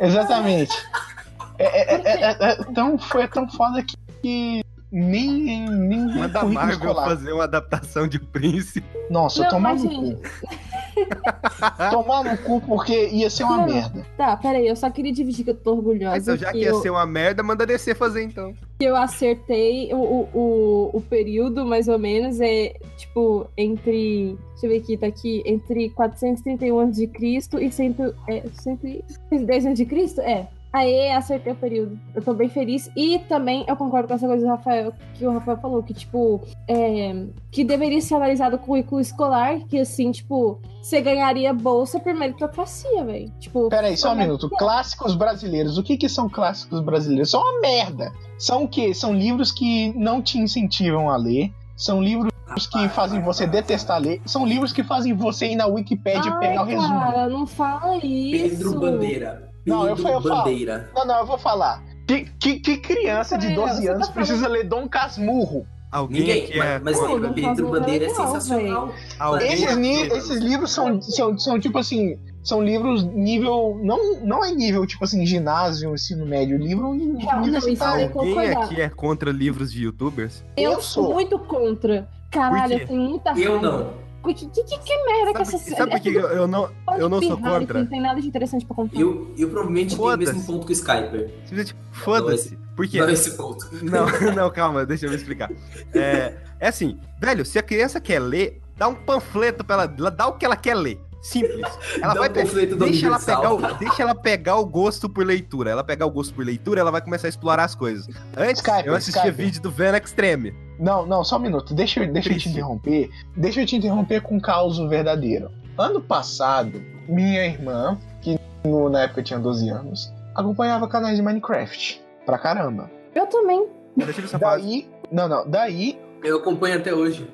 S1: Exatamente. É, é- é- é- é- é tão, foi tão foda que, que nem, nem
S4: um
S2: Manda a
S1: currículo
S2: Marvel
S1: escolar.
S2: fazer uma adaptação de Príncipe.
S1: Nossa,
S4: Não,
S1: tomar
S4: mas,
S1: no um
S4: gente-
S1: cu. tomar no cu porque ia ser uma
S4: Não.
S1: merda.
S4: Tá, peraí, eu só queria dividir que eu tô orgulhosa.
S2: Então, já que
S4: eu...
S2: ia ser uma merda, manda descer fazer então.
S4: que eu acertei o, o, o, o período, mais ou menos, é tipo entre. Deixa eu ver aqui, tá aqui. Entre 431 anos de Cristo e 100, é, 110 anos de Cristo? É. Aê, acertei o período. Eu tô bem feliz. E também eu concordo com essa coisa do Rafael, que o Rafael falou, que, tipo, é, que deveria ser analisado o currículo escolar, que assim, tipo, você ganharia bolsa por meritocracia, velho. Tipo,
S1: Pera aí, só um
S4: Como é
S1: minuto. Clássicos brasileiros. O que que são clássicos brasileiros? São uma merda. São o quê? São livros que não te incentivam a ler. São livros que fazem você detestar ler. São livros que fazem você ir na Wikipédia e
S4: ai,
S1: É pegar o resumo.
S4: cara, não fala isso.
S3: Pedro Bandeira.
S1: Não, eu
S3: Pedro
S1: fui- eu falo.
S3: Bandeira.
S1: Não, não, eu vou falar. Que, que, que criança de
S4: Pera,
S1: 12
S4: você tá
S1: anos
S4: falando-
S1: precisa ler Dom Casmurro?
S2: Alguém
S3: Ninguém,
S2: que é.
S3: mas, mas
S4: Pô,
S3: lembra,
S4: não
S3: Pedro
S4: faz
S3: Bandeira é
S4: legal,
S3: sensacional.
S2: Alguém
S3: Esse-
S1: Esses,
S2: aqui-
S1: ni- esses livros são, são, são tipo assim. São livros nível. Não, não é nível tipo assim, ginásio, ensino médio. Livro
S4: não,
S1: nível
S4: isso
S1: universitário.
S4: é-
S2: Alguém
S4: concordar.
S2: aqui é contra livros de youtubers?
S4: Eu
S1: Eu
S4: sou
S1: sou.
S4: muito contra. Caralho,
S2: Por quê?
S4: eu tenho muita raiva.
S3: Eu não.
S4: Que, que, que, que merda que
S2: Sabe,
S4: essa
S2: sabe por que eu, eu não,
S4: pode
S2: eu não sou
S4: pirrar, que
S2: contra?
S4: Não tem nada de interessante pra contar.
S3: Eu, eu provavelmente tenho o
S2: Foda-se. é?
S3: mesmo ponto que o Skyper.
S2: Simplesmente, foda-se. Por quê?
S3: Não esse ponto.
S2: Não, não, calma, deixa eu me explicar. É, é assim, velho, se a criança quer ler, dá um panfleto pra ela, ela dá o que ela quer ler. Simples. Ela
S3: Dá
S2: vai
S3: um
S2: pe-
S3: panfleto do
S2: deixa ela
S3: Universal.
S2: pegar o, deixa ela pegar o gosto por leitura. Ela pegar o gosto por leitura, ela vai começar a explorar as coisas. Antes
S1: Skype,
S2: eu assistia
S1: Skype.
S2: vídeo do Venom Extreme.
S1: Não, não, só um minuto. Deixa, eu- deixa eu te
S2: Triste.
S1: interromper. Deixa eu te interromper com um caos verdadeiro. Ano passado, minha irmã, que no- na época tinha 12 anos, acompanhava canais de Minecraft. Pra caramba.
S4: Eu também.
S2: Eu tive essa fase.
S1: Daí. Não, não. Daí.
S6: Eu acompanho até hoje.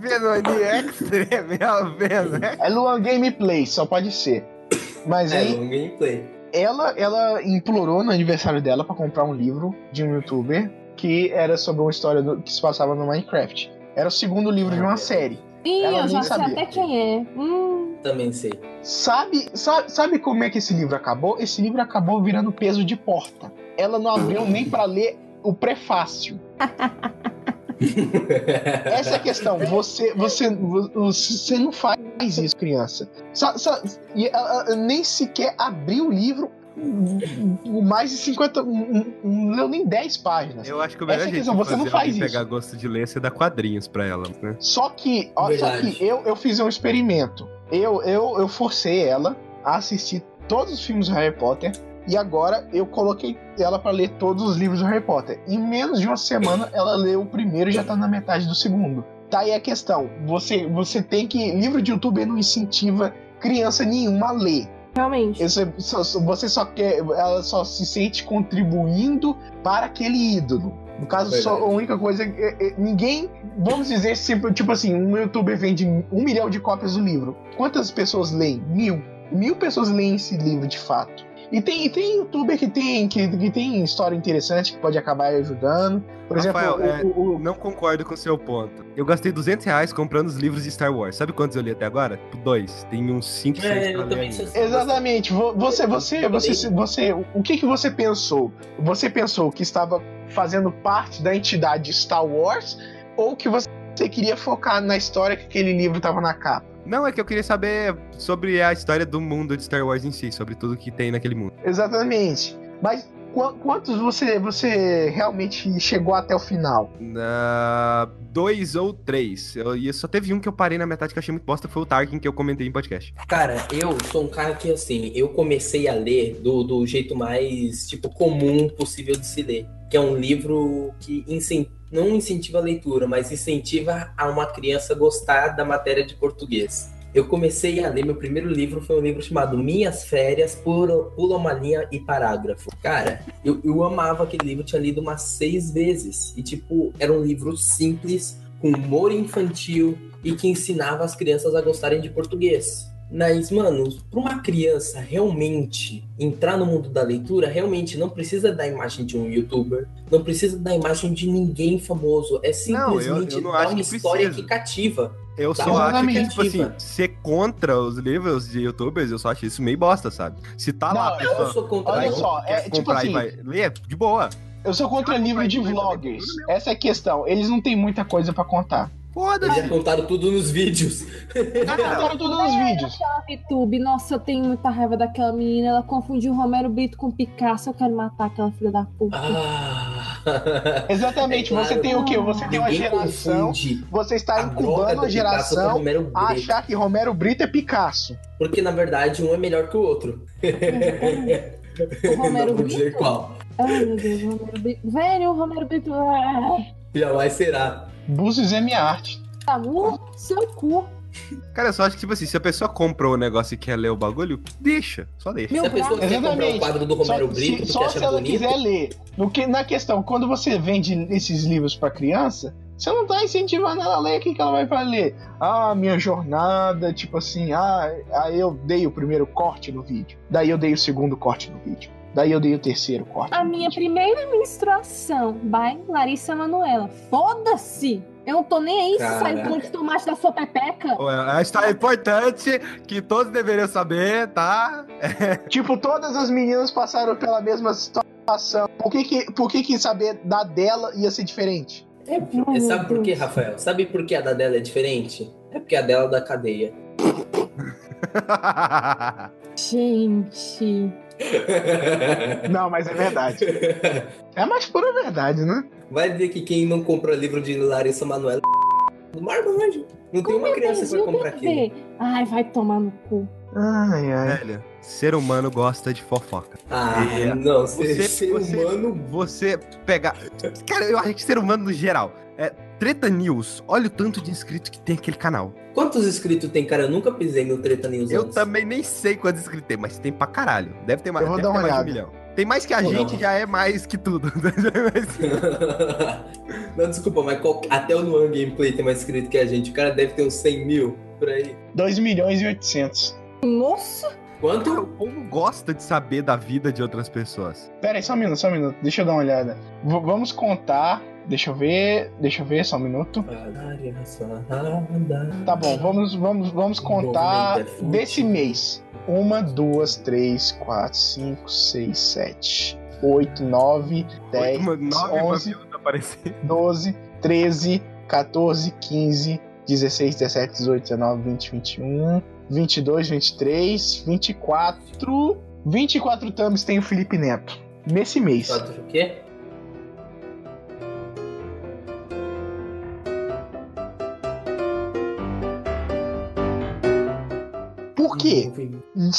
S2: Venom é de Extreme, Venom.
S1: É Luan Gameplay, só pode ser. Mas
S6: É,
S1: aí,
S6: um gameplay.
S1: ela, ela implorou no aniversário dela pra comprar um livro de um youtuber que era sobre uma história do- que se passava no Minecraft. Era o segundo livro de uma série.
S4: Ih,
S1: Ela
S4: eu já
S1: nem
S4: sei
S1: sabia.
S4: até quem é. Hum,
S6: Também sei.
S1: Sabe, sabe, sabe como é que esse livro acabou? Esse livro acabou virando peso de porta. Ela não abriu nem pra ler o prefácio. Essa é a questão. Você, você, você não faz isso, criança. Sa- sa- e ela nem sequer abriu o livro. um, o um, Mais de 50. um- um- Não leu nem 10 páginas.
S2: Eu acho que o
S1: Essa
S2: melhor jeito de
S1: questão, você não
S2: fazer
S1: faz
S2: alguém
S1: isso.
S2: pegar gosto de ler é você dar quadrinhos pra ela, né?
S1: Só que, ó, só
S6: Verdade.
S1: que eu, eu fiz um experimento. Eu, eu, eu forcei ela a assistir todos os filmes do Harry Potter. E agora eu coloquei ela pra ler todos os livros do Harry Potter. Em menos de uma semana, ela leu o primeiro e já tá na metade do segundo. Tá aí a questão. Você, você tem que. Livro de YouTube não incentiva criança nenhuma a ler.
S4: realmente.
S1: Isso é- só- só- Você só quer. Ela só se sente contribuindo para aquele ídolo. No caso, só, a
S6: Verdade.
S1: única coisa. é- é- ninguém. Vamos dizer, tipo, tipo assim, um youtuber vende um milhão de cópias do livro. Quantas pessoas leem? Mil. Mil pessoas leem esse livro de fato. E tem, e tem youtuber que tem, que, que tem história interessante que pode acabar ajudando. Por
S2: Rafael,
S1: exemplo, o-
S2: é,
S1: o- o,
S2: Não concordo com o seu ponto. Eu gastei 200 reais comprando os livros de Star Wars. Sabe quantos eu li até agora? Tipo, Dois. Tem uns cinco, seis
S6: É,
S2: pra
S6: eu
S2: ler
S6: também
S2: ainda.
S6: sou
S1: Exatamente. Vo- Você, você, você, você, o que que você pensou? Você pensou que estava fazendo parte da entidade Star Wars ou que você queria focar na história que aquele livro estava na capa?
S2: Não, é que eu queria saber sobre a história do mundo de Star Wars em si, sobre tudo que tem naquele mundo.
S1: Exatamente. Mas qu- quantos você, você realmente chegou até o final?
S2: Na- dois ou três. Eu- e só teve um que eu parei na metade que eu achei muito bosta, foi o Tarkin que eu comentei em podcast.
S3: Cara, eu sou um cara que, assim, eu comecei a ler do, do jeito mais, tipo, comum possível de se ler. Que é um livro que incen- não incentiva a leitura, mas incentiva a uma criança gostar da matéria de português. Eu comecei a ler, meu primeiro livro foi um livro chamado Minhas Férias, Pula, Pula uma Linha e Parágrafo. Cara, eu, eu amava aquele livro, tinha lido umas seis vezes. E, tipo, era um livro simples, com humor infantil, e que ensinava as crianças a gostarem de português. Mas, mano, para uma criança realmente entrar no mundo da leitura, realmente não precisa da imagem de um youtuber, não precisa da imagem de ninguém famoso. É
S2: Não, eu- eu
S3: simplesmente
S2: não
S3: dar
S2: acho
S3: uma
S2: que
S3: história
S2: precisa.
S3: que cativa.
S2: Eu
S6: Tá
S2: só
S1: Exatamente.
S2: acho que, tipo assim, ser contra os livros de youtubers, eu só acho isso meio bosta, sabe? Se tá lá,
S1: Não,
S2: a
S3: Eu
S2: pessoa
S3: sou contra
S1: Olha
S3: isso.
S1: só, é
S2: quer
S1: tipo
S2: comprar e
S1: assim,
S2: vai ler, de boa.
S1: eu sou contra livro de
S3: né?
S1: vloggers. Essa é a questão. Eles não têm muita coisa pra contar.
S3: Eles
S2: Foda-se.
S3: já contaram tudo nos vídeos.
S1: Já contaram tudo nos vídeos.
S4: Ela VTube, nossa, eu tenho muita raiva daquela menina. Ela confundiu Romero Brito com Picasso. Eu quero matar aquela filha da puta.
S3: Ah.
S1: Exatamente.
S3: É
S1: Você
S3: claro.
S1: tem o quê? Você tem uma
S3: Ninguém
S1: geração.
S3: confunde
S1: Você está
S3: a droga
S1: incubando
S3: do
S1: a
S3: Picasso com o
S1: geração
S3: Romero
S1: a
S3: Brito,
S1: achar que Romero Brito é Picasso.
S3: porque na verdade um é melhor que o outro.
S4: O Romero
S3: não vou dizer
S4: Brito?
S3: qual.
S4: Ai, meu Deus, o Romero Brito. Velho, o Romero Brito. ah,
S3: Jamais será.
S1: Búzios é minha arte.
S4: Tá no seu cu.
S2: Cara, eu só acho que, tipo assim, se a pessoa comprou o negócio e quer ler o bagulho, deixa, só deixa.
S4: Meu
S3: Se a pessoa
S4: braço.
S3: quer comprar
S1: Exatamente.
S3: o quadro do Romero
S1: só
S3: Brito,
S1: se,
S3: porque
S1: só
S3: acha
S1: se ela
S3: bonito,
S1: quiser ler. No que, na questão, quando você vende esses livros para criança, você não tá incentivando ela a ler. O que, que ela vai pra ler? Ah, minha jornada, tipo assim, ah, ah, eu dei o primeiro corte no vídeo. Daí eu dei o segundo corte no vídeo. Daí eu dei o terceiro corte.
S4: A
S1: no
S4: minha
S1: vídeo.
S4: primeira menstruação, by Larissa Manuela. Foda-se! Eu não tô nem aí se sai um
S3: Caraca.
S4: monte de tomate da sua pepeca.
S2: Ou É uma história importante que todos deveriam saber, tá?
S1: Tipo, todas as meninas passaram pela mesma situação. Por que, que, por que, que saber da dela ia ser diferente?
S4: Ai,
S3: É, Sabe
S4: meu
S3: por quê,
S4: Deus.
S3: Rafael? Sabe por que a da dela é diferente? É porque a dela é da cadeia.
S4: Gente.
S1: Não, mas é verdade. É mais pura verdade, né?
S3: Vai ver que quem não compra livro de Larissa Manoela é do marmanjo. Não tem
S4: é
S3: uma criança que vai comprar aquilo.
S4: Ai, vai tomar no cu.
S1: Ai, ai.
S2: Velho, ser humano gosta de fofoca.
S3: Ah,
S2: É.
S3: não, ser,
S2: Você-
S3: ser
S2: você-
S3: humano.
S2: Você pegar. Cara, eu acho que ser humano no geral. É Treta News. Olha o tanto de inscritos que tem aquele canal.
S3: Quantos inscritos tem, cara? Eu nunca pisei no Treta News.
S2: Eu
S3: antes.
S2: também nem sei quantos inscritos tem, mas tem pra caralho. Deve ter mais,
S1: Eu vou
S2: deve
S1: dar
S2: ter
S1: uma
S2: mais de um
S1: olhada.
S2: milhão. Tem mais que a
S3: Vou dar
S2: gente,
S3: uma-
S2: já é mais que tudo. Já é mais-
S3: não, desculpa, mas qual- até o Luan Gameplay tem mais inscrito que a gente. O cara deve ter uns 100 mil por aí.
S1: 2 milhões e 800.
S4: Nossa!
S2: Cara,
S3: Quanto?
S2: o povo gosta de saber da vida de outras pessoas.
S1: Pera aí, só um minuto, só um minuto. Deixa eu dar uma olhada. V- vamos contar. Deixa eu ver. Deixa eu ver, só um minuto. Tá bom, vamos, vamos, vamos contar
S3: Movimento é fútil.
S1: desse mês. Uma, duas, três, quatro, cinco, seis, sete, oito, nove, dez,
S2: Oito, nove tá
S1: onze,
S2: mamilos apareceram.
S1: doze, treze, 14, 15, 16, 17, 18, 19, 20, 21, 22, 23, 24. 24 thumbs tem o Felipe Neto. Nesse mês.
S3: Quanto o quê?
S1: Por quê?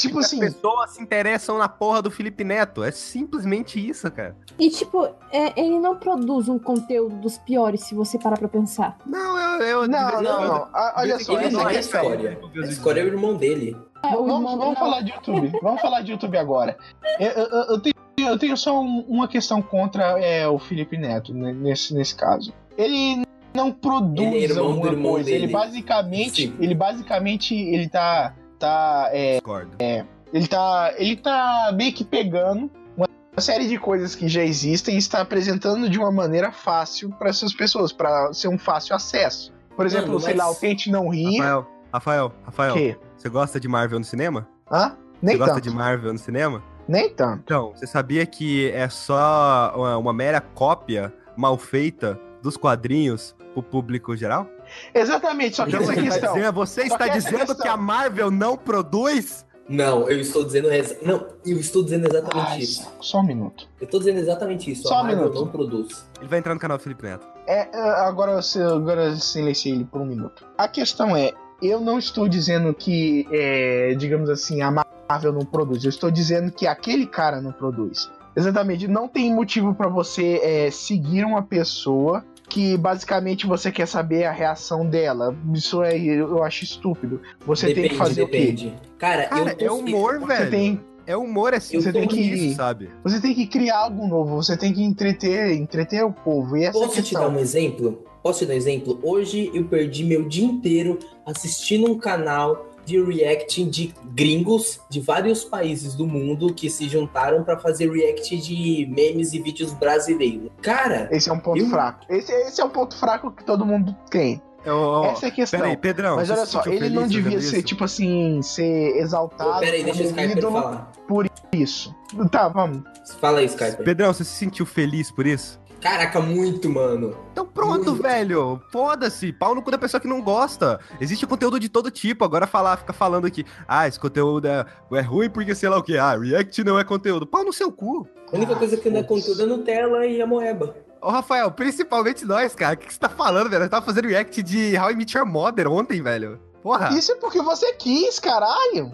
S1: Tipo
S2: As
S1: assim,
S2: pessoas se interessam na porra do Felipe Neto. É simplesmente isso, cara.
S4: E tipo, é, ele não produz um conteúdo dos piores, se você parar pra pensar.
S2: Não, eu. eu
S1: Não, não, não. Ah, Olha só,
S3: Ele
S1: essa
S3: não é
S1: questão.
S3: escória. A escória é o irmão dele.
S4: É, o
S1: Vamos,
S4: irmão-
S1: vamos
S4: não.
S1: falar de YouTube. Vamos falar de YouTube agora. Eu, eu- eu- eu tenho, eu tenho só um- uma questão contra é, o Felipe Neto né, nesse, nesse caso. Ele não produz
S3: Ele é irmão do
S1: alguma
S3: irmão
S1: coisa. Ele
S3: dele.
S1: basicamente,
S3: Sim.
S1: ele basicamente, ele tá, tá, é,
S2: Discordo.
S1: ele tá, ele tá meio que pegando uma série de coisas que já existem e está apresentando de uma maneira fácil para essas pessoas, para ser um fácil acesso. Por exemplo,
S3: Mano,
S1: sei
S3: mas-
S1: lá, o Tente Não Ri.
S2: Rafael, Rafael, Rafael,
S1: Que? Então.
S2: você gosta de Marvel no cinema?
S1: Hã?
S2: Você
S1: Nem
S2: gosta
S1: tanto.
S2: de Marvel no cinema?
S1: Nem tanto.
S2: Então, você sabia que é só uma, uma mera cópia mal feita dos quadrinhos pro público geral?
S1: Exatamente, só que
S2: Então,
S1: essa
S2: você, está
S1: é questão.
S2: dizendo, você
S1: Só
S2: está
S1: que essa
S2: dizendo
S1: questão-
S2: que a Marvel não produz?
S3: Não, eu estou dizendo. exa- Não, eu estou dizendo exatamente
S1: Ai,
S3: isso.
S1: só um minuto.
S3: Eu estou dizendo exatamente isso.
S1: Só
S3: a
S1: um
S3: Marvel
S1: minuto.
S3: não produz.
S2: Ele vai entrar no canal do Felipe Neto.
S1: É, é, agora, você- agora eu silenciei ele por um minuto. A questão é, eu não estou dizendo que, é, digamos assim, a Marvel não produz. Eu estou dizendo que aquele cara não produz. Exatamente. Não tem motivo para você é, seguir uma pessoa que basicamente você quer saber a reação dela. Isso é, eu acho estúpido. Você tem que fazer o quê?
S3: depende. Cara,
S2: Cara,
S3: eu tô
S2: é humor,
S3: eu-
S1: Você
S2: velho.
S1: tem,
S2: É humor, é simples,
S1: Você tem
S2: como
S1: que-
S2: isso, sabe?
S1: você tem que criar algo novo. Você tem que entreter, entreter o povo. E essa
S3: Posso te
S1: questão.
S3: dar um exemplo? Posso te dar um exemplo? Hoje eu perdi meu dia inteiro assistindo um canal de reacting de gringos de vários países do mundo que se juntaram pra fazer react de memes e vídeos brasileiros. Cara,
S1: Esse é um ponto
S3: Eu-
S1: fraco. Esse, esse é um ponto fraco que todo mundo tem.
S2: É, ó, ó,
S1: Essa é a questão.
S2: Peraí, Pedrão.
S1: Mas
S2: você
S1: olha
S2: se
S1: só,
S2: sentiu
S1: ele não
S2: feliz
S1: devia
S2: fazendo
S1: ser,
S2: isso?
S1: tipo assim, ser
S2: Tá
S1: exaltado
S3: peraí, deixa o
S1: como
S3: Skyper
S1: ídolo
S3: falar.
S1: por isso. Tá, vamos.
S3: Fala aí, Skyper.
S2: Pedrão, você se sentiu feliz por isso?
S3: Caraca, muito, mano.
S2: Então pronto,
S3: Muito.
S2: velho. Foda-se. Pau no cu da pessoa que não gosta. Existe conteúdo de todo tipo. Agora falar, fica falando aqui. Ah, esse conteúdo é, é ruim porque sei lá o que. Ah, React não é conteúdo. Pau no seu cu.
S3: A única
S1: Ah,
S3: coisa que não é
S1: putz.
S3: conteúdo é Nutella e a moeba.
S2: Ô, Rafael, principalmente nós, cara. O que, que você tá falando, velho? Nós tava fazendo react de How I Met Your Mother ontem, velho. Porra.
S1: Isso é porque você quis, caralho.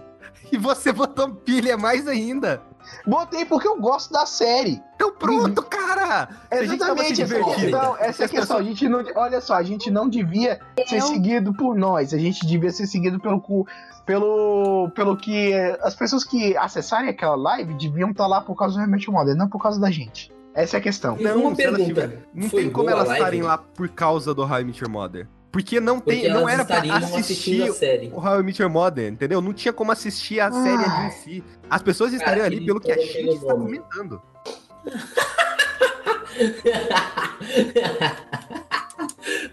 S2: E você botou pilha mais ainda.
S1: Botei porque eu gosto da série.
S2: Então pronto, cara. Se a gente tava
S1: Uhum. Exatamente, essa
S2: se
S1: é a
S2: divertindo,
S1: questão. Essa é a
S2: se as
S1: questão. A gente não, olha só, a gente não devia ser seguido por nós. A gente devia ser seguido pelo cu- Pelo, pelo que eh, as pessoas que acessarem aquela live deviam estar lá por causa do Remédio Modern, não por causa da gente. Essa é a questão.
S3: E
S2: Não,
S3: uma
S2: se ela
S3: pergunta.
S2: Não
S3: Foi
S2: tem como
S3: boa a
S2: elas
S3: live? né?
S2: estarem lá por causa do How I Met Your Mother. Porque não
S3: Porque
S2: tem, não
S3: elas
S2: era pra
S3: estariam assistindo
S2: assistir
S3: a série.
S2: o How I Met Your Mother, entendeu? Não tinha como assistir a série ali em si. As pessoas estariam ali
S3: ele
S2: pelo que a
S3: colocou
S2: Shin
S3: no
S2: está
S3: nome.
S2: comentando.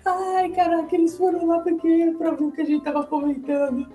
S3: Ai, caraca, eles foram lá porque pra ver o que a gente tava comentando.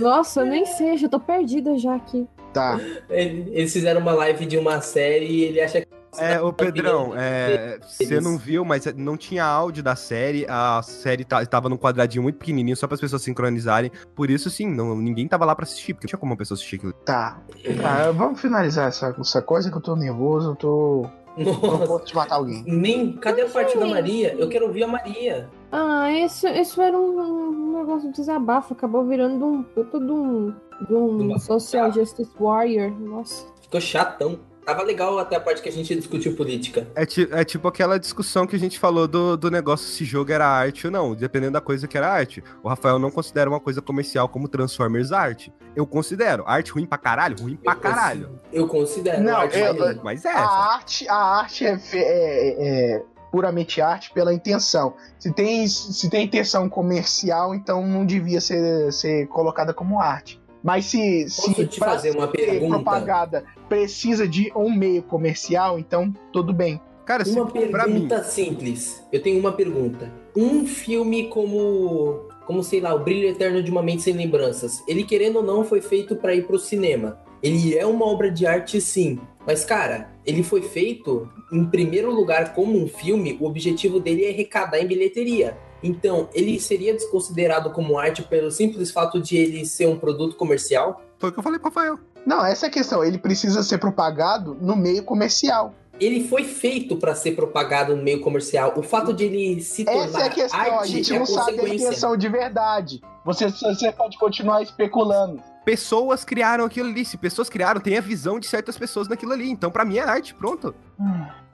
S4: Nossa, nem seja, eu tô perdida já aqui.
S1: Tá.
S3: Ele- Eles fizeram uma live de uma série e ele acha que.
S2: É, ô Pedrão,
S3: opinião
S2: é, você
S3: deles.
S2: não viu, mas não tinha áudio da série. A série ta- tava num quadradinho muito pequenininho, só para as pessoas sincronizarem. Por isso, sim, não, ninguém tava lá pra assistir, porque não
S1: Ah,
S2: tinha como uma pessoa assistir aquilo.
S1: Tá. Tá, vamos finalizar essa, essa coisa que eu tô nervoso, eu tô. Não pode matar alguém.
S3: Nem, cadê a
S4: Não
S3: parte
S4: sei.
S3: da Maria? Eu quero ouvir a Maria.
S4: Ah, isso, isso era um, um negócio de desabafo. Acabou virando um puta de um, de um
S3: Uma-
S4: social justice warrior. Nossa.
S3: Ficou chatão. Tava legal até a parte que a gente discutiu política.
S2: É, ti- é tipo aquela discussão que a gente falou do, do negócio se jogo era arte ou não, dependendo da coisa que era arte. O Rafael não considera uma coisa comercial como Transformers arte. Eu considero. Arte ruim pra caralho? Ruim pra
S3: Eu
S2: caralho.
S3: Eu considero.
S1: Não,
S3: a arte
S1: eu-
S3: maneira.
S2: Mas é.
S3: Ah,
S2: sabe?
S1: A arte, a arte é, fe- é- é puramente arte pela intenção. Se tem, se tem intenção comercial, então não devia ser, ser colocada como arte. Mas se, se
S3: Posso te
S1: pra
S3: fazer uma
S1: ser
S3: pergunta?
S1: propagada precisa de um meio comercial, então tudo bem.
S2: Cara, se,
S3: Uma
S2: pra mim.
S3: pergunta simples. Eu tenho uma pergunta. Um filme como. Como sei lá, O Brilho Eterno de uma Mente Sem Lembranças. Ele, querendo ou não, foi feito pra ir pro cinema. Ele é uma obra de arte, sim. Mas, cara, ele foi feito, em primeiro lugar, como um filme. O objetivo dele é arrecadar em bilheteria. Então, ele seria desconsiderado como arte pelo simples fato de ele ser um produto comercial?
S2: Foi o que eu falei pro Rafael.
S1: Não, essa é a questão. Ele precisa ser propagado no meio comercial.
S3: Ele foi feito pra ser propagado no meio comercial. O fato de ele se tornar
S1: Essa é a questão.
S3: arte
S1: a gente
S3: é
S1: não sabe a
S3: consequência.
S1: intenção de verdade. Você, você pode continuar especulando.
S2: Pessoas criaram aquilo ali. Se pessoas criaram, tem a visão de certas pessoas naquilo ali. Então, pra mim, é arte. Pronto.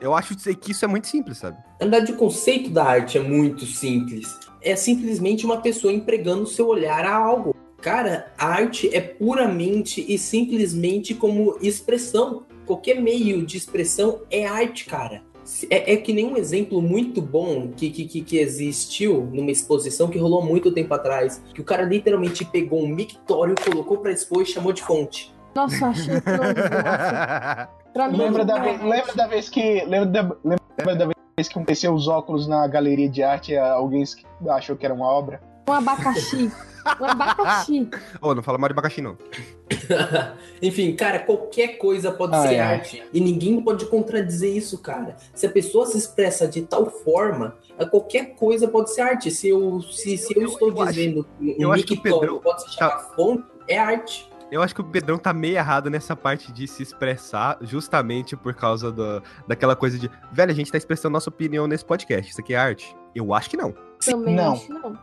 S2: Eu acho que isso é muito simples, sabe?
S3: Na verdade, o conceito da arte é muito simples. É simplesmente uma pessoa empregando seu olhar a algo. Cara, a arte é puramente e simplesmente como expressão. Qualquer meio de expressão é arte, cara. Se- É, é que nem um exemplo muito bom que, que, que- que existiu numa exposição que rolou há muito tempo atrás, que o cara literalmente pegou um mictório, colocou pra expor e chamou de fonte.
S4: Nossa, eu achei que nossa. Pra mim,
S1: Lembra da,
S4: não. é.
S1: vez, lembra da vez que. Lembra da, lembra da vez que um PC os óculos na galeria de arte e alguém esque- achou que era uma obra?
S4: Um abacaxi. Um abacaxi.
S2: Ô, não fala mal de abacaxi, não.
S3: Enfim, cara, qualquer coisa pode
S1: Ah,
S3: ser
S1: é.
S3: arte. E ninguém pode contradizer isso, cara. Se a pessoa se expressa de tal forma, a qualquer coisa pode ser arte. Se eu, se, se eu,
S2: Eu-
S3: estou
S2: eu acho-
S3: dizendo que
S2: eu
S3: um
S2: acho que o tá-
S3: mictório
S2: Pedrão
S3: pode se chamar fonte, é arte.
S2: Eu acho que o Pedrão tá meio errado nessa parte de se expressar, justamente por causa da daquela coisa de, velho, a gente tá expressando nossa opinião nesse podcast, isso aqui é arte? Eu acho que não.
S4: Também
S1: Não.
S4: acho não.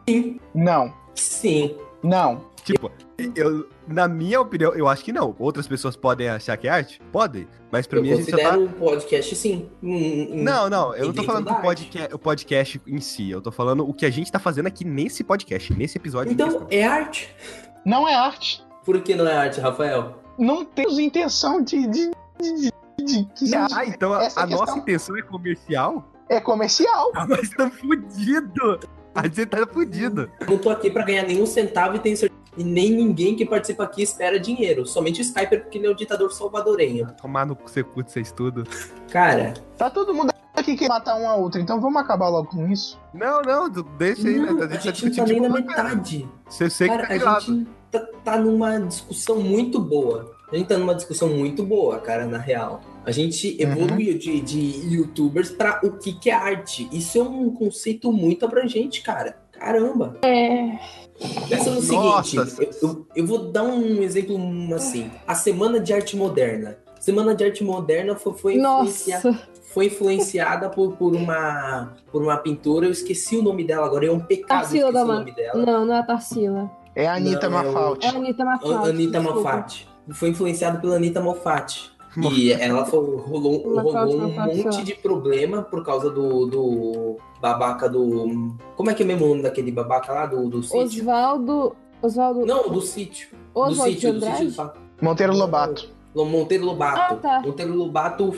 S1: Não,
S3: Sim.
S1: não.
S2: Tipo, eu, na minha opinião, eu acho que não. Outras pessoas podem achar que é arte? Podem, mas pra
S3: eu
S2: mim a gente só tá...
S3: considero o podcast sim. Hum, hum,
S2: Não, não, eu não tô
S3: dentro
S2: falando
S3: da
S2: do
S3: arte.
S2: podcast, o podcast em si, eu tô falando o que a gente tá fazendo aqui nesse podcast, nesse episódio. em
S3: Então,
S2: questão.
S3: é arte.
S1: Não é arte.
S3: Por que não é arte, Rafael?
S1: Não temos intenção de. de, de- de- de- que seja-
S2: Ah, então a,
S1: essa é
S2: a
S1: a
S2: nossa
S1: questão.
S2: intenção é comercial?
S1: É comercial.
S2: Ah, Mas tá fudido! A gente tá fudido.
S3: Não tô aqui pra ganhar nenhum centavo e tenho certeza. E nem ninguém que participa aqui espera dinheiro. Somente o Skyper, porque ele é o ditador salvadorenho.
S2: Tomar no seu cu de vocês tudo.
S3: Cara,
S1: Tá todo mundo aqui querendo matar um a outro, então vamos acabar logo com isso.
S2: Não, não, du- deixa aí,
S3: não,
S2: né?
S3: a
S2: Deixa
S3: gente não
S2: discutir
S3: tá
S2: de
S3: nem na
S2: boa, cara.
S3: metade.
S2: Você sei que
S3: Cara,
S2: tá
S3: a
S2: errado.
S3: gente tá, tá numa discussão muito boa. A gente tá numa discussão muito boa, cara, na real. A gente
S1: Uhum.
S3: evoluiu de, de youtubers pra o que, que é arte. Isso é um conceito muito abrangente, cara. Caramba. Pensa no
S2: Nossa.
S3: seguinte, eu, eu- eu vou dar um exemplo assim. A Semana de Arte Moderna. Semana de Arte Moderna foi, foi influenciada
S4: Nossa.
S3: foi influenciada por, por, uma, por uma pintora, eu esqueci o nome dela agora, é um pecado
S4: Tarsila
S3: esquecer o
S4: Daman.
S3: nome dela.
S4: Não, não é a Tarsila.
S1: É a Anitta
S3: Não, é o-
S1: Mafaldi.
S4: É a Anitta
S3: An-
S4: Mafalda.
S3: Anitta Malfatti. Foi influenciada pela Anitta Malfatti. E ela foi- rolou,
S4: Malfatti,
S3: rolou um
S4: Malfatti,
S3: monte
S4: ó.
S3: de problema por causa do, do babaca do. Como é que é mesmo o nome daquele babaca lá? Do, do sítio?
S4: Osvaldo. Osvaldo.
S3: Não, do sítio. Do
S4: Oswald de
S3: sítio, do sítio
S4: Andrade?
S3: do Pato.
S1: Monteiro Lobato.
S3: Lo- Monteiro Lobato.
S4: Ah, tá.
S3: Monteiro Lobato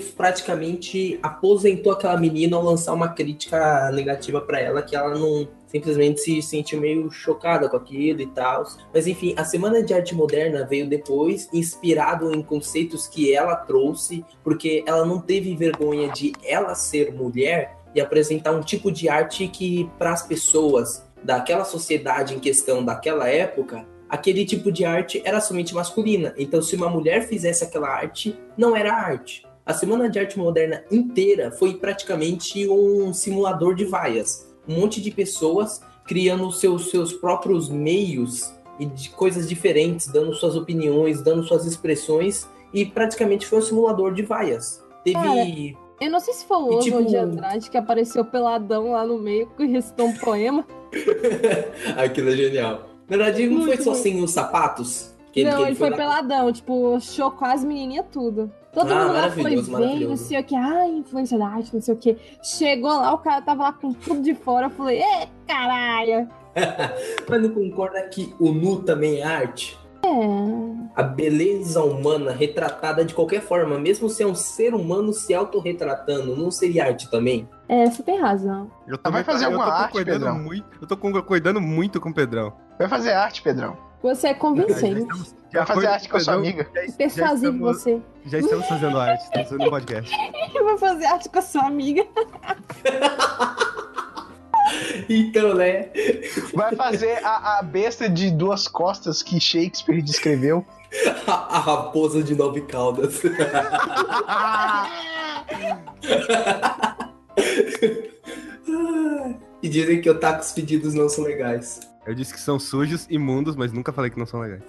S3: praticamente aposentou aquela menina ao lançar uma crítica negativa pra ela, que ela não simplesmente se sentiu meio chocada com aquilo e tal. Mas enfim, a Semana de Arte Moderna veio depois, inspirado em conceitos que ela trouxe, porque ela não teve vergonha de ela ser mulher e apresentar um tipo de arte que para as pessoas daquela sociedade em questão daquela época aquele tipo de arte era somente masculina. Então, se uma mulher fizesse aquela arte, não era arte. A Semana de Arte Moderna inteira foi praticamente um simulador de vaias. Um monte de pessoas criando seus, seus próprios meios e de coisas diferentes, dando suas opiniões, dando suas expressões, e praticamente foi um simulador de vaias. Teve
S4: Eu não sei se foi o Oswald tipo... de Andrade que apareceu peladão lá no meio e recitou um poema.
S3: Aquilo é genial. Na verdade, não foi só sem os sapatos?
S4: Que não, ele, ele foi, lá... peladão, tipo, show quase menininha tudo. Todo
S3: Ah,
S4: mundo lá foi
S3: maravilhoso,
S4: bem, não
S3: maravilhoso.
S4: sei o que, ah, influência da arte, não sei o que. Chegou lá, o cara tava lá com tudo de fora, eu falei, é, caralho.
S3: Mas não concorda que o nu também é arte?
S4: É,
S3: A beleza humana retratada de qualquer forma, mesmo se é um ser humano se autorretratando, não seria arte também?
S4: é, você tem razão.
S2: Eu
S1: Vai
S2: também
S1: fazer
S2: eu
S1: alguma
S2: tô
S1: arte,
S2: concordando
S1: Pedrão?
S2: muito, Eu tô concordando muito com o Pedrão.
S1: Vai fazer arte, Pedrão.
S4: Você é convincente,
S2: De
S1: Vai fazer
S2: acordo
S1: arte com a sua
S2: Pedrão,
S1: amiga.
S2: já- já
S4: persuasivo
S2: estamos-
S4: você.
S2: Já estamos fazendo arte, estamos fazendo um podcast.
S4: Eu vou fazer arte com a sua amiga.
S3: Então, né?
S1: Vai fazer a, a besta de duas costas que Shakespeare descreveu.
S3: A, a raposa de nove caudas. Ah! e dizem que otakus pedidos não são legais.
S2: Eu disse que são sujos, imundos, mas nunca falei que não são legais.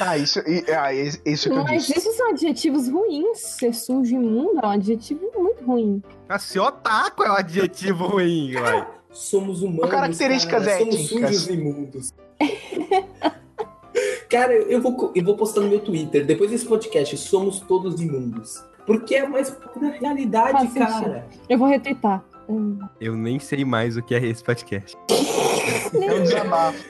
S1: Ah, isso, e- ah, isso isso que eu
S4: Mas
S1: disse.
S4: esses são adjetivos ruins. Ser sujo e imundo é um adjetivo muito ruim.
S2: Caciotaco Tá, é um adjetivo ruim, vai.
S3: Somos humanos.
S1: características
S3: cara, somos
S1: étnicas.
S3: sujos e imundos. cara, eu vou, co- eu vou postar no meu Twitter, depois desse podcast, somos todos imundos. Porque é mais na realidade,
S4: Faz
S3: cara.
S4: Eu vou retweetar.
S2: É Eu nem sei mais o que é esse podcast.
S1: É um desabafo.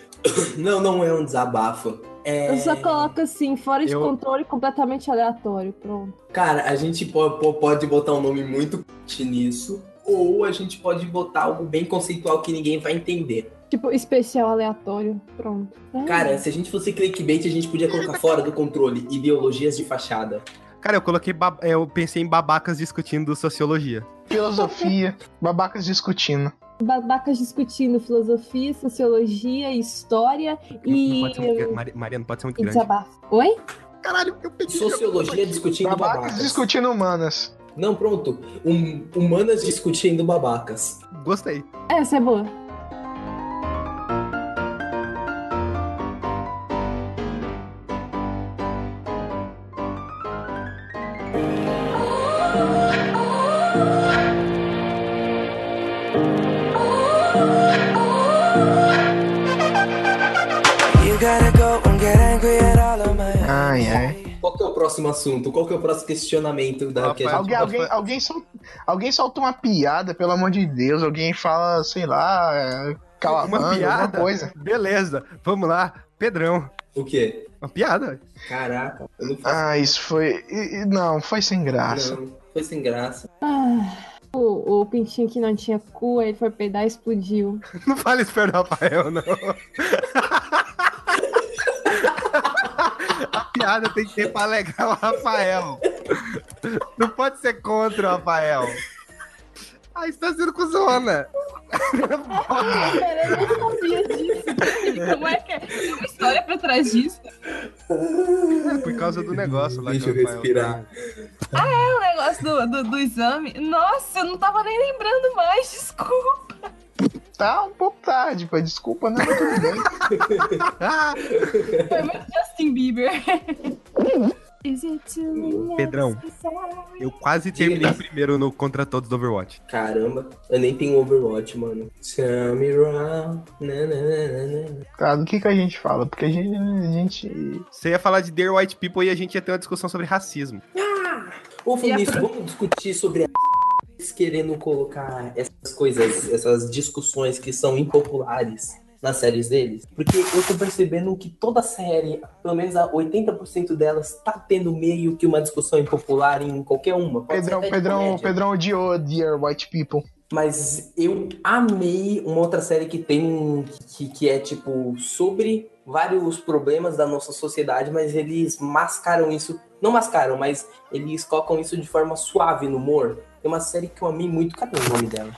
S3: Não, não é um desabafo. É...
S4: Eu só coloco assim, fora de
S2: Eu-
S4: controle, completamente aleatório. Pronto.
S3: Cara, a gente po- po- pode botar um nome muito c- nisso, ou a gente pode botar algo bem conceitual que ninguém vai entender.
S4: Tipo, especial aleatório. Pronto. É.
S3: Cara, se a gente fosse clickbait, a gente podia colocar fora do controle ideologias de fachada.
S2: Cara, eu coloquei. ba- Eu pensei em babacas discutindo sociologia.
S1: Filosofia, babacas discutindo.
S4: Babacas discutindo filosofia, sociologia, história
S2: Não
S4: e.
S2: pode ser muito gran- Mari- Maria, não pode ser muito
S4: e
S2: grande.
S4: desabafo. Oi?
S2: Caralho, eu peguei.
S3: Sociologia discutindo babacas.
S1: Babacas discutindo humanas.
S3: Não, pronto. Hum- humanas discutindo babacas.
S2: Gostei.
S4: Essa é boa.
S5: You gotta go and get angry at all of my
S1: Ai, ai.
S3: Qual que é o próximo assunto? Qual que é o próximo questionamento da que a gente
S1: Alguém, alguém, alguém, sol- alguém solta uma piada, pelo amor de Deus. Alguém fala, sei lá, é, calamando,
S2: Uma
S1: alguma
S2: piada.
S1: coisa.
S2: Beleza, vamos lá. Pedrão.
S3: O quê?
S2: Uma piada.
S3: Caraca, eu não faço.
S1: Ah, isso foi. e- e- Não, foi sem graça.
S3: não. Foi sem graça.
S4: Ah, o, o pintinho que não tinha cu, aí ele foi peidar e explodiu.
S2: Não fale isso perto do Rafael, não. A piada tem que ser pra alegar o Rafael. Não pode ser contra o Rafael. Ah, isso tá sendo cuzona.
S4: Cara, eu não sabia disso. Como é que é? Tem uma história pra trás disso.
S2: É por causa do negócio lá. que
S3: Deixa eu
S2: o Rafael
S3: respirar.
S2: tá.
S4: O um negócio do, do, do exame. Nossa, eu não tava nem lembrando mais, desculpa.
S1: Tá um pouco tarde, pô. Desculpa, não, mas tudo bem.
S2: Ah,
S4: Foi muito Justin Bieber.
S2: Pedrão, eu quase
S3: Diga
S2: terminei
S3: isso.
S2: primeiro no Contra Todos do Overwatch.
S3: Caramba, eu nem tenho Overwatch, mano. Turn me round. Na, na, na, na, na.
S1: Tá, do que, que a gente fala? Porque a gente. A gente...
S2: Você ia falar de Dear White People e a gente ia ter uma discussão sobre racismo.
S3: Ô,
S4: E a
S3: Vinícius, vamos discutir sobre a querendo colocar essas coisas, essas discussões que são impopulares nas séries deles. Porque eu tô percebendo que toda série, pelo menos a 80% delas, tá tendo meio que uma discussão impopular em qualquer uma. Pode ser
S1: Pedrão,
S3: até de
S1: Pedrão,
S3: comédia.
S1: Pedrão odiou Dear White People.
S3: Mas eu amei uma outra série que tem. Que, que é tipo sobre vários problemas da nossa sociedade, mas eles mascaram isso. Não mascaram, mas eles colocam isso de forma suave no humor. Tem uma série que eu amei muito. Cadê o nome dela?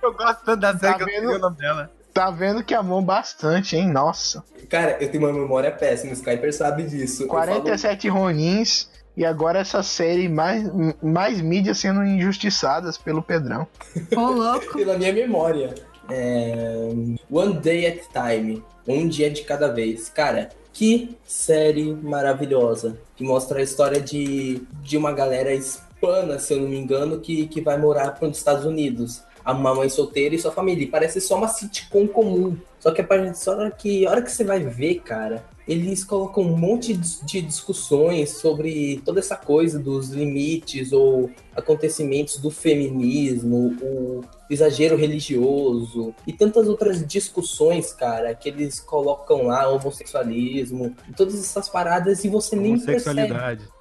S2: Eu gosto tanto da série
S1: Tá
S2: que eu não
S1: vendo?
S2: sei o nome dela.
S1: Tá vendo que amou bastante, hein? Nossa.
S3: Cara, eu tenho uma memória péssima, o Skyper sabe disso. Eu falo-
S1: 47 Ronins e agora essa série mais, mais mídias sendo injustiçadas pelo Pedrão.
S7: Ô, louco.
S3: pela minha memória. É, One Day at a Time, um dia de cada vez. Cara, que série maravilhosa que mostra a história de, de uma galera es- pana, se eu não me engano, que, que vai morar para os Estados Unidos. A mamãe solteira e sua família. E parece só uma sitcom comum. Só que a partir da hora que, a hora que você vai ver, cara, eles colocam um monte de discussões sobre toda essa coisa dos limites ou acontecimentos do feminismo, o exagero religioso e tantas outras discussões, cara, que eles colocam lá, homossexualismo, todas essas paradas e você nem percebe.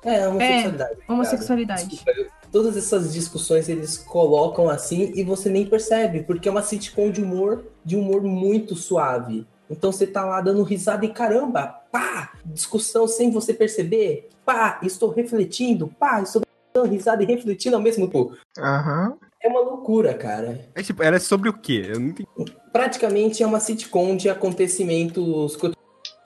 S3: É, homossexualidade.
S4: É, homossexualidade. Desculpa,
S3: todas essas discussões eles colocam assim e você nem percebe, porque é uma sitcom de humor, de humor muito suave. Então você tá lá dando risada e caramba, pá, discussão sem você perceber, pá, estou refletindo, pá, estou dando risada e refletindo ao mesmo tempo.
S1: Uhum.
S3: É uma loucura, cara.
S2: É tipo, era sobre o quê? Eu não entendi.
S3: Praticamente é uma sitcom de acontecimentos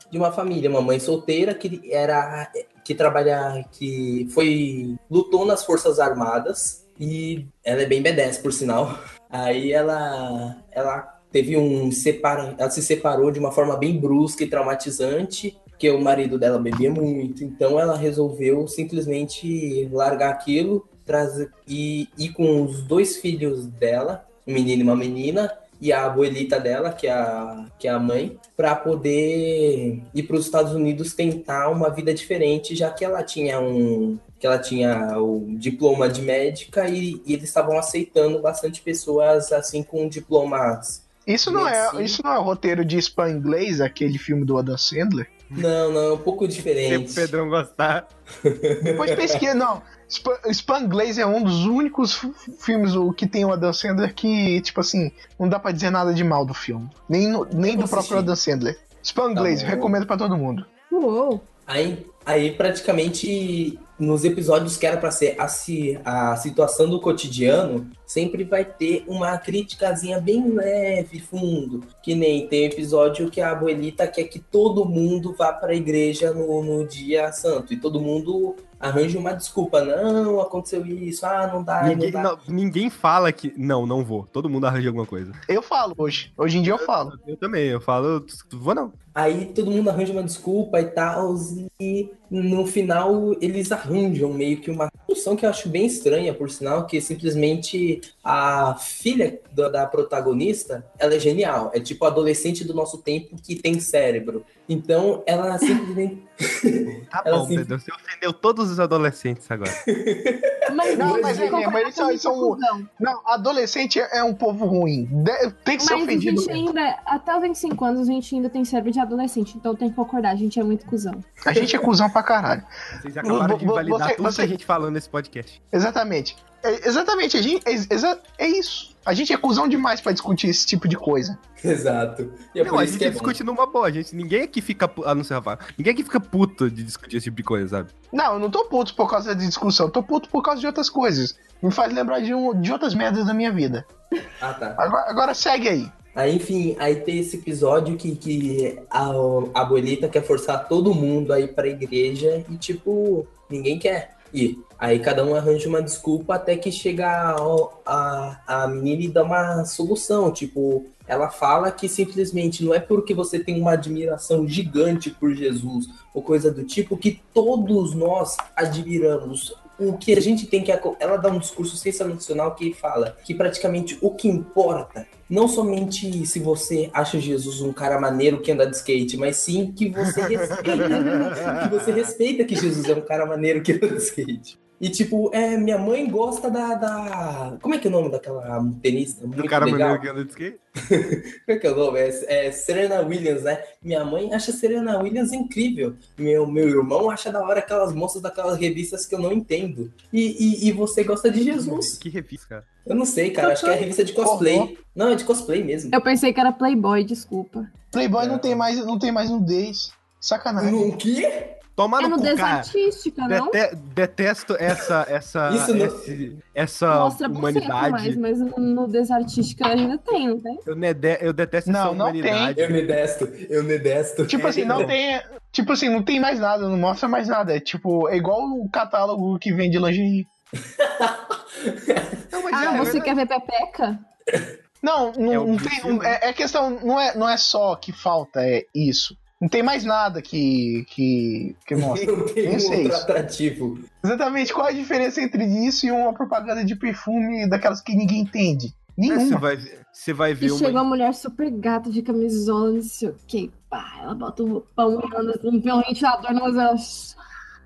S3: de uma família, uma mãe solteira que era que trabalha, que foi lutou nas forças armadas e ela é bem B10 por sinal. Aí ela ela teve um separa, ela se separou de uma forma bem brusca e traumatizante, que o marido dela bebia muito, então ela resolveu simplesmente largar aquilo, trazer e ir com os dois filhos dela, um menino e uma menina, e a abuelita dela, que é a, que é a mãe, para poder ir para os Estados Unidos tentar uma vida diferente, já que ela tinha um que ela tinha o diploma de médica e, e eles estavam aceitando bastante pessoas assim com diplomas
S1: isso não,
S3: assim-
S1: é, isso não é roteiro de spam inglês, aquele filme do Adam Sandler?
S3: Não, não, é um pouco diferente.
S2: Se o Pedrão gostar.
S1: Depois pesquisa, não. Spam inglês é um dos únicos filmes que tem o Adam Sandler que, tipo assim, não dá pra dizer nada de mal do filme. Nem, no, nem do próprio Adam Sandler. Spam inglês, tá recomendo para todo mundo.
S4: Uou!
S3: Aí, aí praticamente nos episódios que era para ser a, a situação do cotidiano, sempre vai ter uma criticazinha bem leve, fundo. Que nem tem episódio que a abuelita quer que todo mundo vá para a igreja no, no dia santo. E todo mundo arranja uma desculpa. Não, aconteceu isso. Ah, não dá.
S2: Ninguém,
S3: não dá.
S2: Não, ninguém fala que. Não, não vou. Todo mundo arranja alguma coisa.
S1: Eu falo hoje. Hoje em dia eu, falo.
S2: Eu, eu também. Eu falo, vou não.
S3: Aí todo mundo arranja uma desculpa e tal. E no final eles arranjam meio que uma solução que eu acho bem estranha, por sinal, que simplesmente a filha da, da protagonista ela é genial. É tipo adolescente do nosso tempo que tem cérebro. Então ela simplesmente.
S2: Tá bom, sempre... Pedro. Você ofendeu todos os adolescentes agora.
S4: Mas
S1: Não, mas é mesmo, eles são, eles são. Não, adolescente é um povo ruim. De- Tem que ser
S4: Mas a
S1: ofendido.
S4: gente ainda, até os 25 anos, a gente ainda tem cérebro de adolescente, então tem que concordar, a gente é muito cuzão.
S1: A gente é cuzão pra caralho.
S2: Vocês acabaram de
S1: Vo- vo-
S2: invalidar
S1: você-
S2: tudo
S1: você-
S2: que a gente falou nesse podcast.
S1: Exatamente. É- exatamente, a gente, é, exa- é isso. A gente é cuzão demais pra discutir esse tipo de coisa.
S3: Exato. E é
S2: não,
S3: por
S2: a
S3: isso
S2: gente
S3: que é bom.
S2: discute numa boa. A gente, ninguém aqui fica. pu- A não ser Rafael. Ninguém aqui fica puto de discutir esse tipo de coisa, sabe?
S1: Não, eu não tô puto por causa de discussão, eu tô puto por causa de outras coisas. Me faz lembrar de, um- de outras merdas da minha vida.
S3: Ah, tá.
S1: Agora, agora segue aí.
S3: Aí, enfim, aí tem esse episódio que, que a, a abuelita quer forçar todo mundo a ir pra igreja e, tipo, ninguém quer ir. Aí cada um arranja uma desculpa até que chega ao- a, a, menina e dá uma solução. Tipo, ela fala que simplesmente não é porque você tem uma admiração gigante por Jesus ou coisa do tipo que todos nós admiramos o que a gente tem que. aco- Ela dá um discurso sensacional que fala que praticamente o que importa, não somente se você acha Jesus um cara maneiro que anda de skate, mas sim que você respeita. que você respeita que Jesus é um cara maneiro que anda de skate. E tipo, é, minha mãe gosta da. da... Como é que é o nome daquela
S2: Do
S3: tenista? Muito
S2: cara
S3: legal.
S2: maneiro que anda de skate.
S3: Como é que é o nome? É, é Serena Williams, né? Minha mãe acha Serena Williams incrível. Meu, meu irmão acha da hora aquelas moças daquelas revistas que eu não entendo. E, e, e você gosta de Jesus?
S2: Que revista, cara.
S3: Eu não sei, cara. Acho que é revista de cosplay. Não, é de cosplay mesmo.
S4: Eu pensei que era Playboy, desculpa.
S1: Playboy não tem mais, não tem mais nudez. Sacanagem.
S3: No quê?
S2: Tomar
S4: é
S1: um
S2: no cu,
S4: nudez
S2: cara.
S4: artística, não?
S2: Dete- detesto essa
S1: Ah,
S2: essa
S3: Isso não-
S2: esse- essa
S4: Mostra buceta mais,
S2: humanidade.
S4: mas nudez artística ainda tem, não tem?
S2: Eu, nede- eu detesto
S1: Não,
S2: essa
S1: não tem.
S2: humanidade.
S3: Eu nedesto, eu nedesto.
S1: Tipo assim,
S3: é.
S1: não tem. Tipo assim, não tem mais nada, não mostra mais nada. É tipo, é igual o catálogo que vende lingerie.
S2: Não, mas
S4: Ah,
S2: é
S4: você
S2: verdade.
S4: quer ver pepeca?
S1: Não, não,
S2: É
S1: não tem.
S2: objetivo. né?
S1: não- é, é questão, não é, não é só que falta, é isso. Não tem mais nada que, que, que mostra.
S3: Não tem
S1: Esse
S3: um
S1: é
S3: outro
S1: isso.
S3: atrativo.
S1: Exatamente, qual é a diferença entre isso e uma propaganda de perfume daquelas que ninguém entende?
S2: Você
S1: Nenhuma.
S2: vai, ver- você vai
S4: E
S2: ver
S4: chegou
S2: uma.
S4: uma mulher super gata de camisola, não sei o que. Pá, ela bota um o pão assim, pelo ventilador, mas ela.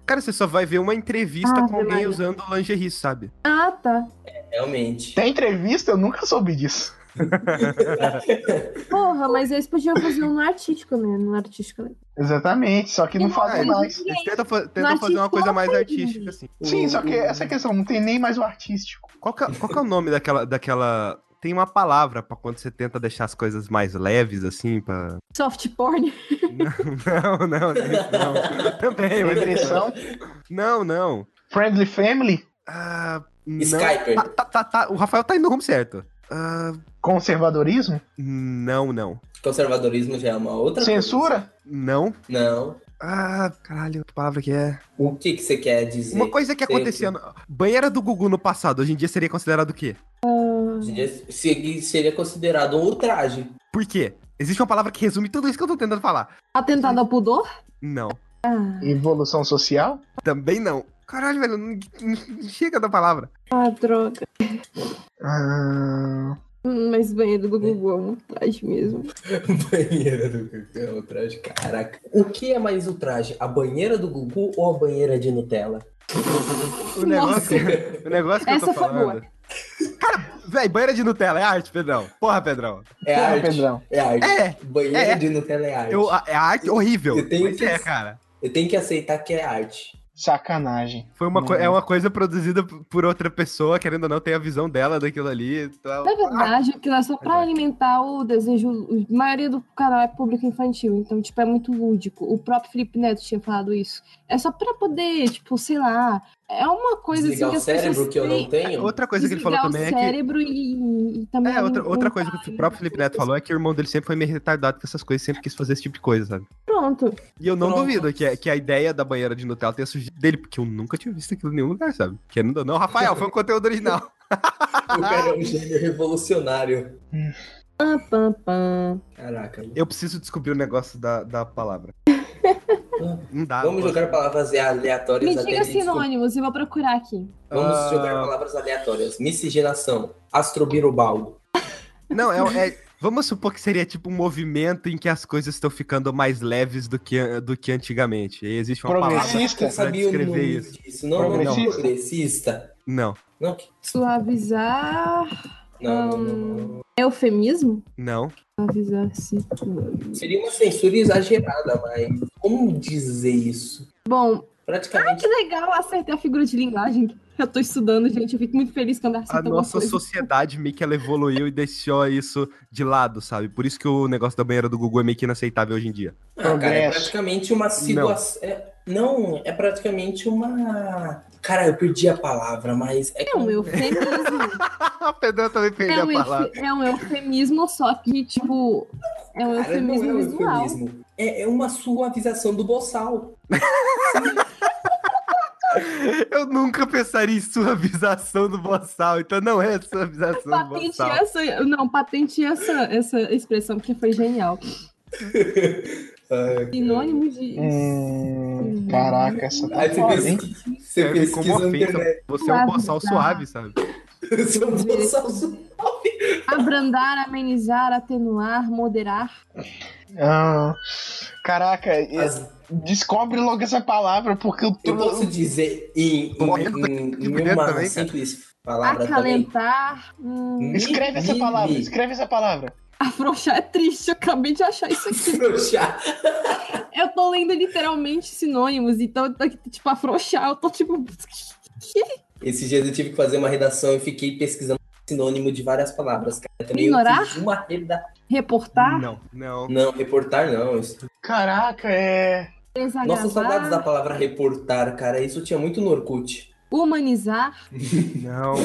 S2: Cara, você só vai ver uma entrevista
S4: Ah,
S2: com alguém
S4: Maria.
S2: usando lingerie, sabe?
S4: Ah, tá.
S3: Realmente.
S1: Tem entrevista? Eu nunca soube disso.
S4: Porra, mas eles podiam fazer um no artístico mesmo, no artístico.
S1: Exatamente, só que não
S4: Não,
S1: fazem
S2: é.
S1: mais.
S2: Eles tentam, fa- tentam fazer uma
S4: artístico
S2: coisa
S4: não
S2: mais
S4: tem.
S2: artística, assim.
S1: Sim,
S3: O-
S1: só que essa é a questão, não tem nem mais o artístico.
S2: Qual que, é- qual que é o nome daquela, daquela. Tem uma palavra pra quando você tenta deixar as coisas mais leves, assim, pra.
S4: Soft porn.
S2: Não, não, não. não. Também, mas. é,
S1: Depressão,
S2: Não, não.
S1: friendly family,
S2: Ah, não.
S3: Skyper.
S2: Tá, tá, tá, tá. O Rafael tá indo no rumo certo. Ah,
S1: conservadorismo,
S2: não, não.
S3: Conservadorismo já é uma outra coisa.
S1: censura,
S2: Não.
S3: Não.
S2: Ah, caralho, que palavra que é?
S3: O que, que você quer dizer?
S2: Uma coisa que
S3: Sempre.
S2: acontecia. No... Banheira do Gugu no passado, hoje em dia seria considerado o quê?
S3: Hoje em dia se- Seria considerado um ultraje.
S2: Por quê? Existe uma palavra que resume tudo isso que eu tô tentando falar.
S4: Atentado ao pudor?
S2: Não.
S4: Ah,
S1: evolução social,
S2: Também não. Caralho, velho, não, não chega da palavra.
S4: ah, droga.
S1: ah,
S4: Hum, Mas banheiro do Google é um traje mesmo.
S3: banheira do Gugu é ultraje, caraca. O que é mais ultraje? A banheira do Gugu ou a banheira de Nutella?
S2: O negócio, o negócio que eu
S4: Essa
S2: tô
S4: foi boa.
S2: falando. Cara, velho, banheira de Nutella é arte, Pedrão. Porra, Pedrão.
S3: É
S1: Porra,
S3: arte.
S1: Pedrão.
S3: É arte.
S2: É,
S3: Banheira
S2: é.
S3: de Nutella é arte. Eu,
S2: eu, é arte horrível.
S3: Eu tenho
S2: Mas
S3: que-
S2: é, cara.
S3: tenho que aceitar que é arte.
S1: sacanagem.
S2: Foi uma, co-
S1: Não.
S2: é
S3: Uhum.
S2: uma coisa produzida p- por outra pessoa, querendo ou não, tem a visão dela daquilo ali e tal.
S4: Na verdade, aquilo é só pra alimentar o desejo. A maioria do canal é público infantil, então, tipo, é muito lúdico. O próprio Felipe Neto tinha falado isso. É só pra poder, tipo, sei lá. É uma coisa
S3: Desligar
S4: assim
S3: o
S4: que as
S3: cérebro
S4: pessoas
S3: que eu não
S4: têm-
S3: tenho.
S2: Outra coisa que ele falou
S4: desligar
S2: também é
S4: o
S2: que.
S4: cérebro e, e também.
S2: É, outra, outra
S4: alimentar.
S2: coisa que o próprio Felipe Neto falou é que o irmão dele sempre foi meio retardado com essas coisas, sempre quis fazer esse tipo de coisa, sabe?
S4: Pronto.
S2: E eu não
S3: Pronto.
S2: duvido que, é- que a ideia da banheira de Nutella tenha surgido dele, porque eu nunca tinha visto aquilo em nenhum lugar, sabe? Que não, não, Rafael, foi um conteúdo original.
S3: O cara é um gênio revolucionário.
S4: Pam, pam, pam.
S3: Caraca.
S2: Eu preciso descobrir o negócio da, da palavra. Não dá.
S3: Vamos
S2: não
S3: jogar palavras aleatórias
S4: Me
S3: até
S4: diga assim,
S3: ele descobrir.
S4: sinônimos, eu vou procurar aqui.
S3: Vamos
S2: Ah.
S3: jogar palavras aleatórias. Miscigenação. Astrobirubaldo.
S2: Não, é, é- Vamos supor que seria tipo um movimento em que as coisas estão ficando mais leves do que, do que antigamente. E existe uma palavra.
S1: Progressista,
S3: Eu sabia o
S2: descrever
S3: nome
S2: isso.
S3: disso. Não, não, não.
S1: Progressista?
S3: Progressista.
S2: Não,
S3: Não, que-
S4: Suavizar. Ah. é
S3: não, não, não, não.
S4: Eufemismo?
S2: não.
S4: Suavizar, sim.
S3: Seria uma censura exagerada, mas como dizer isso?
S4: Bom,
S3: Praticamente
S4: que legal, acertei a figura de linguagem. Eu tô estudando, gente. Eu fico muito feliz quando acerto
S2: A
S4: alguma
S2: nossa
S4: um coisa.
S2: sociedade meio que ela evoluiu e deixou isso de lado, sabe? Por isso que o negócio da banheira do Google é meio que inaceitável hoje em dia.
S3: Ah, cara, é
S1: Progresso.
S3: praticamente uma situação. É, não, é praticamente uma. Cara, eu perdi a palavra, mas. É
S4: É um eufemismo.
S2: A Pedro também perdeu
S4: é, um
S2: a palavra.
S4: eufe- é um eufemismo, só que, tipo, é um
S3: Cara, não
S4: eufemismo
S3: é um
S4: visual.
S3: eufemismo. É, é uma suavização do boçal.
S2: Eu nunca pensaria em suavização do boçal, então não é suavização do
S4: Patente
S2: boçal.
S4: essa, não, patente essa, essa expressão que foi genial. Sinônimo de.
S1: Hum, caraca, essa tá
S3: Aí você
S1: foda, hein?
S3: pesquisa, você
S2: Serve como
S3: pesquisa na
S2: ofensa.
S3: internet.
S2: Você é um
S4: Suavizar.
S2: boçal suave, sabe?
S3: Seu boçal su-
S4: Abrandar, amenizar, atenuar, moderar.
S1: Ah, caraca, é,
S3: As-
S1: descobre logo essa palavra, porque eu
S3: Eu
S1: tô...
S3: posso dizer em,
S2: Tô
S3: em,
S2: vendo
S3: em-
S2: aqui
S3: em
S2: dentro
S3: uma
S2: também, cara.
S3: simples palavra também.
S4: Acalentar. Hum,
S1: Escreve essa
S3: Mimimi.
S1: palavra, escreve essa palavra.
S4: afrouxar é triste, eu acabei de achar isso aqui.
S3: Frouxar.
S4: Eu tô lendo literalmente sinônimos, então eu tô aqui, tipo, afrouxar, eu tô tipo.
S3: Esses dias eu tive que fazer uma redação e fiquei pesquisando sinônimo de várias palavras. Cara. Também
S4: Ignorar?
S3: Eu fiz uma reda...
S4: Reportar,
S2: Não, não.
S3: Não, reportar não. Isso-
S1: Tá Caraca, é...
S4: desagravar,
S3: Nossa, saudades da palavra reportar, cara. Isso tinha muito no Orkut.
S4: humanizar,
S2: Não.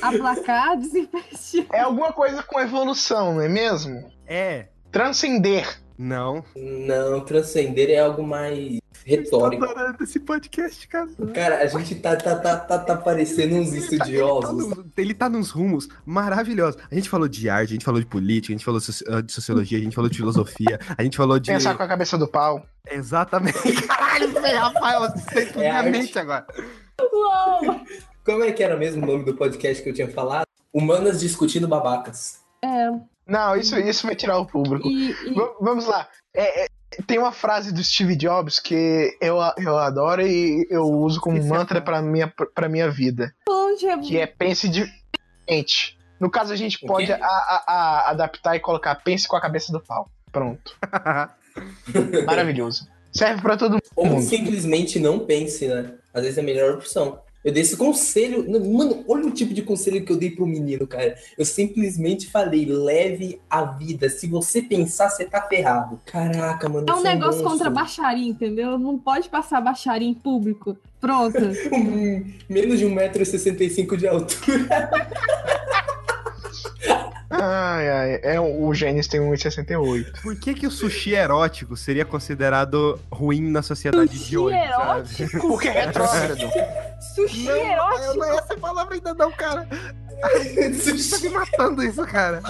S4: aplacar, desinvestir.
S1: É alguma coisa com evolução, não é mesmo?
S2: É.
S1: Transcender.
S2: Não.
S3: Não, transcender é algo mais retórico.
S2: Tá esse podcast, cara.
S3: Cara, a gente tá, tá, tá, tá, tá parecendo uns
S2: Ele tá-
S3: estudiosos.
S2: Ele tá, num- ele tá nos rumos maravilhosos. A gente falou de arte, a gente falou de política, a gente falou soci- ah, de sociologia, a gente falou de filosofia, a gente falou de.
S1: Pensar com a cabeça do pau.
S2: Exatamente. Caralho, velho, Rafael, você tem tudo
S3: É
S2: na
S3: arte.
S2: mente agora.
S4: Uou!
S3: Como é que era mesmo o nome do podcast que eu tinha falado? Humanas discutindo babacas.
S4: É,
S1: Não, isso, isso vai tirar o público.
S4: e, e-
S1: V- vamos lá. É, é, tem uma frase do Steve Jobs que eu, a- eu adoro e eu uso como
S2: Esse é
S1: mantra
S2: bom.
S1: pra minha, pra minha vida.
S4: onde é-
S1: Que é pense diferente. No caso, a gente
S3: O
S1: pode
S3: quê?
S1: a- a- a- adaptar e colocar pense com a cabeça do pau. Pronto. Maravilhoso. Serve pra todo mundo.
S3: Ou
S2: Uhum.
S1: Hum.
S3: simplesmente não pense, né? Às vezes é a melhor opção. Eu dei esse conselho. Mano, olha o tipo de conselho que eu dei pro menino, cara. Eu simplesmente falei, leve a vida. Se você pensar, você tá ferrado. Caraca, mano.
S4: É um
S3: isso
S4: negócio
S3: monstro.
S4: contra a baixaria, entendeu? Não pode passar baixaria em público. Pronto.
S3: Um- Menos de 1,65m de altura.
S1: Ai, ai. É, o Gênesis tem 1,68.
S2: Por que, que o sushi erótico seria considerado ruim na sociedade de hoje?
S4: Sushi
S2: sabe?
S1: Porque é retrógrado.
S4: Sushi erótico.
S2: não é essa palavra ainda não, cara. Você tá me matando isso, cara.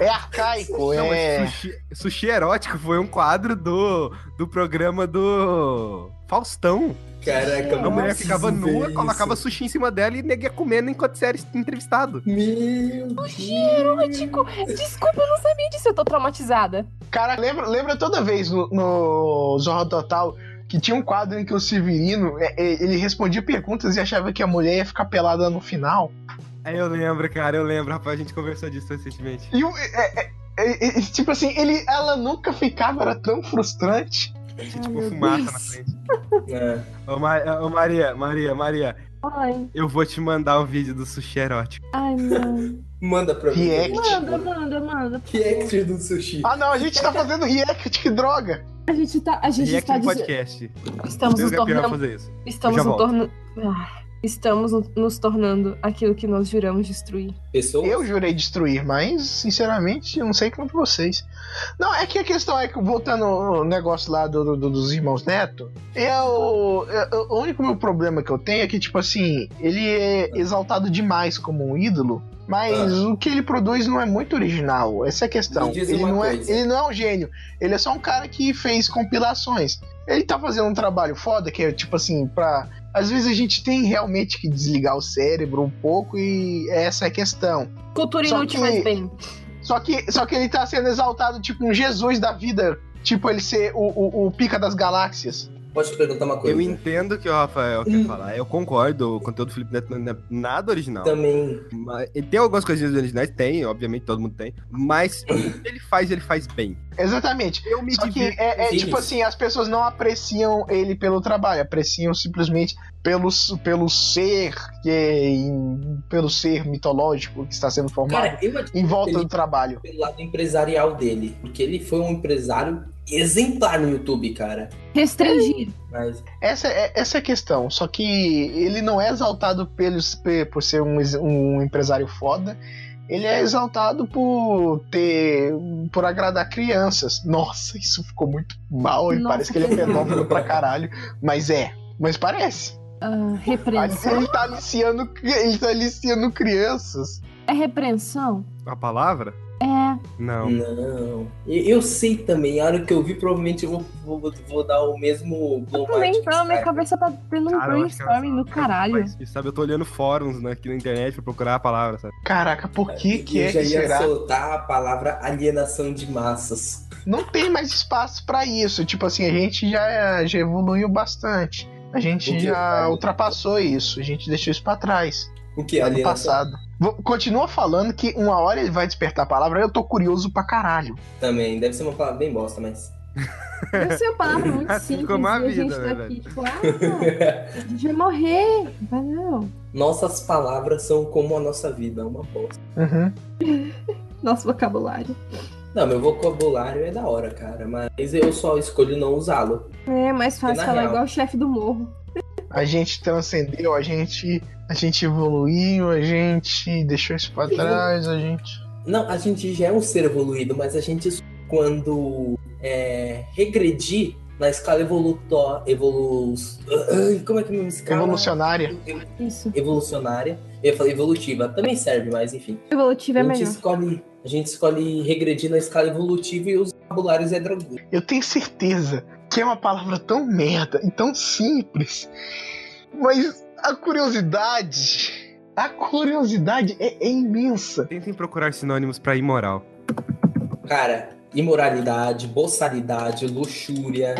S1: É arcaico.
S2: Não,
S1: é...
S2: mas sushi, sushi erótico foi um quadro do, do programa do Faustão.
S3: Caraca,
S2: A
S3: mano.
S2: mulher
S3: eu preciso
S2: ficava
S3: ver
S2: nua,
S3: isso.
S2: colocava sushi em cima dela e neguia comendo enquanto você era entrevistado.
S3: Meu
S4: Erótico. tipo, Desculpa, eu não sabia disso. Eu tô traumatizada.
S1: Cara, lembra, lembra toda vez no, no Zorro Total que tinha um quadro em que o Severino é, é, ele respondia perguntas e achava que a mulher ia ficar pelada no final.
S2: Aí eu lembro, cara, eu lembro, rapaz, a gente conversou disso recentemente.
S1: E o- é, é, é, é, tipo assim, ele, ela nunca ficava, era tão frustrante.
S2: A gente tipo fumaça na frente.
S3: É.
S2: Ô, Ma- ô, Maria, Maria, Maria,
S4: Ai,
S2: eu vou te mandar um vídeo do sushi erótico.
S4: ai, não.
S3: Manda pra mim.
S1: React.
S4: Manda, manda, manda.
S3: React do sushi.
S1: Ah não, a gente tá fazendo react, que droga!
S4: A gente tá. A gente
S2: React
S4: tá
S2: no
S4: dizendo.
S2: podcast.
S4: Estamos
S2: Tem
S4: nos
S2: o campeão
S4: tornando.
S2: fazer isso.
S4: Estamos
S2: Já
S4: nos
S2: volto.
S4: tornando. Ah, Estamos no- nos tornando aquilo que nós juramos destruir.
S3: Pessoa?
S1: Eu jurei destruir, mas sinceramente eu não sei como é vocês. Não, é que a questão é que, voltando ao negócio lá do, do- dos irmãos Neto, eu, eu- o único meu problema que eu tenho é que, tipo assim, ele é exaltado demais como um ídolo, mas o que ele produz não é muito original. Essa é a questão.
S3: Ah. Me diz
S1: Ele
S3: uma
S1: não, é,
S3: coisa.
S1: ele não é um gênio, ele é só um cara que fez compilações. Ele tá fazendo um trabalho foda, que é tipo assim, pra. Às vezes a gente tem realmente que desligar o cérebro um pouco e essa é a questão.
S4: Cultura
S1: Só
S4: inútil
S1: que-
S4: faz bem.
S1: Só que, só que ele tá sendo exaltado, tipo, um Jesus da vida. Tipo, ele ser o, o, o pica das galáxias.
S3: Posso te perguntar uma coisa?
S2: Eu entendo o que o Rafael quer
S3: Hum.
S2: falar, eu concordo, o conteúdo do Felipe Neto não é nada original.
S3: Também.
S2: Mas- e tem algumas coisinhas originais? Tem, obviamente todo mundo tem. Mas o que ele faz, ele faz bem.
S1: Exatamente.
S2: Eu me
S1: Só que
S2: divirto.
S1: é, é
S3: Sim.
S1: tipo assim, as pessoas não apreciam ele pelo trabalho, apreciam simplesmente pelo, pelo ser que é pelo ser mitológico que está sendo formado
S3: Cara, eu admiro
S1: em volta
S3: ele-
S1: do trabalho.
S3: pelo lado empresarial dele. Porque ele foi um empresário exemplar no YouTube, cara.
S4: Restringir.
S3: Mas
S1: Essa é, essa é a questão. Só que ele não é exaltado pelos, pe- por ser um, ex- um empresário foda. Ele é exaltado por ter. por agradar crianças. Nossa, isso ficou muito mal. e
S4: Nossa,
S1: parece que ele é
S4: que-
S1: pedófilo pra caralho. Mas é. Mas parece.
S4: Ah, repreensão.
S1: Ele tá aliciando, cri- ele tá aliciando crianças.
S4: É repreensão?
S2: A palavra?
S4: É.
S1: Então.
S2: Não.
S3: não. E- Eu sei também. A hora que eu vi, provavelmente eu vou, vou, vou dar o mesmo
S4: Eu
S3: blow
S4: também,
S3: mind que
S4: então, minha
S3: esse cara.
S4: cabeça tá tendo um
S2: Cara, eu acho que ela-
S4: brainstorming do caralho.
S2: Mas, sabe, eu tô olhando fóruns né, aqui na internet pra procurar a palavra, sabe?
S1: Caraca, por que, que
S3: eu
S1: é
S3: já
S1: que
S3: ia
S1: será?
S3: soltar a palavra alienação de massas.
S1: Não tem mais espaço pra isso. Tipo assim, a gente já, já evoluiu bastante. A gente
S3: Entendi.
S1: já ultrapassou isso. A gente deixou isso pra trás.
S3: O que? é
S1: Ano
S3: Alienação
S1: passado. Vou- Continua falando que uma hora ele vai despertar a palavra. Eu tô curioso pra caralho.
S3: também. Deve ser uma palavra bem bosta, mas.
S4: Deve ser uma palavra muito
S2: Assim
S4: simples.
S2: ficou uma
S4: e a
S2: vida,
S4: gente
S2: né,
S4: tá aqui, tipo, ah, a gente vai morrer. Mas não.
S3: Nossas palavras são como a nossa vida, uma bosta.
S1: Uhum.
S4: Nosso vocabulário.
S3: Não, meu vocabulário é da hora, cara, mas eu só escolho não usá-lo.
S4: É mais fácil
S3: na
S4: falar
S3: real.
S4: igual o chefe do morro.
S1: A gente transcendeu, a gente, a gente evoluiu, a gente deixou isso pra trás, a gente.
S3: Não, a gente já é um ser evoluído, mas a gente, quando é, regredir, na escala evolutó, evolu... Ai, Como é que é o nome da escala?
S1: Evolucionária.
S4: Isso.
S3: Evolucionária. Eu ia falar evolutiva. Também serve, mas enfim.
S4: Evolutivo é
S3: a gente
S4: melhor.
S3: escolhe... A gente escolhe regredir na escala evolutiva e os vocabulários é dragão.
S1: Eu tenho certeza que é uma palavra tão merda e tão simples, mas a curiosidade, a curiosidade é, é imensa.
S2: Tentem procurar sinônimos pra imoral.
S3: Cara, imoralidade, boçalidade, luxúria.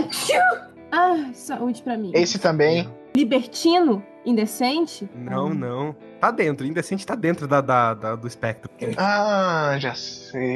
S4: Ah, saúde pra mim.
S1: Esse também,
S4: Libertino? Indecente?
S2: Não, não. Tá dentro, indecente tá dentro da, da- da- do espectro.
S1: ah, já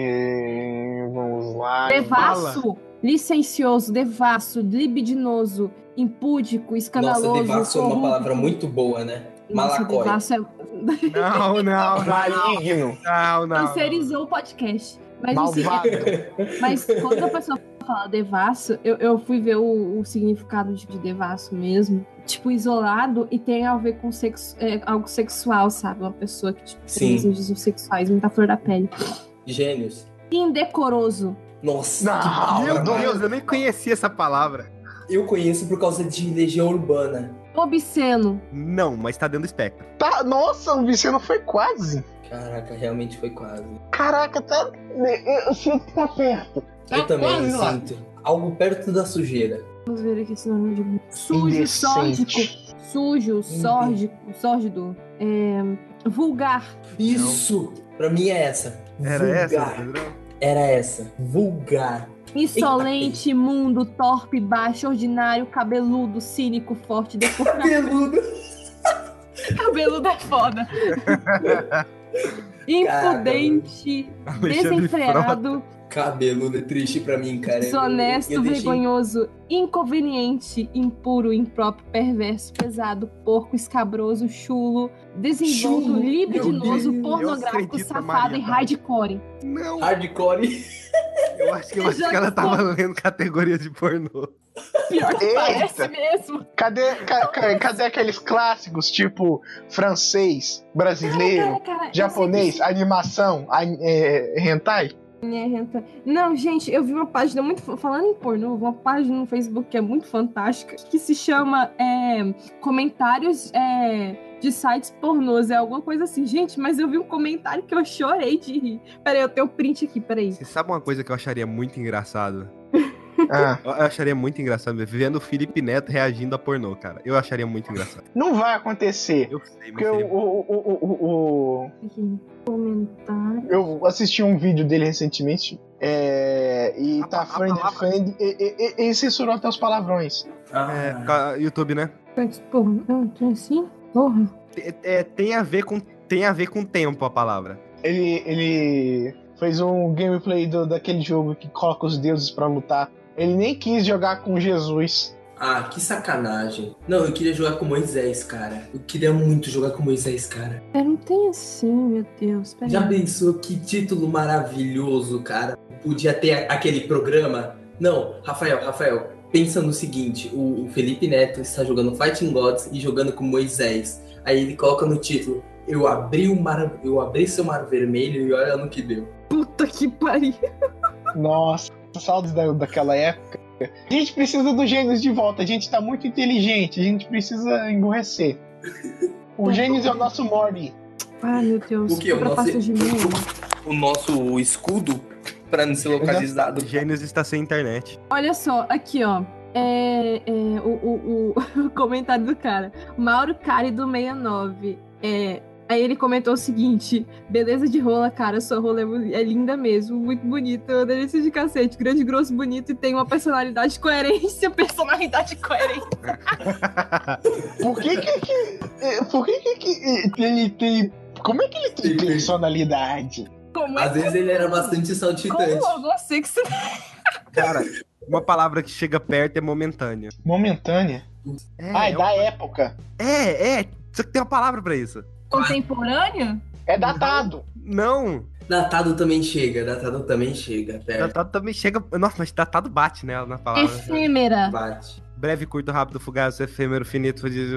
S1: sei, vamos lá.
S4: Devasso? Licencioso, devasso, libidinoso, impúdico, escandaloso.
S3: Nossa, devasso é uma
S4: corrupto.
S3: palavra muito boa, né?
S4: Nossa,
S3: Malacói.
S4: devasso é...
S2: Não, não,
S1: Maligno,
S2: não, não.
S4: Cancerizou o podcast. Mas, assim,
S1: Tá. malvado.
S4: é- mas quando a pessoa fala devasso, eu, eu fui ver o, o significado de, de devasso mesmo. Tipo, isolado e tem a ver com sexo, é, algo sexual, sabe? Uma pessoa que tipo,
S3: Sim.
S4: tem desejos sexuais, muita flor da pele.
S3: Gênios.
S4: Indecoroso.
S3: Nossa,
S1: Não,
S3: que palavra,
S2: Meu
S1: Não,
S3: mano.
S2: Deus, eu nem conhecia essa palavra.
S3: Eu conheço por causa de Legião Urbana.
S4: Obsceno.
S2: Não, mas tá dentro do espectro.
S1: Tá, nossa, o Vicino foi quase.
S3: Caraca, realmente foi quase.
S1: Caraca, tá. Eu sinto que tá perto. Tá
S3: eu também
S1: quase lá.
S3: sinto. Algo perto da sujeira.
S4: Vamos ver aqui esse nome de. Sujo,
S1: Indecente.
S4: sórdico. Sujo, sórdico, sórdido. É, vulgar.
S3: Isso! Pra mim é essa.
S2: Era essa?
S3: Vulgar.
S2: Pedrão?
S3: Era essa. Vulgar.
S4: Insolente, imundo, torpe, baixo, ordinário, cabeludo, cínico, forte, deformado.
S3: Peludo.
S4: cabeludo é foda. Impudente,
S2: Alexandre Frota.
S4: desenfreado,
S3: Cabeludo é triste pra mim, cara. Eu-
S4: desonesto,
S3: eu deixei-
S4: vergonhoso, inconveniente, impuro, impróprio, perverso, pesado, porco, escabroso, chulo, desenvolto,
S3: Chulo?
S4: libidinoso,
S3: Meu Deus,
S4: pornográfico,
S2: acredito na
S4: safado e
S2: Maria.
S4: hardcore.
S2: Não,
S3: Hardcore.
S2: eu acho que, eu acho que ela tava lendo categoria de pornô.
S4: Pior que
S1: Eita.
S4: parece mesmo.
S1: Cadê, ca- ca- cadê aqueles clássicos tipo francês, brasileiro,
S4: Cara, cara, É, eu sei que
S1: japonês, animação, a- é, hentai?
S4: Minha renta. Não, gente, eu vi uma página muito. fa- Falando em pornô, uma página no Facebook que é muito fantástica, que se chama é, Comentários é, de Sites Pornôs. É alguma coisa assim. Gente, mas eu vi um comentário que eu chorei de rir. Peraí, eu tenho o print aqui, peraí.
S2: Você sabe uma coisa que eu acharia muito engraçado?
S1: Ah,
S2: Eu eu acharia muito engraçado mesmo, vendo o Felipe Neto reagindo a pornô, cara. Eu acharia muito engraçado.
S1: não vai acontecer.
S2: Eu sei, mas
S1: Porque eu,
S2: seria...
S1: o- o- o- o- o-
S4: Aqui, Comentário.
S1: eu assisti um vídeo dele recentemente é, e
S2: A-
S1: tá
S2: a
S1: friend,
S2: palavra-
S1: friend e, e- e- e censurou até os palavrões.
S2: É,
S3: Ah,
S2: ca- YouTube, né?
S4: Sites Pornô. Ah, tem assim? Porra.
S2: Te- é, tem a ver com tem a ver com tempo a palavra.
S1: Ele, ele fez um gameplay do- daquele jogo que coloca os deuses pra lutar. Ele nem quis jogar com Jesus.
S3: ah, que sacanagem. Não, eu queria jogar com Moisés, cara. Eu queria muito jogar com Moisés, cara.
S4: É, não tem assim, meu Deus. Peraí.
S3: Já pensou que título maravilhoso, cara? Podia ter a- aquele programa? Não, Rafael, Rafael, pensa no seguinte: o, o Felipe Neto está jogando Fighting Gods e jogando com Moisés. Aí ele coloca no título: Eu abri o mar, eu abri seu mar vermelho e olha no que deu.
S4: Puta que pariu.
S1: Nossa, saudades da- daquela época. A gente precisa dos gênios de volta. A gente tá muito inteligente. A gente precisa engorrecer. O gênios é o nosso Morty.
S4: Ai, meu Deus.
S3: O que? O
S4: pra
S3: nosso,
S4: passar de mim.
S3: o nosso escudo para não ser localizado.
S2: Gênios está sem internet.
S4: Olha só, aqui, ó. É, é, o, o- o- o comentário do cara. Mauro Cari do 69. É, aí ele comentou o seguinte: beleza de rola, cara. Sua rola é, bu- é linda mesmo, muito bonita. é uma Delícia de cacete, grande, grosso, bonito e tem uma personalidade coerente. Personalidade coerente.
S1: Por que que, que- eh, por que que, que eh, ele tem... Como é que ele tem
S3: Ele-
S1: personalidade?
S4: Como é
S3: Às vezes ele era bastante saltitante.
S4: como você que você tá
S2: Cara, uma palavra que chega perto é momentânea.
S1: Momentânea.
S2: É,
S1: Ah, é
S2: é,
S1: da época.
S2: é, é, só que tem uma palavra pra isso.
S4: contemporâneo?
S1: É datado.
S2: Não,
S3: Datado também chega, datado também chega, pera.
S2: datado também chega. Nossa, mas datado bate né, na palavra.
S4: Efêmera.
S3: Bate.
S2: Breve, curto, rápido, fugaz, efêmero, finito, fudido,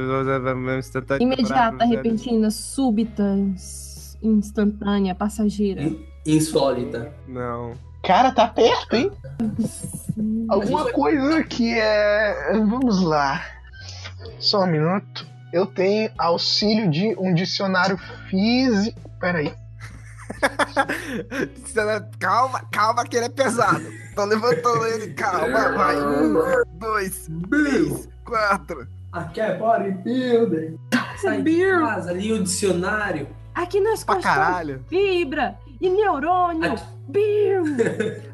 S2: instantâneo,
S4: Imediata,
S2: temporário,
S4: repentina, súbita, ins- instantânea, passageira.
S3: Insólita.
S2: Não.
S1: Cara, tá perto, hein? Alguma coisa que é. Vamos lá. Só um minuto. Eu tenho auxílio de um dicionário físico. Peraí.
S11: calma, calma, que ele é pesado. Tô levantando ele, calma, Ah, vai. Um, dois, três, quatro.
S3: Aqui é bodybuilding.
S2: é
S3: Sai de casa, ali o dicionário.
S4: Aqui nós
S11: Pra
S4: construímos
S11: caralho.
S4: fibra e neurônio. Biu!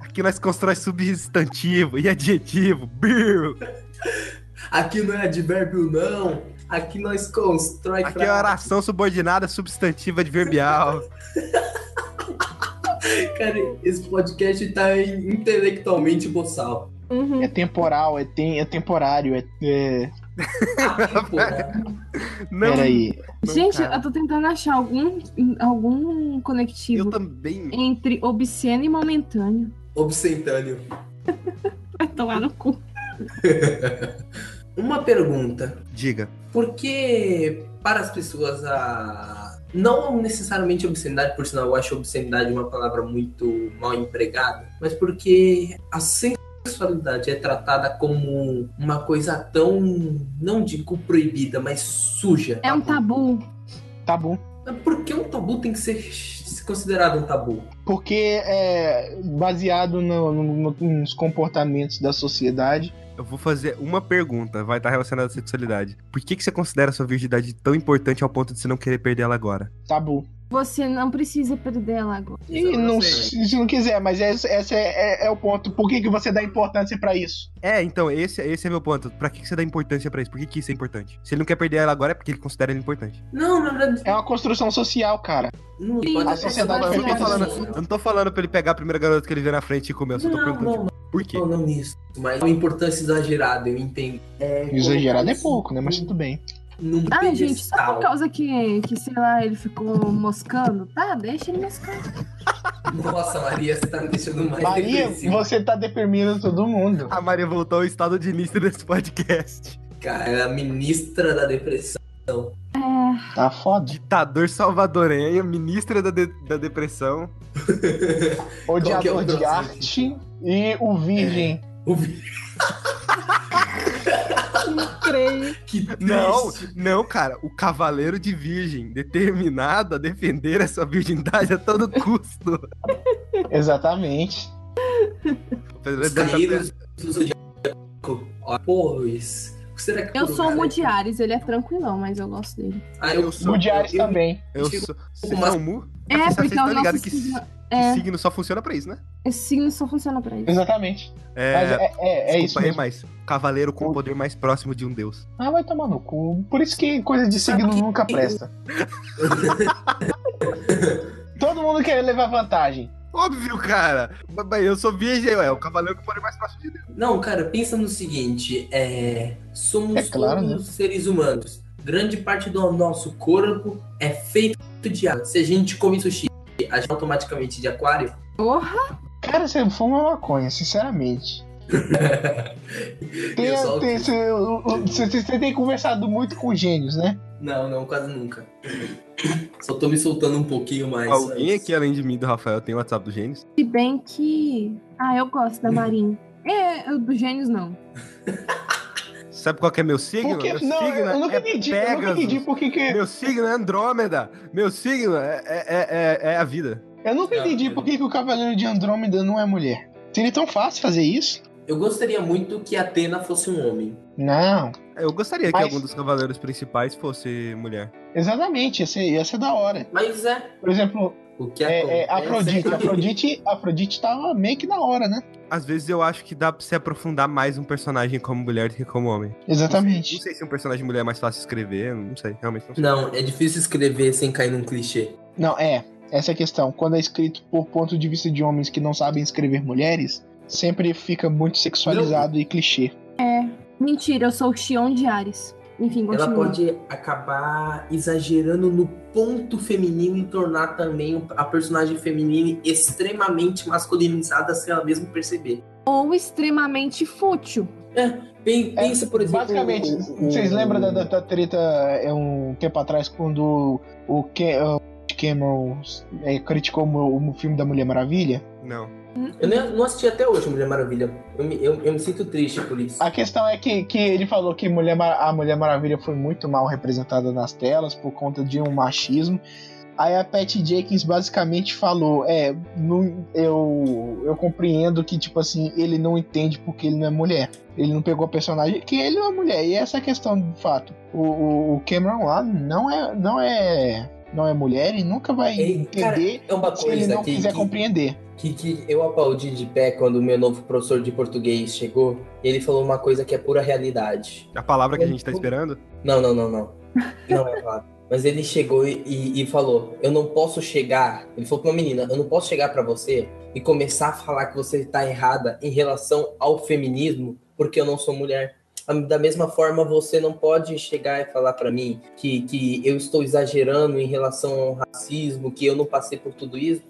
S2: Aqui nós constrói substantivo e adjetivo. Biu.
S3: Aqui não é advérbio, não. Aqui nós constrói
S2: Aqui é
S3: frase.
S2: oração subordinada substantiva adverbial.
S3: Cara, esse podcast tá in- intelectualmente boçal.
S4: Uhum.
S1: É temporal, é, tem, é temporário, é. é...
S2: Não,
S1: Peraí.
S2: não,
S4: Gente,
S2: cara.
S4: eu tô tentando achar algum, algum
S2: eu
S4: conectivo
S2: também.
S4: entre obsceno e momentâneo.
S3: Obscentâneo.
S4: Vai tomar no cu.
S3: Uma pergunta.
S2: Diga.
S3: Por que para as pessoas a. Não necessariamente obscenidade, por sinal, eu acho obscenidade uma palavra muito mal empregada, mas porque a sexualidade é tratada como uma coisa tão, não digo proibida, mas suja.
S4: É um tabu.
S1: Tá bom.
S3: Mas Por que um tabu tem que ser considerado um tabu?
S1: Porque é baseado no- no- nos comportamentos da sociedade.
S2: Eu vou fazer uma pergunta, vai estar relacionada à sexualidade. Por que, que você considera a sua virgindade tão importante ao ponto de você não querer perder ela agora?
S1: Tabu.
S4: Você não precisa perder ela agora.
S1: Tá E não, se não quiser, mas esse, esse é, é- é o ponto. Por que, que você dá importância pra isso?
S2: É, então, esse, esse é meu ponto. Pra que, que você dá importância pra isso? Por que, que isso é importante? Se ele não quer perder ela agora, é porque ele considera ela importante.
S3: Não, na verdade,
S1: É uma construção social, cara.
S3: não
S4: Sim,
S3: pode
S1: A sociedade
S2: Eu
S1: foi
S2: não tô
S1: feita
S2: falando,
S1: assim.
S2: eu não tô falando pra ele pegar a primeira garota que ele vê na frente e comer, eu só tô
S3: Não,
S2: perguntando
S3: não,
S2: tipo, por quê?
S3: Não, não nisso, mas uma importância exagerada, eu entendo. É,
S1: Exagerado
S3: colocar
S1: é
S3: isso
S1: pouco, né? Mas tudo bem.
S3: Num
S4: Ah,
S3: pedestal.
S4: gente, só por causa que, que, sei lá, ele ficou moscando. Tá, deixa ele moscar.
S3: Nossa, Maria, você tá me deixando mais
S1: Maria,
S3: depressivo.
S1: você tá deprimindo todo mundo.
S2: A Maria voltou ao estado de início desse podcast.
S3: Cara, ela é a ministra da depressão.
S1: Tá foda.
S2: Ditador salvadorenho, ministra da, de- da depressão.
S3: que é o
S1: Odiador de
S3: próximo?
S1: arte e o virgem.
S3: O vi-
S4: Creio.
S3: Que triste.
S2: Não, não, cara. O cavaleiro de virgem, determinado a defender a sua virgindade a todo custo.
S1: Exatamente.
S2: Apesar
S3: Os
S2: de eu estar
S3: caídos do zodíaco. Ó, Porra, isso. Será que
S4: Eu
S3: todo
S4: sou o
S3: cara-
S4: Woody Ares, ele é tranquilão, mas eu gosto dele.
S3: Ah,
S2: Eu
S3: eu
S2: sou-
S3: sou.
S1: O de Ares também.
S2: Eu
S3: Tipo,
S2: sou. Você
S3: uma-
S2: não mu?
S4: É,
S2: Vocês- vocês
S4: porque é
S2: estão
S4: o nosso
S2: ligados que-
S4: signo...
S2: que
S4: É,
S2: signo só funciona pra isso, né?
S4: esse signo só funciona pra ele.
S1: Exatamente. Mas
S2: É.
S1: é, é, é isso
S2: desculpa aí,
S1: mesmo.
S2: mas cavaleiro com
S1: O-
S2: o poder mais próximo de um deus.
S1: Ah, vai tomar no cu. Por isso que coisa de signo nunca presta. Todo mundo quer levar vantagem.
S2: Óbvio, cara. Mas- mas Eu sou virgem, ué. O cavaleiro com o poder mais próximo de deus.
S3: Não, cara, pensa no seguinte: é... somos
S1: É claro,
S3: todos seres humanos. Grande parte do nosso corpo é feito de água. Se a gente come sushi, a gente automaticamente de aquário.
S4: Porra!
S1: Cara, você fuma maconha, sinceramente. Tem-
S3: Eu só-
S1: tem- cê- o- o- cê- cê- Você tem conversado muito com gênios, né?
S3: Não, não, quase nunca. Só tô me soltando um pouquinho mais.
S2: Alguém
S3: antes.
S2: aqui, é- além de mim, do Rafael, tem o WhatsApp do Gênesis?
S4: Se bem que... Ah, eu gosto da Marinha. É, eu- do Gênios não.
S2: Sabe qual que é meu signo?
S1: Porque,
S2: meu
S1: não,
S2: signo
S1: eu nunca
S2: é
S1: entendi. Eu nunca
S2: Pegasus.
S1: entendi porque que.
S2: Meu signo é Andrômeda. Meu signo é, é, é, é a vida.
S1: Eu nunca
S3: Não,
S1: entendi
S3: eu-
S1: por que que o Cavaleiro de Andrômeda não é mulher. Seria tão fácil fazer isso?
S3: Eu gostaria muito que Atena fosse um homem.
S1: Não.
S2: Eu gostaria
S1: Mas-
S2: que algum dos cavaleiros principais fosse mulher.
S1: Exatamente, ia ser, ia ser da hora.
S3: Mas é.
S1: Por exemplo,
S3: O que
S1: é, é,
S3: acontece-
S1: Afrodite. Afrodite. Afrodite tava meio que da hora, né?
S2: Às vezes eu acho que dá pra se aprofundar mais um personagem como mulher do que como homem.
S1: Exatamente.
S2: Não sei se um personagem mulher é mais fácil de escrever, não sei, realmente não sei.
S3: Não, é difícil escrever sem cair num clichê.
S1: Não, é. Essa é a questão. Quando é escrito por ponto de vista de homens que não sabem escrever mulheres, sempre fica muito sexualizado e clichê.
S4: Mentira, eu sou o Xion de Ares. Enfim, continua.
S3: Ela pode acabar exagerando no ponto feminino e tornar também a personagem feminina extremamente masculinizada sem ela mesmo perceber.
S4: Ou extremamente fútil.
S3: Pen- Pensa, por exemplo.
S1: É, Basicamente,
S3: o- o-
S1: vocês lembram da, da, da treta é um tempo atrás quando o Ke- o Cameron é, criticou o, o filme da Mulher Maravilha?
S2: Não.
S3: Eu nem- não assisti até hoje Mulher Maravilha. Eu me, eu- eu me sinto triste por isso.
S1: A questão é que, que ele falou que Mulher Mar- a Mulher Maravilha foi muito mal representada nas telas por conta de um machismo. Aí a Pat Jenkins basicamente falou: É, não- eu, eu compreendo que, tipo assim, ele não entende porque ele não é mulher. Ele não pegou a personagem, que ele não é mulher. E essa é a questão do fato. O, o, o Cameron lá não é, não é, não é mulher e nunca vai
S3: Ei, cara,
S1: entender
S3: é uma
S1: se ele
S3: coisa
S1: não
S3: que-
S1: quiser
S3: que-
S1: compreender.
S3: Que, que eu aplaudi de pé quando o meu novo professor de português chegou e ele falou uma coisa que é pura realidade.
S2: A palavra que a gente tá esperando?
S3: Não, não, não, não. Não é claro. Mas ele chegou e, e falou: Eu não posso chegar. Ele falou pra uma menina: Eu não posso chegar pra você e começar a falar que você tá errada em relação ao feminismo porque eu não sou mulher. A- Da mesma forma, você não pode chegar e falar pra mim que, que eu estou exagerando em relação ao racismo, que eu não passei por tudo isso,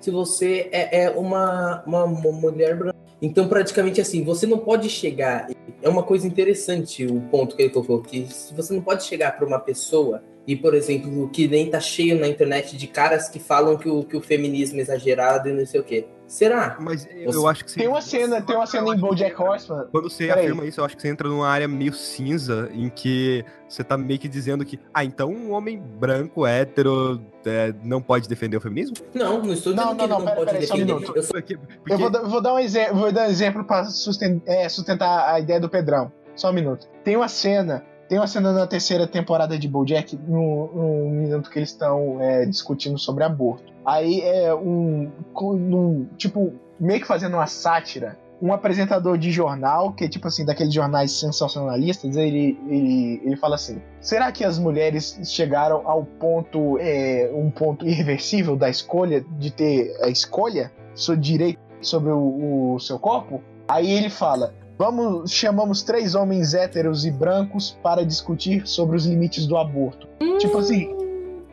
S3: se você é, é uma, uma, uma mulher branca. Então, praticamente assim, você não pode chegar é uma coisa interessante o ponto que ele colocou, que se você não pode chegar para uma pessoa e, por exemplo, que nem tá cheio na internet de caras que falam que o, que o feminismo é exagerado e não sei o quê. Será?
S2: Mas eu acho que
S1: Tem uma cena, tem uma cena em BoJack Horseman.
S2: Quando você
S1: Peraí.
S2: afirma isso, eu acho que você entra numa área meio cinza, em que você tá meio que dizendo que, ah, então um homem branco, hétero, é, não pode defender o feminismo?
S3: Não, não estou dizendo
S1: Não,
S3: que ele
S1: não, não,
S3: não,
S1: pera-
S3: pode
S1: pera, só um
S3: defender.
S1: minuto.
S3: Eu só-
S1: Eu vou, dar- vou dar um exemplo, vou dar um exemplo para sustentar a ideia do Pedrão. Só um minuto. Tem uma cena, tem uma cena na terceira temporada de BoJack, no, no minuto que eles estão é, discutindo sobre aborto. Aí é um, com- num- tipo meio que fazendo uma sátira. Um apresentador de jornal, que é tipo assim, daqueles jornais sensacionalistas, ele, ele, ele fala assim: será que as mulheres chegaram ao ponto, é, um ponto irreversível da escolha, de ter a escolha? seu direito sobre o, o seu corpo? Aí ele fala: Vamos, chamamos três homens héteros e brancos para discutir sobre os limites do aborto. Tipo assim,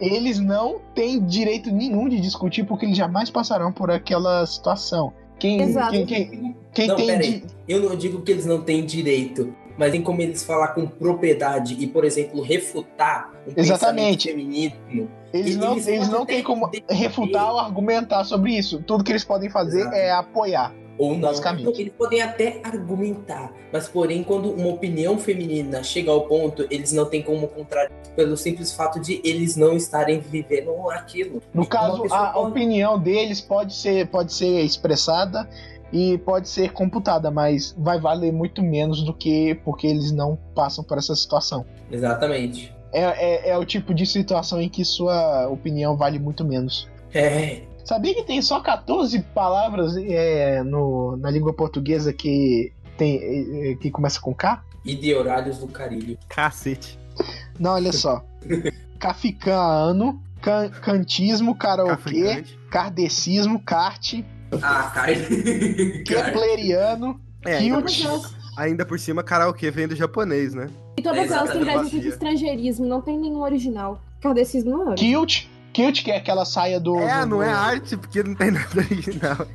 S1: eles não têm direito nenhum de discutir porque eles jamais passarão por aquela situação. Quem,
S3: Exato.
S1: quem, quem, quem
S3: não,
S1: tem.
S3: peraí.
S1: di-
S3: Eu não digo que eles não têm direito, mas tem como eles falar com propriedade e, por exemplo, refutar um
S1: Exatamente.
S3: pensamento feminino.
S1: Eles
S3: E-
S1: não,
S3: eles
S1: eles
S3: podem
S1: não têm como refutar ou argumentar sobre isso. Tudo que eles podem fazer é apoiar.
S3: Ou não.
S1: Basicamente.
S3: Não, Eles podem até argumentar, mas porém, quando uma opinião feminina chega ao ponto, eles não têm como contrário pelo simples fato de eles não estarem vivendo aquilo.
S1: No
S3: E uma
S1: caso,
S3: pessoa
S1: a opinião deles pode ser, pode ser expressada e pode ser computada, mas vai valer muito menos do que porque eles não passam por essa situação.
S3: Exatamente.
S1: É, é, é o tipo de situação em que sua opinião vale muito menos.
S3: É.
S1: Sabia que tem só 14 palavras é, no, na língua portuguesa que, tem, é, é, que começa com K?
S3: E de horários do carilho.
S2: Cacete.
S1: Não, olha só. Caficano, can- cantismo, karaokê, kardecismo, kart,
S3: Ah, cara.
S1: é kepleriano,
S2: É, ainda, por, ainda por cima, karaokê vem do japonês, né?
S4: E todas elas têm
S2: Exatamente.
S4: presença de estrangeirismo, não tem nenhum original. Kardecismo não é original.
S1: Kilt, Kilt que é aquela saia do.
S2: É,
S1: do-
S2: não é
S1: do-
S2: arte, porque não tem nada original.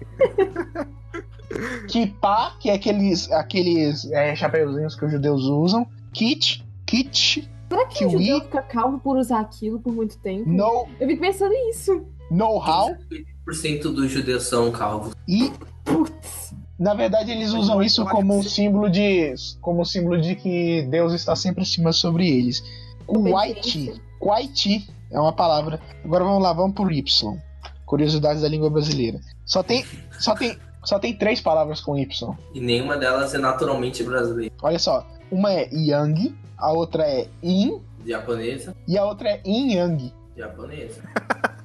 S1: Kippah, que é aqueles, aqueles é, chapeuzinhos que os judeus usam. Kit, Kit,
S4: Será que o
S1: Kiwi?
S4: judeu fica calvo por usar aquilo por muito tempo?
S1: No-
S4: Eu fico pensando nisso.
S1: Know-How
S3: 100% dos judeus são calvos.
S1: e. Na verdade, eles usam isso como um símbolo de. como um símbolo de que Deus está sempre acima sobre eles. Kuwaiti. Kuwaiti é uma palavra. Agora vamos lá, vamos por Y. Curiosidades da língua brasileira. Só tem. Só tem. Só tem três palavras com Y.
S3: E nenhuma delas é naturalmente brasileira.
S1: Olha só. Uma é Yang, a outra é Yin
S3: Japonesa,
S1: e a outra é Yin Yang.
S3: japonesa.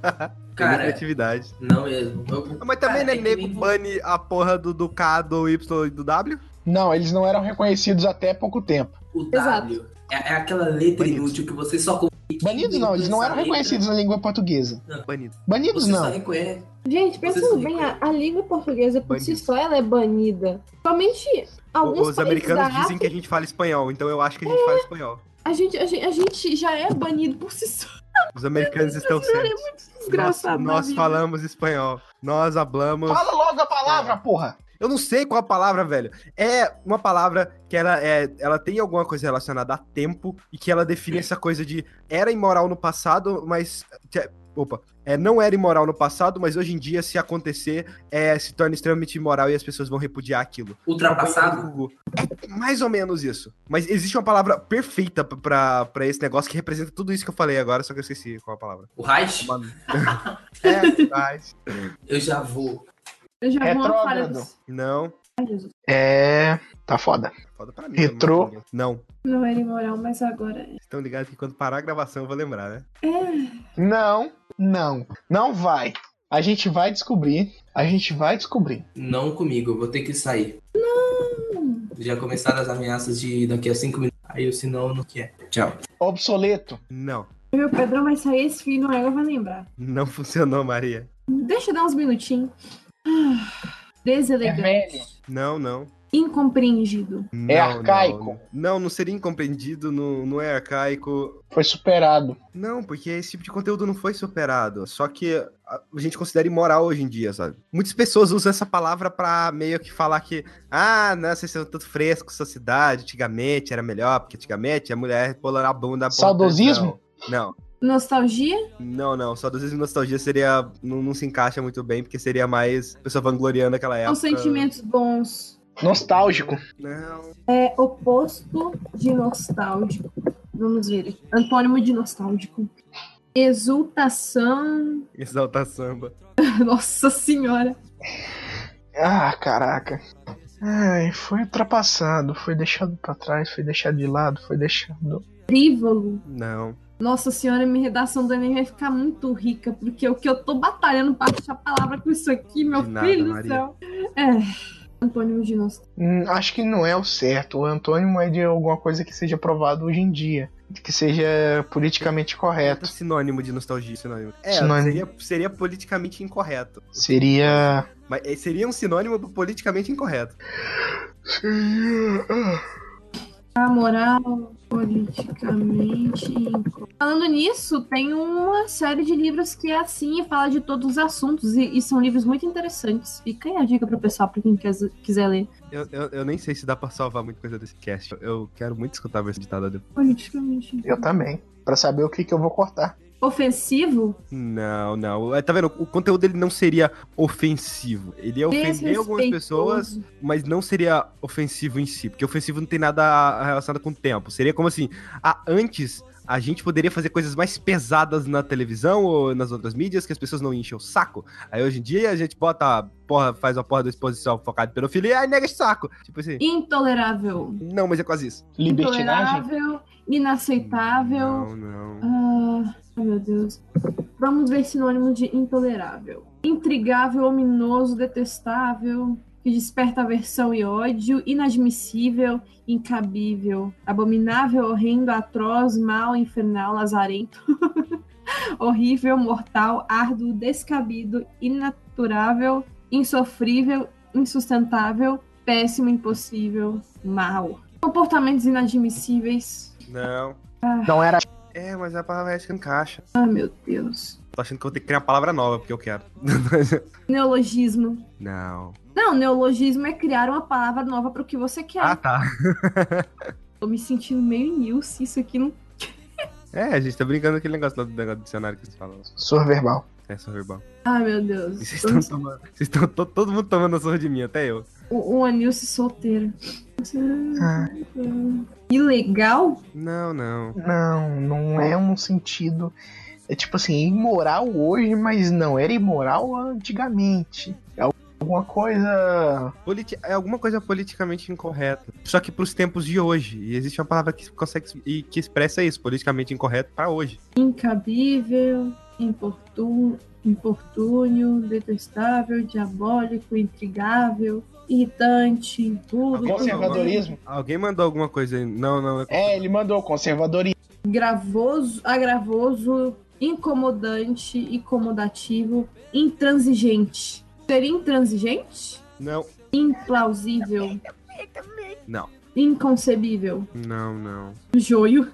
S2: Tem
S3: Cara,
S2: criatividade.
S3: não mesmo. Eu-
S2: Mas também, né, nego bane a porra do, do K, do Y e do W?
S1: Não, eles não eram reconhecidos até pouco tempo.
S3: O W é, é aquela letra inútil que você só
S1: Banidos não, eles não eram reconhecidos na língua portuguesa.
S2: Banidos.
S1: Banidos
S3: Você só
S1: não.
S3: reconhece.
S4: Gente, pensando bem, a, a língua portuguesa por si só ela é banida. Somente alguns
S2: Os
S4: países
S2: americanos
S4: da
S2: dizem que a gente fala espanhol, então eu acho que a gente fala espanhol.
S4: A gente, a, gente, a gente já é banido por si só.
S2: Os americanos estão
S4: brasileiro
S2: certos.
S4: é muito desgraçado na
S2: Nós, nós
S4: vida.
S2: falamos espanhol. Nós hablamos.
S1: Fala logo a palavra, porra!
S2: Eu não sei qual a palavra, velho. É uma palavra que ela, é, ela tem alguma coisa relacionada a tempo e que ela define essa coisa de era imoral no passado, mas te- Opa. É, não era imoral no passado, mas hoje em dia, se acontecer, é, se torna extremamente imoral e as pessoas vão repudiar aquilo.
S3: Ultrapassado?
S2: Mais ou menos isso. Mas existe uma palavra perfeita pra, pra esse negócio que representa tudo isso que eu falei agora, só que eu esqueci qual a palavra.
S3: O Reich?
S2: é, Reich.
S3: Eu já vou.
S4: Eu já vou
S1: Retrógrado.
S4: falar dos-
S2: Não.
S4: Ai, Jesus.
S1: É. Tá foda.
S2: Foda pra mim.
S1: Retrô.
S2: né, mas- Não.
S4: Não era imoral, mas agora é.
S2: Estão ligados que quando parar a gravação eu vou lembrar, né?
S4: É.
S1: Não, não, não vai. A gente vai descobrir. A gente vai descobrir.
S3: Não comigo, eu vou ter que sair.
S4: Hum,
S3: Já começaram as ameaças de daqui a cinco minutos. Aí eu, se não, não quer. Tchau.
S1: Obsoleto.
S2: Não.
S4: Meu Pedrão vai sair esse filho, ela vai lembrar.
S2: Não funcionou, Maria.
S4: Deixa eu dar uns minutinhos. Ah, Deselegante.
S2: Não, não.
S4: incompreendido.
S2: Não,
S1: É arcaico.
S2: Não, não, não seria incompreendido, não, não é arcaico.
S1: Foi superado.
S2: Não, porque esse tipo de conteúdo não foi superado. Só que a a gente considera imoral hoje em dia, sabe? Muitas pessoas usam essa palavra pra meio que falar que, ah, não, vocês são tanto frescos, sua cidade, antigamente era melhor, porque antigamente a mulher polar a bunda. ponta-
S1: Saudosismo?
S2: Não,
S4: Nostalgia?
S2: não, não. Saudosismo e nostalgia seria. Não, não se encaixa muito bem, porque seria mais pessoa vangloriando aquela época.
S4: São sentimentos bons.
S1: Nostálgico.
S2: Não.
S4: É oposto de nostálgico. Vamos ver. aqui. Antônimo de nostálgico. Exultação.
S2: Exalta samba.
S4: Nossa senhora.
S1: Ah, caraca. Ai, foi ultrapassado, foi deixado pra trás, foi deixado de lado, foi deixado.
S4: Frívolo.
S2: Não.
S4: Nossa senhora, minha redação do Enem vai ficar muito rica, porque é o que eu tô batalhando pra achar palavra com isso aqui, meu
S2: De nada,
S4: filho
S2: Maria.
S4: do céu. É. Antônimo de nostálgico.
S1: Hum, acho que não é o certo. O antônimo é de alguma coisa que seja provado hoje em dia, que seja politicamente
S2: Outro
S1: correto.
S2: É Sinônimo de nostalgia, sinônimo. É,
S1: Sinônimo.
S2: Seria, seria politicamente incorreto.
S1: Seria.
S2: Mas é, seria um sinônimo pro politicamente incorreto.
S4: A moral politicamente. inco- Falando nisso, tem uma série de livros que é assim e fala de todos os assuntos. E, e são livros muito interessantes. Fica aí a dica pro pessoal, pra quem quer- quiser ler.
S2: Eu, eu, eu nem sei se dá pra salvar muita coisa desse cast. Eu- Eu quero muito escutar a versão editada depois.
S4: Politicamente.
S1: Eu também. Pra saber o que, que eu vou cortar.
S4: Ofensivo?
S2: Não, não. É, Tá vendo? O conteúdo ele não seria ofensivo. Ele ia ofender algumas pessoas,
S4: Desrespeitoso.
S2: mas não seria ofensivo em si, porque ofensivo não tem nada relacionado com o tempo. Seria como assim, ah, antes a gente poderia fazer coisas mais pesadas na televisão ou nas outras mídias que as pessoas não enchem o saco. Aí hoje em dia a gente bota, porra, faz uma porra da exposição focada em pedofilia e nega esse saco. Tipo assim,
S4: Intolerável.
S2: não, mas é quase isso.
S1: Libertinagem?
S4: Intolerável. Inaceitável.
S2: Não, não.
S4: Ah, ai, meu Deus. Vamos ver sinônimo de intolerável. Intrigável, ominoso, detestável, que desperta aversão e ódio, inadmissível, incabível, abominável, horrendo, atroz, mal, infernal, lazarento, horrível, mortal, árduo, descabido, inaturável, insofrível, insustentável, péssimo, impossível, mal. Comportamentos inadmissíveis.
S2: Não.
S1: Não era.
S2: É, mas a palavra é essa que encaixa.
S4: Ah, meu Deus.
S2: Tô achando que eu vou ter que criar uma palavra nova, porque eu quero.
S4: Neologismo.
S2: Não.
S4: Não, neologismo é criar uma palavra nova pro que você quer.
S2: Ah, tá.
S4: Tô me sentindo meio Nilce, isso aqui não.
S2: É, a gente tá brincando com aquele negócio lá do negócio do dicionário que vocês falam.
S1: Sorverbal.
S2: É surverbal.
S4: Ai, meu Deus.
S2: Vocês estão tomando. Vocês estão to- todo mundo tomando a surra de mim, até eu.
S4: Um- Uma Nilce solteira.
S1: Ah,
S4: Ilegal?
S2: Não, não.
S1: Não, não é um sentido. É tipo assim, imoral hoje, mas não era imoral antigamente. É alguma coisa.
S2: Politi- é alguma coisa politicamente incorreta. Só que pros tempos de hoje. E existe uma palavra que consegue e que expressa isso, politicamente incorreto pra hoje.
S4: Incabível, importun, importúnio, detestável, diabólico, intrigável, irritante, impuro,
S1: Conservadorismo.
S2: Alguém mandou alguma coisa aí? Não, não. é-
S1: É, ele mandou conservadorismo.
S4: gravoso, agravoso, incomodante, incomodativo, intransigente. Seria intransigente?
S2: Não,
S4: Implausível.
S2: Não.
S4: Inconcebível.
S2: não, não.
S4: Joio.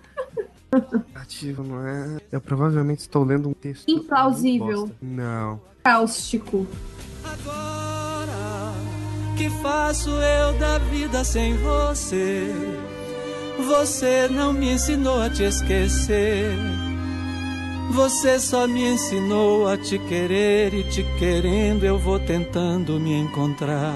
S2: Ativo não é. Eu provavelmente estou lendo um texto.
S4: Implausível.
S2: Bosta. Não.
S4: Cáustico.
S12: Agora, que faço eu da vida sem você? Você não me ensinou a te esquecer.
S13: Você só me ensinou a te querer e te querendo eu vou tentando me encontrar.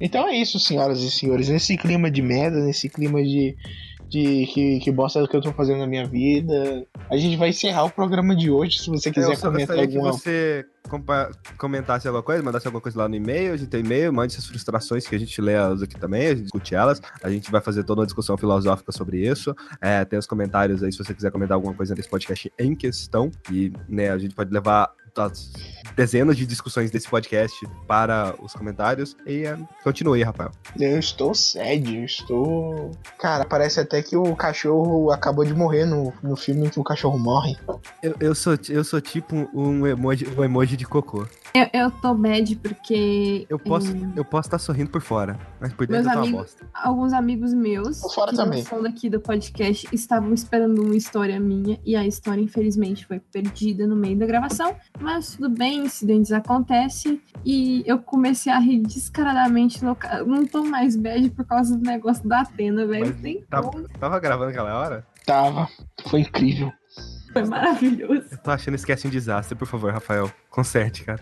S1: Então é isso, senhoras e senhores. Nesse clima de merda, nesse clima de, de que, que bosta é o que eu tô fazendo na minha vida, a gente vai encerrar o programa de hoje. Se você quiser
S2: eu só
S1: comentar
S2: gostaria que
S1: alguma
S2: você compa- comentasse alguma coisa, mandasse alguma coisa lá no e-mail, a gente tem e-mail, mande suas frustrações que a gente lê elas aqui também, a gente discute elas, a gente vai fazer toda uma discussão filosófica sobre isso. É, tem os comentários aí se você quiser comentar alguma coisa nesse podcast em questão. E né, a gente pode levar as dezenas de discussões desse podcast para os comentários. E é, continue aí, Rafael.
S1: Eu estou sede, eu estou. Cara, parece até que o cachorro acabou de morrer no, no filme em que o cachorro morre.
S2: Eu, eu, sou, eu sou tipo um emoji, um emoji de cocô.
S4: Eu, eu tô bad porque.
S2: Eu posso
S4: eh,
S2: estar eu posso tá sorrindo por fora, mas por dentro
S4: meus
S2: eu tô uma
S4: amigos,
S2: bosta.
S4: alguns amigos meus
S1: Tô fora
S4: que
S1: também.
S4: não são daqui do podcast estavam esperando uma história minha e a história infelizmente foi perdida no meio da gravação, mas tudo bem, incidentes acontecem e eu comecei a rir descaradamente no ca- não tô mais bad por causa do negócio da Atena, velho,
S2: Mas
S4: tem
S2: tá-
S4: como,
S2: Tava gravando aquela hora?
S1: Tava. Foi incrível.
S4: foi maravilhoso.
S2: Eu tô achando esquece um desastre, por favor, Rafael. Conserte, cara.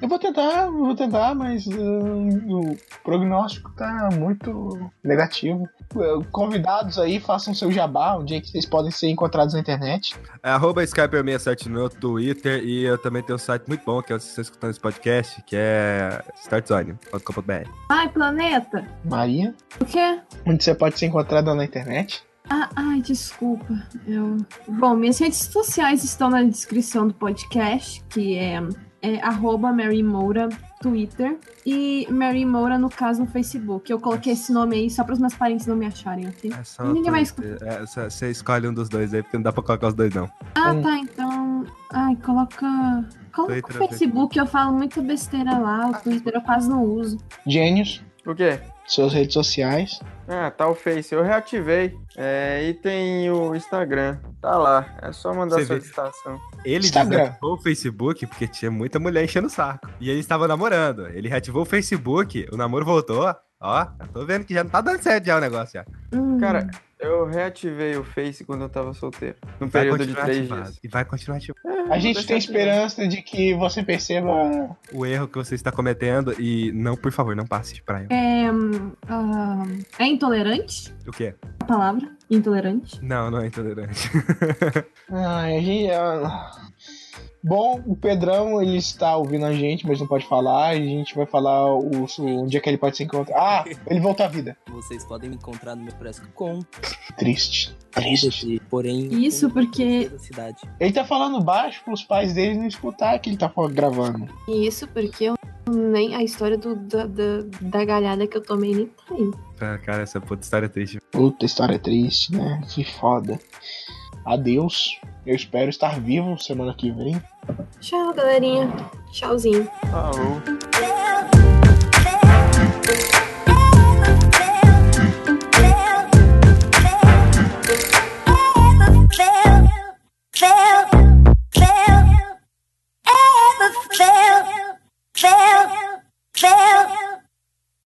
S1: Eu vou tentar, eu vou tentar, mas hum, o prognóstico tá muito negativo. Eh, Convidados aí, façam seu jabá, onde é que vocês podem ser encontrados na internet.
S2: É arroba Skyper67 no meu Twitter e eu também tenho um site muito bom que é onde vocês estão escutando esse podcast, que é startzone.com.br.
S4: Ai, planeta,
S1: Maria,
S4: o quê?
S1: onde você pode ser encontrado na internet.
S4: Ah, ai, desculpa. Eu... Bom, minhas redes sociais estão na descrição do podcast, que é, é arroba Mary Moura, Twitter, e Mary Moura, no caso, no Facebook. Eu coloquei esse nome aí só para os meus parentes não me acharem, ok?
S2: É só
S4: Ninguém vai
S2: Twitter. É, só- Você escolhe um dos dois aí, porque não dá pra colocar os dois, não.
S4: Ah,
S1: Hum.
S4: tá, então... Ai, coloca... Coloca
S2: Twitter,
S4: o Facebook, eu falo muita besteira lá, o Twitter eu quase não uso.
S1: Gênios,
S12: O quê?
S1: suas redes sociais.
S12: Ah, tá o Face. Eu reativei. É, e tem o Instagram. Tá lá. É só mandar
S2: Você vê.
S12: solicitação.
S2: Ele
S1: Instagram.
S2: desativou o Facebook porque tinha muita mulher enchendo o saco. E ele estava namorando. Ele reativou o Facebook, o namoro voltou. Ó, eu tô vendo que já não tá dando certo já o negócio já.
S4: Hum.
S12: Cara, eu reativei o Face quando eu tava solteiro. Num
S2: Vai
S12: período de
S2: continuar
S12: três
S2: ativado.
S12: dias.
S2: E vai continuar ativado.
S1: A gente tem esperança de que você perceba.
S2: o erro que você está cometendo e não, por favor, não passe de praia.
S4: É, hum, ah, é intolerante
S2: O quê?
S4: a palavra? Intolerante?
S2: Não, não é intolerante.
S1: Ai, a gente- ah. Bom, o Pedrão ele está ouvindo a gente, mas não pode falar. A gente vai falar o, onde é que ele pode se encontrar. Ah, ele voltou à vida.
S6: Vocês podem me encontrar no meu Presco com
S1: Triste, triste.
S6: porém
S4: Isso porque
S6: da cidade.
S1: Ele tá falando baixo pros pais dele não escutar que ele tá fal- gravando.
S4: E Isso porque eu nem a história do, da, da, da galhada que eu tomei nem tá aí.
S2: Ah, cara, essa puta história é triste.
S1: Puta história triste, né? Que foda. Adeus. Eu espero estar vivo semana que vem.
S4: Tchau, galerinha. Tchauzinho.
S12: Falou.